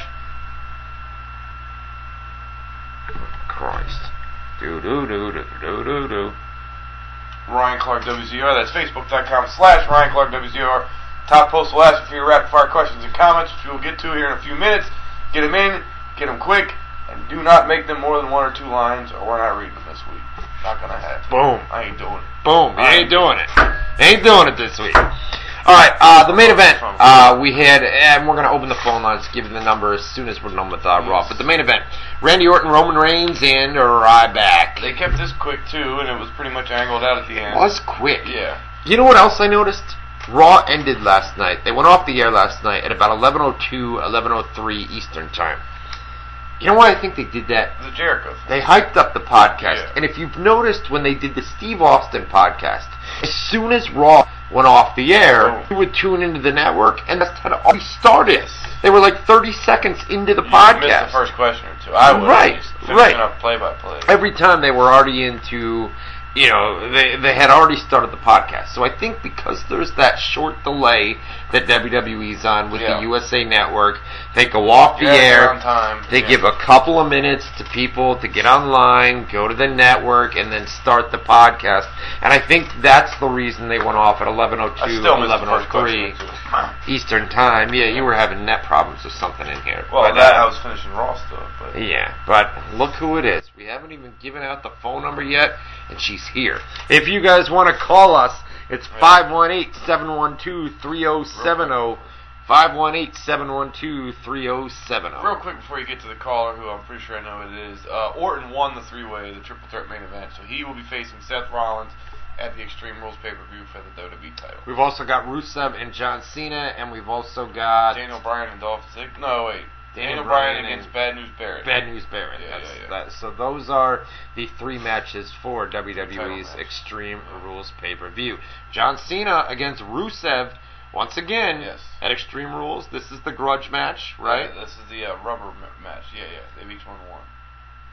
Speaker 3: Christ. Do do do do do do do.
Speaker 1: Ryan Clark WZR. That's facebook.com slash Ryan Clark WZR. Top post will ask you for your rapid fire questions and comments, which we will get to here in a few minutes. Get them in, get them quick, and do not make them more than one or two lines, or we're not reading them this week. Not gonna happen.
Speaker 3: Boom.
Speaker 1: I ain't doing it.
Speaker 3: Boom.
Speaker 1: All
Speaker 3: You ain't
Speaker 1: right.
Speaker 3: doing it. You ain't doing it this week. All right, uh, the main event uh, we had, and we're going to open the phone lines, give you the number as soon as we're done with uh, Raw. But the main event, Randy Orton, Roman Reigns, and Ryback.
Speaker 1: They
Speaker 3: It
Speaker 1: kept this quick too, and it was pretty much angled out at the end.
Speaker 3: was quick.
Speaker 1: Yeah.
Speaker 3: You know what else I noticed? Raw ended last night. They went off the air last night at about 11.02, 11.03 Eastern Time. You know why I think they did that?
Speaker 1: The Jericho thing.
Speaker 3: They hyped up the podcast.
Speaker 1: Yeah.
Speaker 3: And if you've noticed, when they did the Steve Austin podcast, as soon as Raw went off the air,
Speaker 1: Oh.
Speaker 3: you would tune into the network, and that's how it already started. They were like 30 seconds into the
Speaker 1: You missed
Speaker 3: podcast.
Speaker 1: the first question or two. I would
Speaker 3: Right,
Speaker 1: at least,
Speaker 3: right.
Speaker 1: finishing up play by play.
Speaker 3: Every time they were already into, you know, they, they had already started the podcast. So I think because there's that short delay that WWE's on with
Speaker 1: Yeah.
Speaker 3: the USA Network, they go off the
Speaker 1: Yeah,
Speaker 3: air.
Speaker 1: on time.
Speaker 3: They
Speaker 1: Yeah.
Speaker 3: give a couple of minutes to people to get online, go to the network, and then start the podcast. And I think that's the reason they went off at 11.02,
Speaker 1: I still missed the first question.
Speaker 3: 11.03
Speaker 1: or two.
Speaker 3: Eastern Time. Yeah, you were having net problems or something in here.
Speaker 1: Well,
Speaker 3: But,
Speaker 1: that
Speaker 3: uh,
Speaker 1: I was finishing Raw stuff, but
Speaker 3: Yeah, but look who it is. We haven't even given out the phone number yet, and she's here. If you guys want to call us, it's 518 712 3070. 518 712 3070.
Speaker 1: real quick before you get to the caller, who I'm pretty sure I know who it is, uh, Orton won the three way, the triple threat main event, so he will be facing Seth Rollins at the Extreme Rules pay per view for the WWE title.
Speaker 3: We've also got Rusev and John Cena, and we've also got
Speaker 1: Daniel Bryan and Dolph Ziggler. No, wait. Daniel,
Speaker 3: Daniel Bryan
Speaker 1: Bryan against
Speaker 3: and-
Speaker 1: Bad News Barrett.
Speaker 3: Bad News Baron.
Speaker 1: Yeah,
Speaker 3: That's-
Speaker 1: yeah, yeah.
Speaker 3: that- so those are the three matches for WWE's
Speaker 1: match.
Speaker 3: Extreme Rules pay per view. John Cena against Rusev once again
Speaker 1: Yes.
Speaker 3: at Extreme Rules. This is the grudge match, right?
Speaker 1: Yeah, this is the uh, rubber ma- match. Yeah, yeah. They've each won one.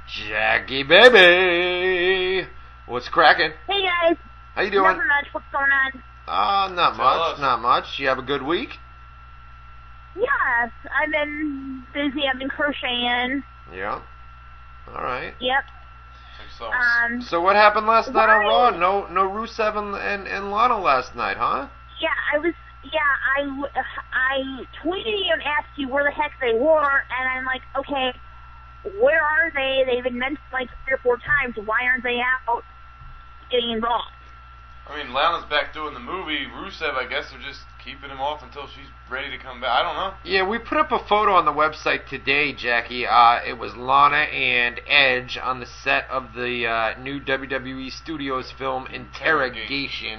Speaker 3: Jackie baby, what's cracking?
Speaker 5: Hey guys,
Speaker 3: How you
Speaker 5: not
Speaker 3: doing?
Speaker 5: much. What's going on?
Speaker 3: Ah, not
Speaker 1: Tell
Speaker 3: much,
Speaker 1: us.
Speaker 3: not much. You have a good week.
Speaker 5: Yeah, I've been busy. I've been crocheting.
Speaker 3: Yeah. All right.
Speaker 5: Yep.
Speaker 1: So,
Speaker 3: Oh.
Speaker 5: Um.
Speaker 3: So what happened last night on Raw?
Speaker 5: Why?
Speaker 3: No, no Rusev and, and and Lana last night, huh?
Speaker 5: Yeah, I was. Yeah, I w- I tweeted you and asked you where the heck they were, and I'm like, okay, where are they? They've been mentioned like three or four times. Why aren't they out getting involved?
Speaker 1: I mean, Lana's back doing the movie. Rusev, I guess, they're just keeping him off until she's ready to come back. I don't know.
Speaker 3: Yeah, we put up a photo on the website today, Jackie. Uh, it was Lana and Edge on the set of the uh, new WWE Studios film Interrogation.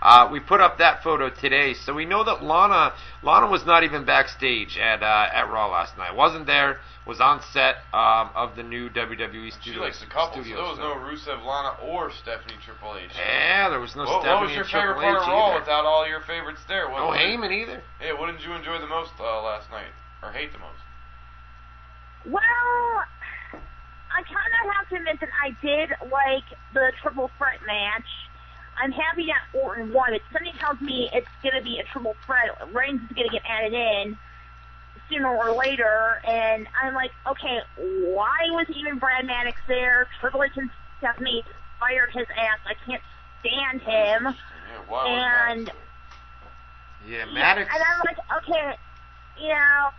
Speaker 3: Uh, we put up that photo today, so we know that Lana Lana was not even backstage at uh, at Raw last night. wasn't there. Was on set um, of the new WWE Studios.
Speaker 1: She likes the couple, so
Speaker 3: Studios
Speaker 1: there was no
Speaker 3: film.
Speaker 1: Rusev, Lana, or Stephanie Triple H.
Speaker 3: Yeah, there was no.
Speaker 1: What, what
Speaker 3: Stephanie
Speaker 1: was your
Speaker 3: and Triple
Speaker 1: favorite part
Speaker 3: H
Speaker 1: of Raw
Speaker 3: either.
Speaker 1: without all your favorites there? What,
Speaker 3: No
Speaker 1: what did-
Speaker 3: Heyman either.
Speaker 1: Yeah, what did you enjoy the most uh, last night, or hate the most?
Speaker 5: Well, I kind of have to admit that I did like the triple threat match. I'm happy that Orton won, but something tells me it's going to be a triple threat. Reigns is going to get added in sooner or later, and I'm like, okay, why was even Brad Maddox there? Triple H and Stephanie fired his ass. I can't stand him.
Speaker 1: Yeah, why was that?
Speaker 5: And-
Speaker 3: Yeah, Maddox.
Speaker 5: And I'm like, okay, you know,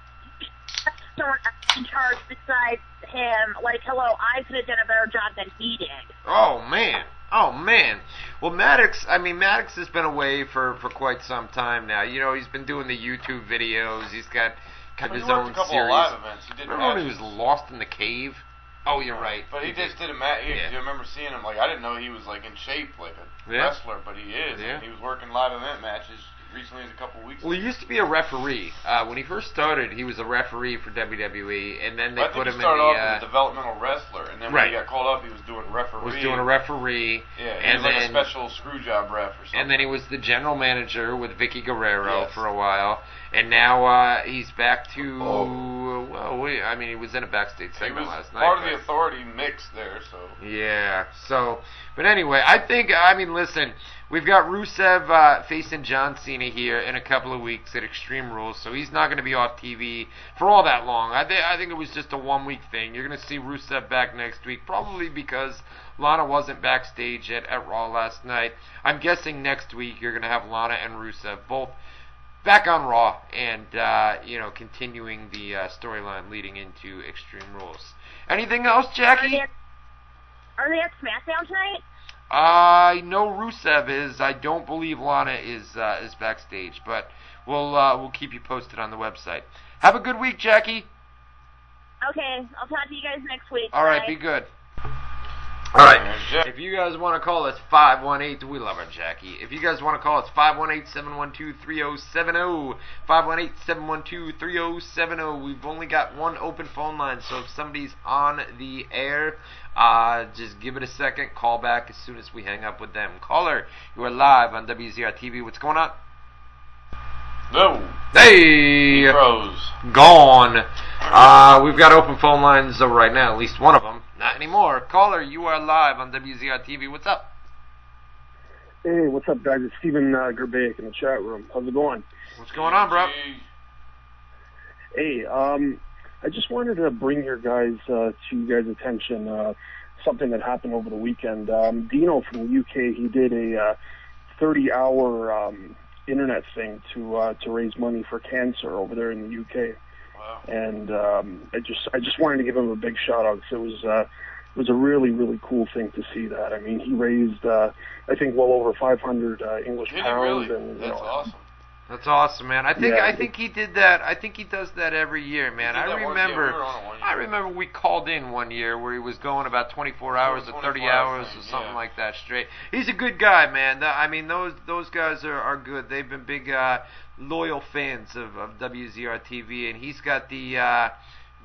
Speaker 5: someone else in charge besides him. Like, hello, I could have done a better job than he did.
Speaker 3: Oh man. Oh man. Well, Maddox. I mean, Maddox has been away for for quite some time now. You know, he's been doing the YouTube videos. He's got kind
Speaker 1: But
Speaker 3: of
Speaker 1: he
Speaker 3: his
Speaker 1: worked
Speaker 3: own
Speaker 1: a couple
Speaker 3: series.
Speaker 1: of live events. He did
Speaker 3: Remember when he was
Speaker 1: matches.
Speaker 3: lost in the cave? Oh, you're right.
Speaker 1: But he just did a match.
Speaker 3: Yeah.
Speaker 1: You remember seeing him? Like I didn't know he was like in shape, like a
Speaker 3: Yeah.
Speaker 1: wrestler, but he is.
Speaker 3: Yeah.
Speaker 1: And he was working live event matches recently, as a couple weeks.
Speaker 3: Well, he used to be a referee. Uh, when he first started, he was a referee for WWE, and then they
Speaker 1: I think
Speaker 3: put
Speaker 1: he
Speaker 3: him in the.
Speaker 1: started off
Speaker 3: uh,
Speaker 1: as a developmental wrestler, and then when he
Speaker 3: Right.
Speaker 1: got called up, he was doing referee.
Speaker 3: was doing a referee,
Speaker 1: yeah, he
Speaker 3: and
Speaker 1: was
Speaker 3: then
Speaker 1: like a special screw job ref or something.
Speaker 3: And then he was the general manager with Vicky Guerrero
Speaker 1: Yes.
Speaker 3: for a while, and now uh, he's back to.
Speaker 1: Oh.
Speaker 3: Well, we, I mean, he was in a backstage
Speaker 1: he was
Speaker 3: segment last night.
Speaker 1: part of
Speaker 3: but-
Speaker 1: the authority mix there, so
Speaker 3: yeah. So, but anyway, I think I mean, listen, we've got Rusev uh, facing John Cena here in a couple of weeks at Extreme Rules, so he's not going to be off TV for all that long. I think I think it was just a one week thing. You're going to see Rusev back next week, probably because Lana wasn't backstage at at Raw last night. I'm guessing next week you're going to have Lana and Rusev both. Back on Raw, and uh, you know, continuing the uh, storyline leading into Extreme Rules. Anything else, Jackie?
Speaker 5: Are they at, are they at SmackDown tonight?
Speaker 3: I know Rusev is. I don't believe Lana is uh, is backstage, but we'll uh, we'll keep you posted on the website. Have a good week, Jackie.
Speaker 5: Okay, I'll talk to you guys next week.
Speaker 3: All right,
Speaker 5: Bye.
Speaker 3: be good.
Speaker 6: All right.
Speaker 1: And Jeff-
Speaker 3: If you guys want to call us 518, we love our Jackie. If you guys want to call us 518-712-3070, 518-712-3070. We've only got one open phone line, so if somebody's on the air, uh, just give it a second, call back as soon as we hang up with them. Caller, you are live on WZR TV. What's going on?
Speaker 1: no
Speaker 3: Hey!
Speaker 1: pros.
Speaker 3: Gone. Uh, we've got open phone lines uh, right now, at least one of them. Not anymore. Caller, you are live on WZR TV. What's up?
Speaker 7: Hey, what's up, guys? It's Steven uh, Gerbaik in the chat room. How's it going?
Speaker 3: What's going on, bro?
Speaker 1: Gee,
Speaker 7: Hey, um, I just wanted to bring your guys uh, to your guys' attention uh, something that happened over the weekend. Um, Dino from the UK, he did a 30-hour um, internet thing to uh, to raise money for cancer over there in the UK,
Speaker 1: Wow.
Speaker 7: and um, I just I just wanted to give him a big shout out. 'cause It was uh, it was a really really cool thing to see that. I mean, he raised uh, I think well over 500 uh, English
Speaker 1: Did he
Speaker 7: pounds,
Speaker 1: really?
Speaker 7: and you
Speaker 1: That's
Speaker 7: know,
Speaker 1: awesome.
Speaker 3: That's awesome, man. I think
Speaker 7: Yeah.
Speaker 3: I think he did that. I think he does that every year, man.
Speaker 1: He did
Speaker 3: I
Speaker 1: that one- yeah, we
Speaker 3: remember.
Speaker 1: were on it one year.
Speaker 3: I remember we called in one year where he was going about 24 hours or 30
Speaker 1: 24 hours
Speaker 3: hours
Speaker 1: thing,
Speaker 3: or something
Speaker 1: yeah.
Speaker 3: like that straight. He's a good guy, man. Th- I mean, those those guys are, are good. They've been big uh, loyal fans of, of WZR TV, and he's got the uh,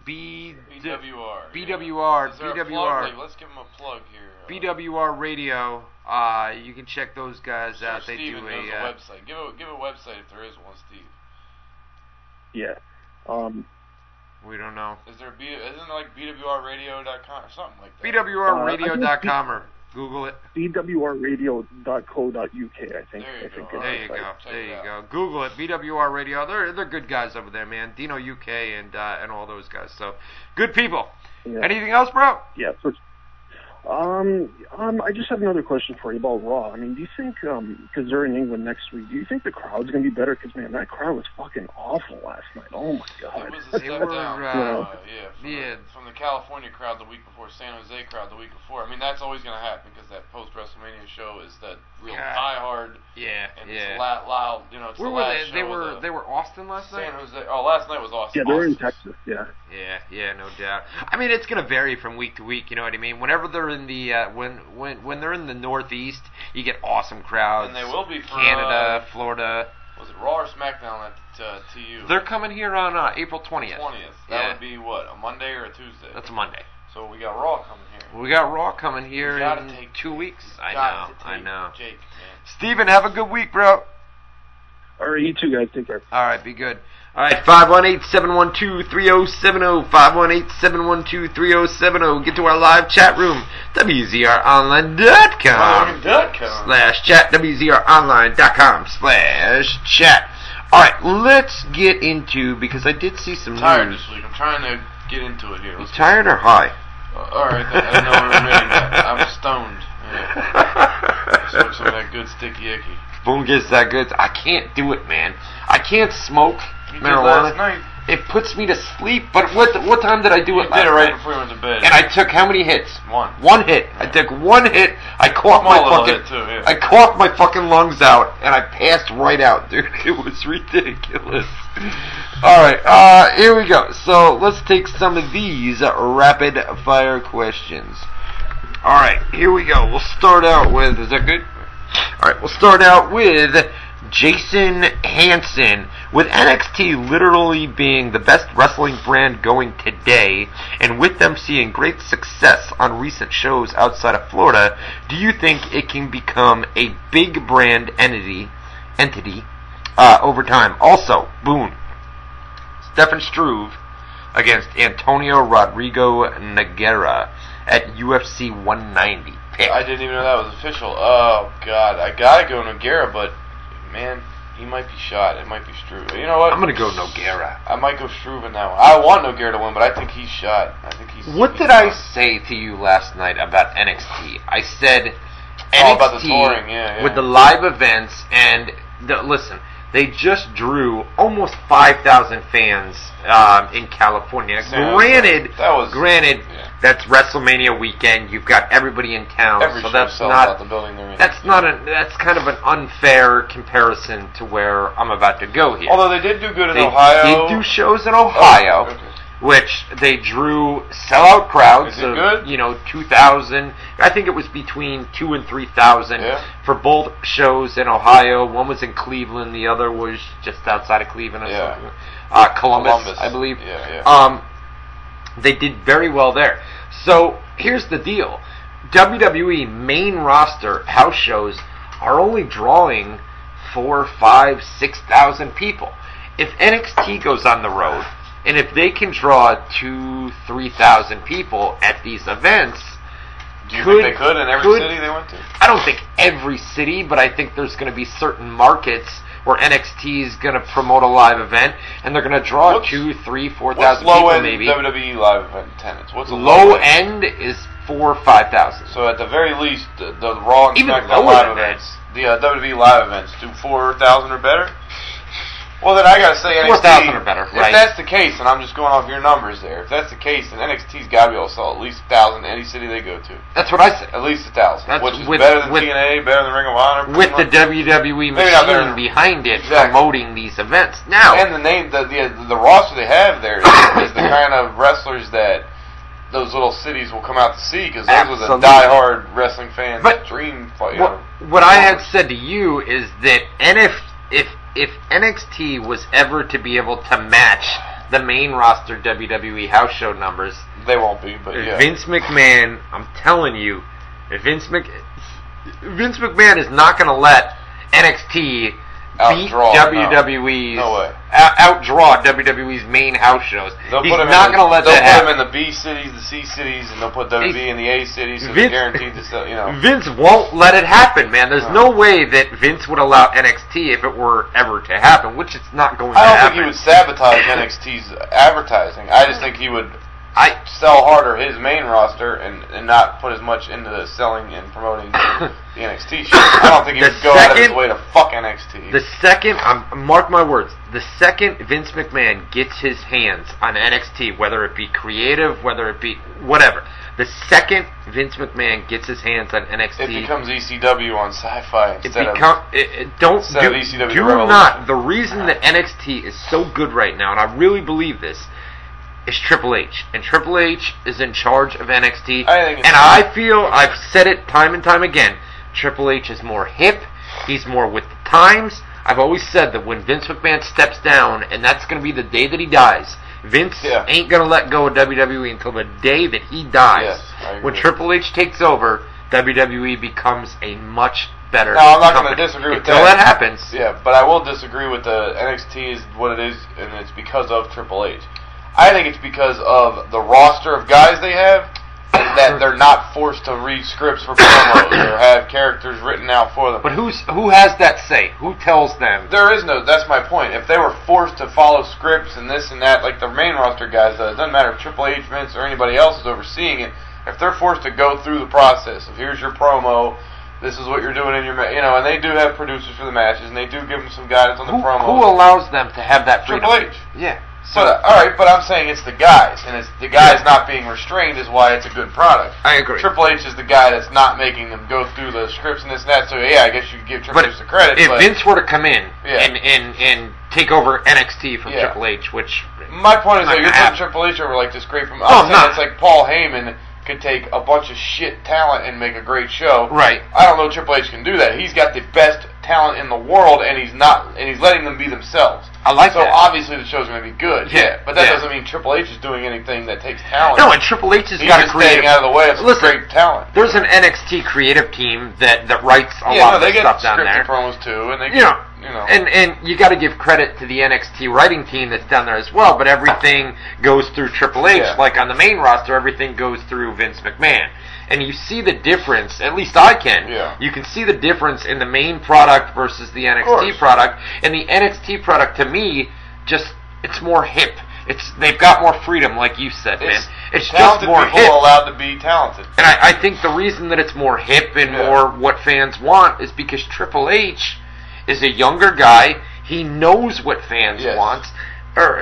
Speaker 3: B
Speaker 1: BWR. yeah.
Speaker 3: BWR,
Speaker 1: Is there a plug?
Speaker 3: BWR.
Speaker 1: Like, let's give him a plug here. uh,
Speaker 3: BWR Radio. Uh, you can check those guys
Speaker 1: Sure,
Speaker 3: out. They
Speaker 1: Steven
Speaker 3: do
Speaker 1: knows
Speaker 3: a uh,
Speaker 1: website. Give a give a website if there is one, Steve.
Speaker 7: yeah. Um,
Speaker 3: we don't know.
Speaker 1: Is there a B? Isn't it like bwrradio.com or something like that?
Speaker 3: BWRradio.com or Google it.
Speaker 7: BWRradio.co.uk, I think.
Speaker 1: There you
Speaker 7: I think
Speaker 1: go.
Speaker 7: is
Speaker 3: There you
Speaker 7: the
Speaker 3: go.
Speaker 7: site.
Speaker 1: Check
Speaker 3: There
Speaker 1: it
Speaker 3: you
Speaker 1: out.
Speaker 3: go. Google it. BWR Radio. They're they're good guys over there, man. Dino UK and uh, and all those guys. So good people.
Speaker 7: Yeah.
Speaker 3: Anything else, bro?
Speaker 7: Yeah. So, um, um, I just have another question for you about Raw. I mean, do you think um, because they're in England next week, do you think the crowd's gonna be better? Because man, that crowd was fucking awful last night. Oh my
Speaker 1: It
Speaker 7: god.
Speaker 1: was a step
Speaker 3: were,
Speaker 1: down.
Speaker 3: uh,
Speaker 1: Uh, yeah, from
Speaker 3: yeah.
Speaker 1: The, from the California crowd the week before, San Jose crowd the week before. I mean, that's always going to happen because that post WrestleMania show is that real
Speaker 3: Yeah.
Speaker 1: die hard
Speaker 3: Yeah.
Speaker 1: and
Speaker 3: yeah.
Speaker 1: it's loud, loud. You know, it's
Speaker 3: Where
Speaker 1: the
Speaker 3: were
Speaker 1: last
Speaker 3: they?
Speaker 1: show.
Speaker 3: They
Speaker 1: of
Speaker 3: were
Speaker 1: the
Speaker 3: they were Austin last
Speaker 1: San
Speaker 3: night.
Speaker 1: Jose. Oh, last night was awesome.
Speaker 7: Yeah, they're in
Speaker 1: Awesome.
Speaker 7: Texas. Yeah.
Speaker 3: Yeah, yeah, no doubt. I mean, it's going to vary from week to week. You know what I mean? Whenever they're in the uh, when when when they're in the Northeast, you get awesome crowds.
Speaker 1: And they will be for, uh,
Speaker 3: Canada, Florida.
Speaker 1: Was it Raw or SmackDown at uh, TU?
Speaker 3: They're coming here on uh, April twentieth.
Speaker 1: 20th. That
Speaker 3: Yeah.
Speaker 1: would be what a Monday or a Tuesday.
Speaker 3: That's a Monday.
Speaker 1: so we got Raw coming here.
Speaker 3: We got Raw coming here
Speaker 1: You gotta
Speaker 3: in
Speaker 1: take
Speaker 3: two weeks. I
Speaker 1: Got
Speaker 3: know.
Speaker 1: to
Speaker 3: I
Speaker 1: take
Speaker 3: know.
Speaker 1: Jake, man.
Speaker 3: Steven, have a good week, bro.
Speaker 7: All right, you two guys, take care.
Speaker 3: All right, be good. All right, 518-712-3070, 518-712-3070. Get to our live chat room, Um,
Speaker 1: Logan
Speaker 3: wzronline.com
Speaker 1: Dutt coming.
Speaker 3: slash chat, wzronline.com slash chat. All right, let's get into, because I did see some
Speaker 1: I'm tired
Speaker 3: news.
Speaker 1: this week. I'm trying to get into it here.
Speaker 3: You
Speaker 1: Let's
Speaker 3: tired or high?
Speaker 1: Uh, all right, I didn't know we were admitting that. I'm stoned. Yeah. Smoke some of that good sticky icky.
Speaker 3: Boom gets that good. I can't do it, man. I can't smoke
Speaker 1: You did last
Speaker 3: marijuana.
Speaker 1: night.
Speaker 3: It puts me to sleep. But what what time did I do
Speaker 1: You
Speaker 3: it?
Speaker 1: did
Speaker 3: last
Speaker 1: it right
Speaker 3: night?
Speaker 1: before you went to bed.
Speaker 3: And I took how many hits?
Speaker 1: One.
Speaker 3: One hit. I took one hit. I coughed my
Speaker 1: Small little
Speaker 3: fucking.
Speaker 1: hit, too, yeah.
Speaker 3: I coughed my fucking lungs out, and I passed right out, dude. It was ridiculous. All right, uh, here we go. So let's take some of these rapid fire questions. All right, here we go. We'll start out with. Is that good? All right, we'll start out with Jason Hansen. With NXT literally being the best wrestling brand going today, and with them seeing great success on recent shows outside of Florida, do you think it can become a big brand entity, entity uh, over time? Also, Boone, Stefan Struve against Antonio Rodrigo Nogueira at UFC 190. Pick.
Speaker 1: I didn't even know that was official. Oh God, I gotta go Noguera, but man, he might be shot. It might be Struve. You know what?
Speaker 3: I'm gonna go Nogueira.
Speaker 1: I might go Struve in that one. I want Noguera to win, but I think he's shot. I think he's.
Speaker 3: What
Speaker 1: he's
Speaker 3: did I
Speaker 1: done.
Speaker 3: say to you last night about NXT? I said NXT
Speaker 1: Oh, about the touring, yeah, yeah.
Speaker 3: with the live events and the, listen, they just drew almost five thousand fans um, in California.
Speaker 1: San Jose.
Speaker 3: granted,
Speaker 1: That was-
Speaker 3: granted
Speaker 1: yeah.
Speaker 3: that's WrestleMania weekend. You've got everybody in town,
Speaker 1: Every
Speaker 3: so
Speaker 1: show
Speaker 3: that's
Speaker 1: sells
Speaker 3: not
Speaker 1: out the building they're in.
Speaker 3: that's not a that's kind of an unfair comparison to where I'm about to go here.
Speaker 1: Although they did do good in
Speaker 3: They
Speaker 1: Ohio.
Speaker 3: did do shows in Ohio,
Speaker 1: Oh, okay.
Speaker 3: which they drew sellout crowds
Speaker 1: Is it
Speaker 3: of
Speaker 1: good?
Speaker 3: you know two thousand. I think it was between two and three thousand
Speaker 1: Yeah.
Speaker 3: for both shows in Ohio. One was in Cleveland, the other was just outside of Cleveland or
Speaker 1: Yeah.
Speaker 3: something. Uh, Columbus,
Speaker 1: Columbus.
Speaker 3: I believe.
Speaker 1: Yeah, yeah.
Speaker 3: Um, they did very well there. So here's the deal: WWE main roster house shows are only drawing four, five, six thousand people. If NXT goes on the road, and if they can draw two, three thousand people at these events,
Speaker 1: Do you
Speaker 3: could-
Speaker 1: think they could in every
Speaker 3: could-
Speaker 1: city they went to?
Speaker 3: I don't think every city, but I think there's going to be certain markets where NXT is going to promote a live event, and they're going to draw
Speaker 1: What's-
Speaker 3: two, three, four
Speaker 1: What's
Speaker 3: thousand
Speaker 1: low
Speaker 3: people
Speaker 1: end
Speaker 3: maybe.
Speaker 1: WWE live event attendance? What's a
Speaker 3: Low end is four five thousand.
Speaker 1: So at the very least, the, the Raw and
Speaker 3: Even
Speaker 1: SmackDown
Speaker 3: lower
Speaker 1: live
Speaker 3: than that.
Speaker 1: events, the uh, WWE live events, do four thousand or better. Well, then I gotta say NXT.
Speaker 3: 4,000 or better,
Speaker 1: If
Speaker 3: right.
Speaker 1: that's the case, and I'm just going off your numbers there, if that's the case, then NXT's gotta be able to sell at least a thousand any city they go to,
Speaker 3: That's what I said.
Speaker 1: at least a thousand,
Speaker 3: That's
Speaker 1: which is
Speaker 3: with-
Speaker 1: better than
Speaker 3: with-
Speaker 1: TNA, better than Ring of Honor, pretty
Speaker 3: With the
Speaker 1: much.
Speaker 3: WWE
Speaker 1: Maybe not better.
Speaker 3: machine behind it
Speaker 1: Exactly.
Speaker 3: promoting these events. Now,
Speaker 1: and the name, the the, the roster they have there is, is the kind of wrestlers that those little cities will come out to see because those were the
Speaker 3: Absolutely.
Speaker 1: diehard wrestling fans'
Speaker 3: But
Speaker 1: dream. Fight, you
Speaker 3: what,
Speaker 1: know.
Speaker 3: what I had said to you is that NF, if if NXT was ever to be able to match the main roster WWE house show numbers,
Speaker 1: They won't be, but yeah.
Speaker 3: Vince McMahon, I'm telling you, Vince Mc Vince McMahon is not going to let NXT beat
Speaker 1: Outdraw, no.
Speaker 3: WWE's
Speaker 1: No way.
Speaker 3: out- outdraw WWE's main house shows.
Speaker 1: They'll
Speaker 3: He's
Speaker 1: put him
Speaker 3: not
Speaker 1: in,
Speaker 3: going to let
Speaker 1: they'll
Speaker 3: that
Speaker 1: put
Speaker 3: happen.
Speaker 1: him in the B cities, the C cities, and they'll put
Speaker 3: He's-
Speaker 1: WB in the A cities. So they're
Speaker 3: Vince-
Speaker 1: guaranteed to sell. You know,
Speaker 3: Vince won't let it happen, man. There's
Speaker 1: No.
Speaker 3: no way that Vince would allow NXT if it were ever to happen, which it's not going
Speaker 1: I
Speaker 3: to
Speaker 1: don't
Speaker 3: happen.
Speaker 1: think he would sabotage NXT's advertising. I just think he would
Speaker 3: I
Speaker 1: sell harder his main roster and, and not put as much into the selling and promoting the NXT shit. I don't think he
Speaker 3: The
Speaker 1: would go out of his
Speaker 3: second-
Speaker 1: way to fuck NXT.
Speaker 3: The second, um, mark my words, the second Vince McMahon gets his hands on NXT, whether it be creative, whether it be whatever, the second Vince McMahon gets his hands on NXT,
Speaker 1: it becomes ECW on sci-fi
Speaker 3: it
Speaker 1: instead of.
Speaker 3: become- it- it- don't
Speaker 1: instead
Speaker 3: do,
Speaker 1: of E ECW
Speaker 3: do
Speaker 1: Revolution.
Speaker 3: not. The reason that NXT is so good right now, and I really believe this, is Triple H, and Triple H is in charge of NXT,
Speaker 1: I think it's
Speaker 3: and I feel I've said it time and time again. Triple H is more hip. He's more with the times. I've always said that when Vince McMahon steps down, and that's going to be the day that he dies. Vince
Speaker 1: Yeah.
Speaker 3: ain't going to let go of WWE until the day that he dies.
Speaker 1: Yes, I agree.
Speaker 3: when Triple H takes over, WWE becomes a much better.
Speaker 1: No, I'm not gonna
Speaker 3: company.
Speaker 1: disagree with
Speaker 3: until
Speaker 1: that.
Speaker 3: that happens.
Speaker 1: Yeah, but I will disagree with the NXT is what it is, and it's because of Triple H. I think it's because of the roster of guys they have, and that they're not forced to read scripts for promos or have characters written out for them.
Speaker 3: But who's who has that say? Who tells them?
Speaker 1: There is no. That's my point. If they were forced to follow scripts and this and that, like the main roster guys does, it doesn't matter if Triple H, Vince, or anybody else is overseeing it. If they're forced to go through the process of here's your promo, this is what you're doing in your, ma- you know, and they do have producers for the matches, and they do give them some guidance on the
Speaker 3: Who,
Speaker 1: promo.
Speaker 3: who allows them to have that freedom?
Speaker 1: Triple H.
Speaker 3: Yeah.
Speaker 1: So uh, all right, but I'm saying it's the guys, and it's the guys not being restrained is why it's a good product.
Speaker 3: I agree.
Speaker 1: Triple H is the guy that's not making them go through the scripts and this and that. So yeah, I guess you could give Triple
Speaker 3: But
Speaker 1: H the credit.
Speaker 3: if
Speaker 1: but
Speaker 3: Vince were to come in
Speaker 1: Yeah.
Speaker 3: and, and and take over NXT from
Speaker 1: Yeah.
Speaker 3: Triple H, which
Speaker 1: My point is
Speaker 3: Not
Speaker 1: that you're putting
Speaker 3: gonna happen.
Speaker 1: Triple H over like this great from.
Speaker 3: Oh, No,
Speaker 1: I'm
Speaker 3: I'm
Speaker 1: saying
Speaker 3: not.
Speaker 1: it's like Paul Heyman could take a bunch of shit talent and make a great show.
Speaker 3: right,
Speaker 1: I don't know Triple H can do that. He's got the best talent in the world, and he's not, and he's letting them be themselves.
Speaker 3: I like
Speaker 1: so
Speaker 3: that.
Speaker 1: obviously the show's going to be good.
Speaker 3: Yeah,
Speaker 1: but that
Speaker 3: yeah.
Speaker 1: doesn't mean Triple H is doing anything that takes talent.
Speaker 3: no, and Triple H has
Speaker 1: he's
Speaker 3: got a
Speaker 1: just
Speaker 3: creative.
Speaker 1: staying out of the way of some
Speaker 3: Listen,
Speaker 1: great talent.
Speaker 3: There's an NXT creative team that that writes a
Speaker 1: yeah,
Speaker 3: lot
Speaker 1: no,
Speaker 3: of
Speaker 1: they
Speaker 3: this
Speaker 1: get
Speaker 3: stuff down
Speaker 1: scripted
Speaker 3: there.
Speaker 1: promos too, and they
Speaker 3: You know,
Speaker 1: get, you know,
Speaker 3: And and you got to give credit to the NXT writing team that's down there as well. But everything goes through Triple H.
Speaker 1: Yeah.
Speaker 3: Like on the main roster, everything goes through Vince McMahon. And you see the difference. At least I can.
Speaker 1: Yeah.
Speaker 3: You can see the difference in the main product versus the
Speaker 1: course.
Speaker 3: NXT product. And the NXT product to me, just it's more hip. It's they've got more freedom, like you said, man.
Speaker 1: It's
Speaker 3: It's just
Speaker 1: talented
Speaker 3: more
Speaker 1: people
Speaker 3: hip.
Speaker 1: are allowed to be talented.
Speaker 3: And I, I think the reason that it's more hip and
Speaker 1: Yeah.
Speaker 3: more what fans want is because Triple H is a younger guy. He knows what fans
Speaker 1: Yes.
Speaker 3: want. Er, Or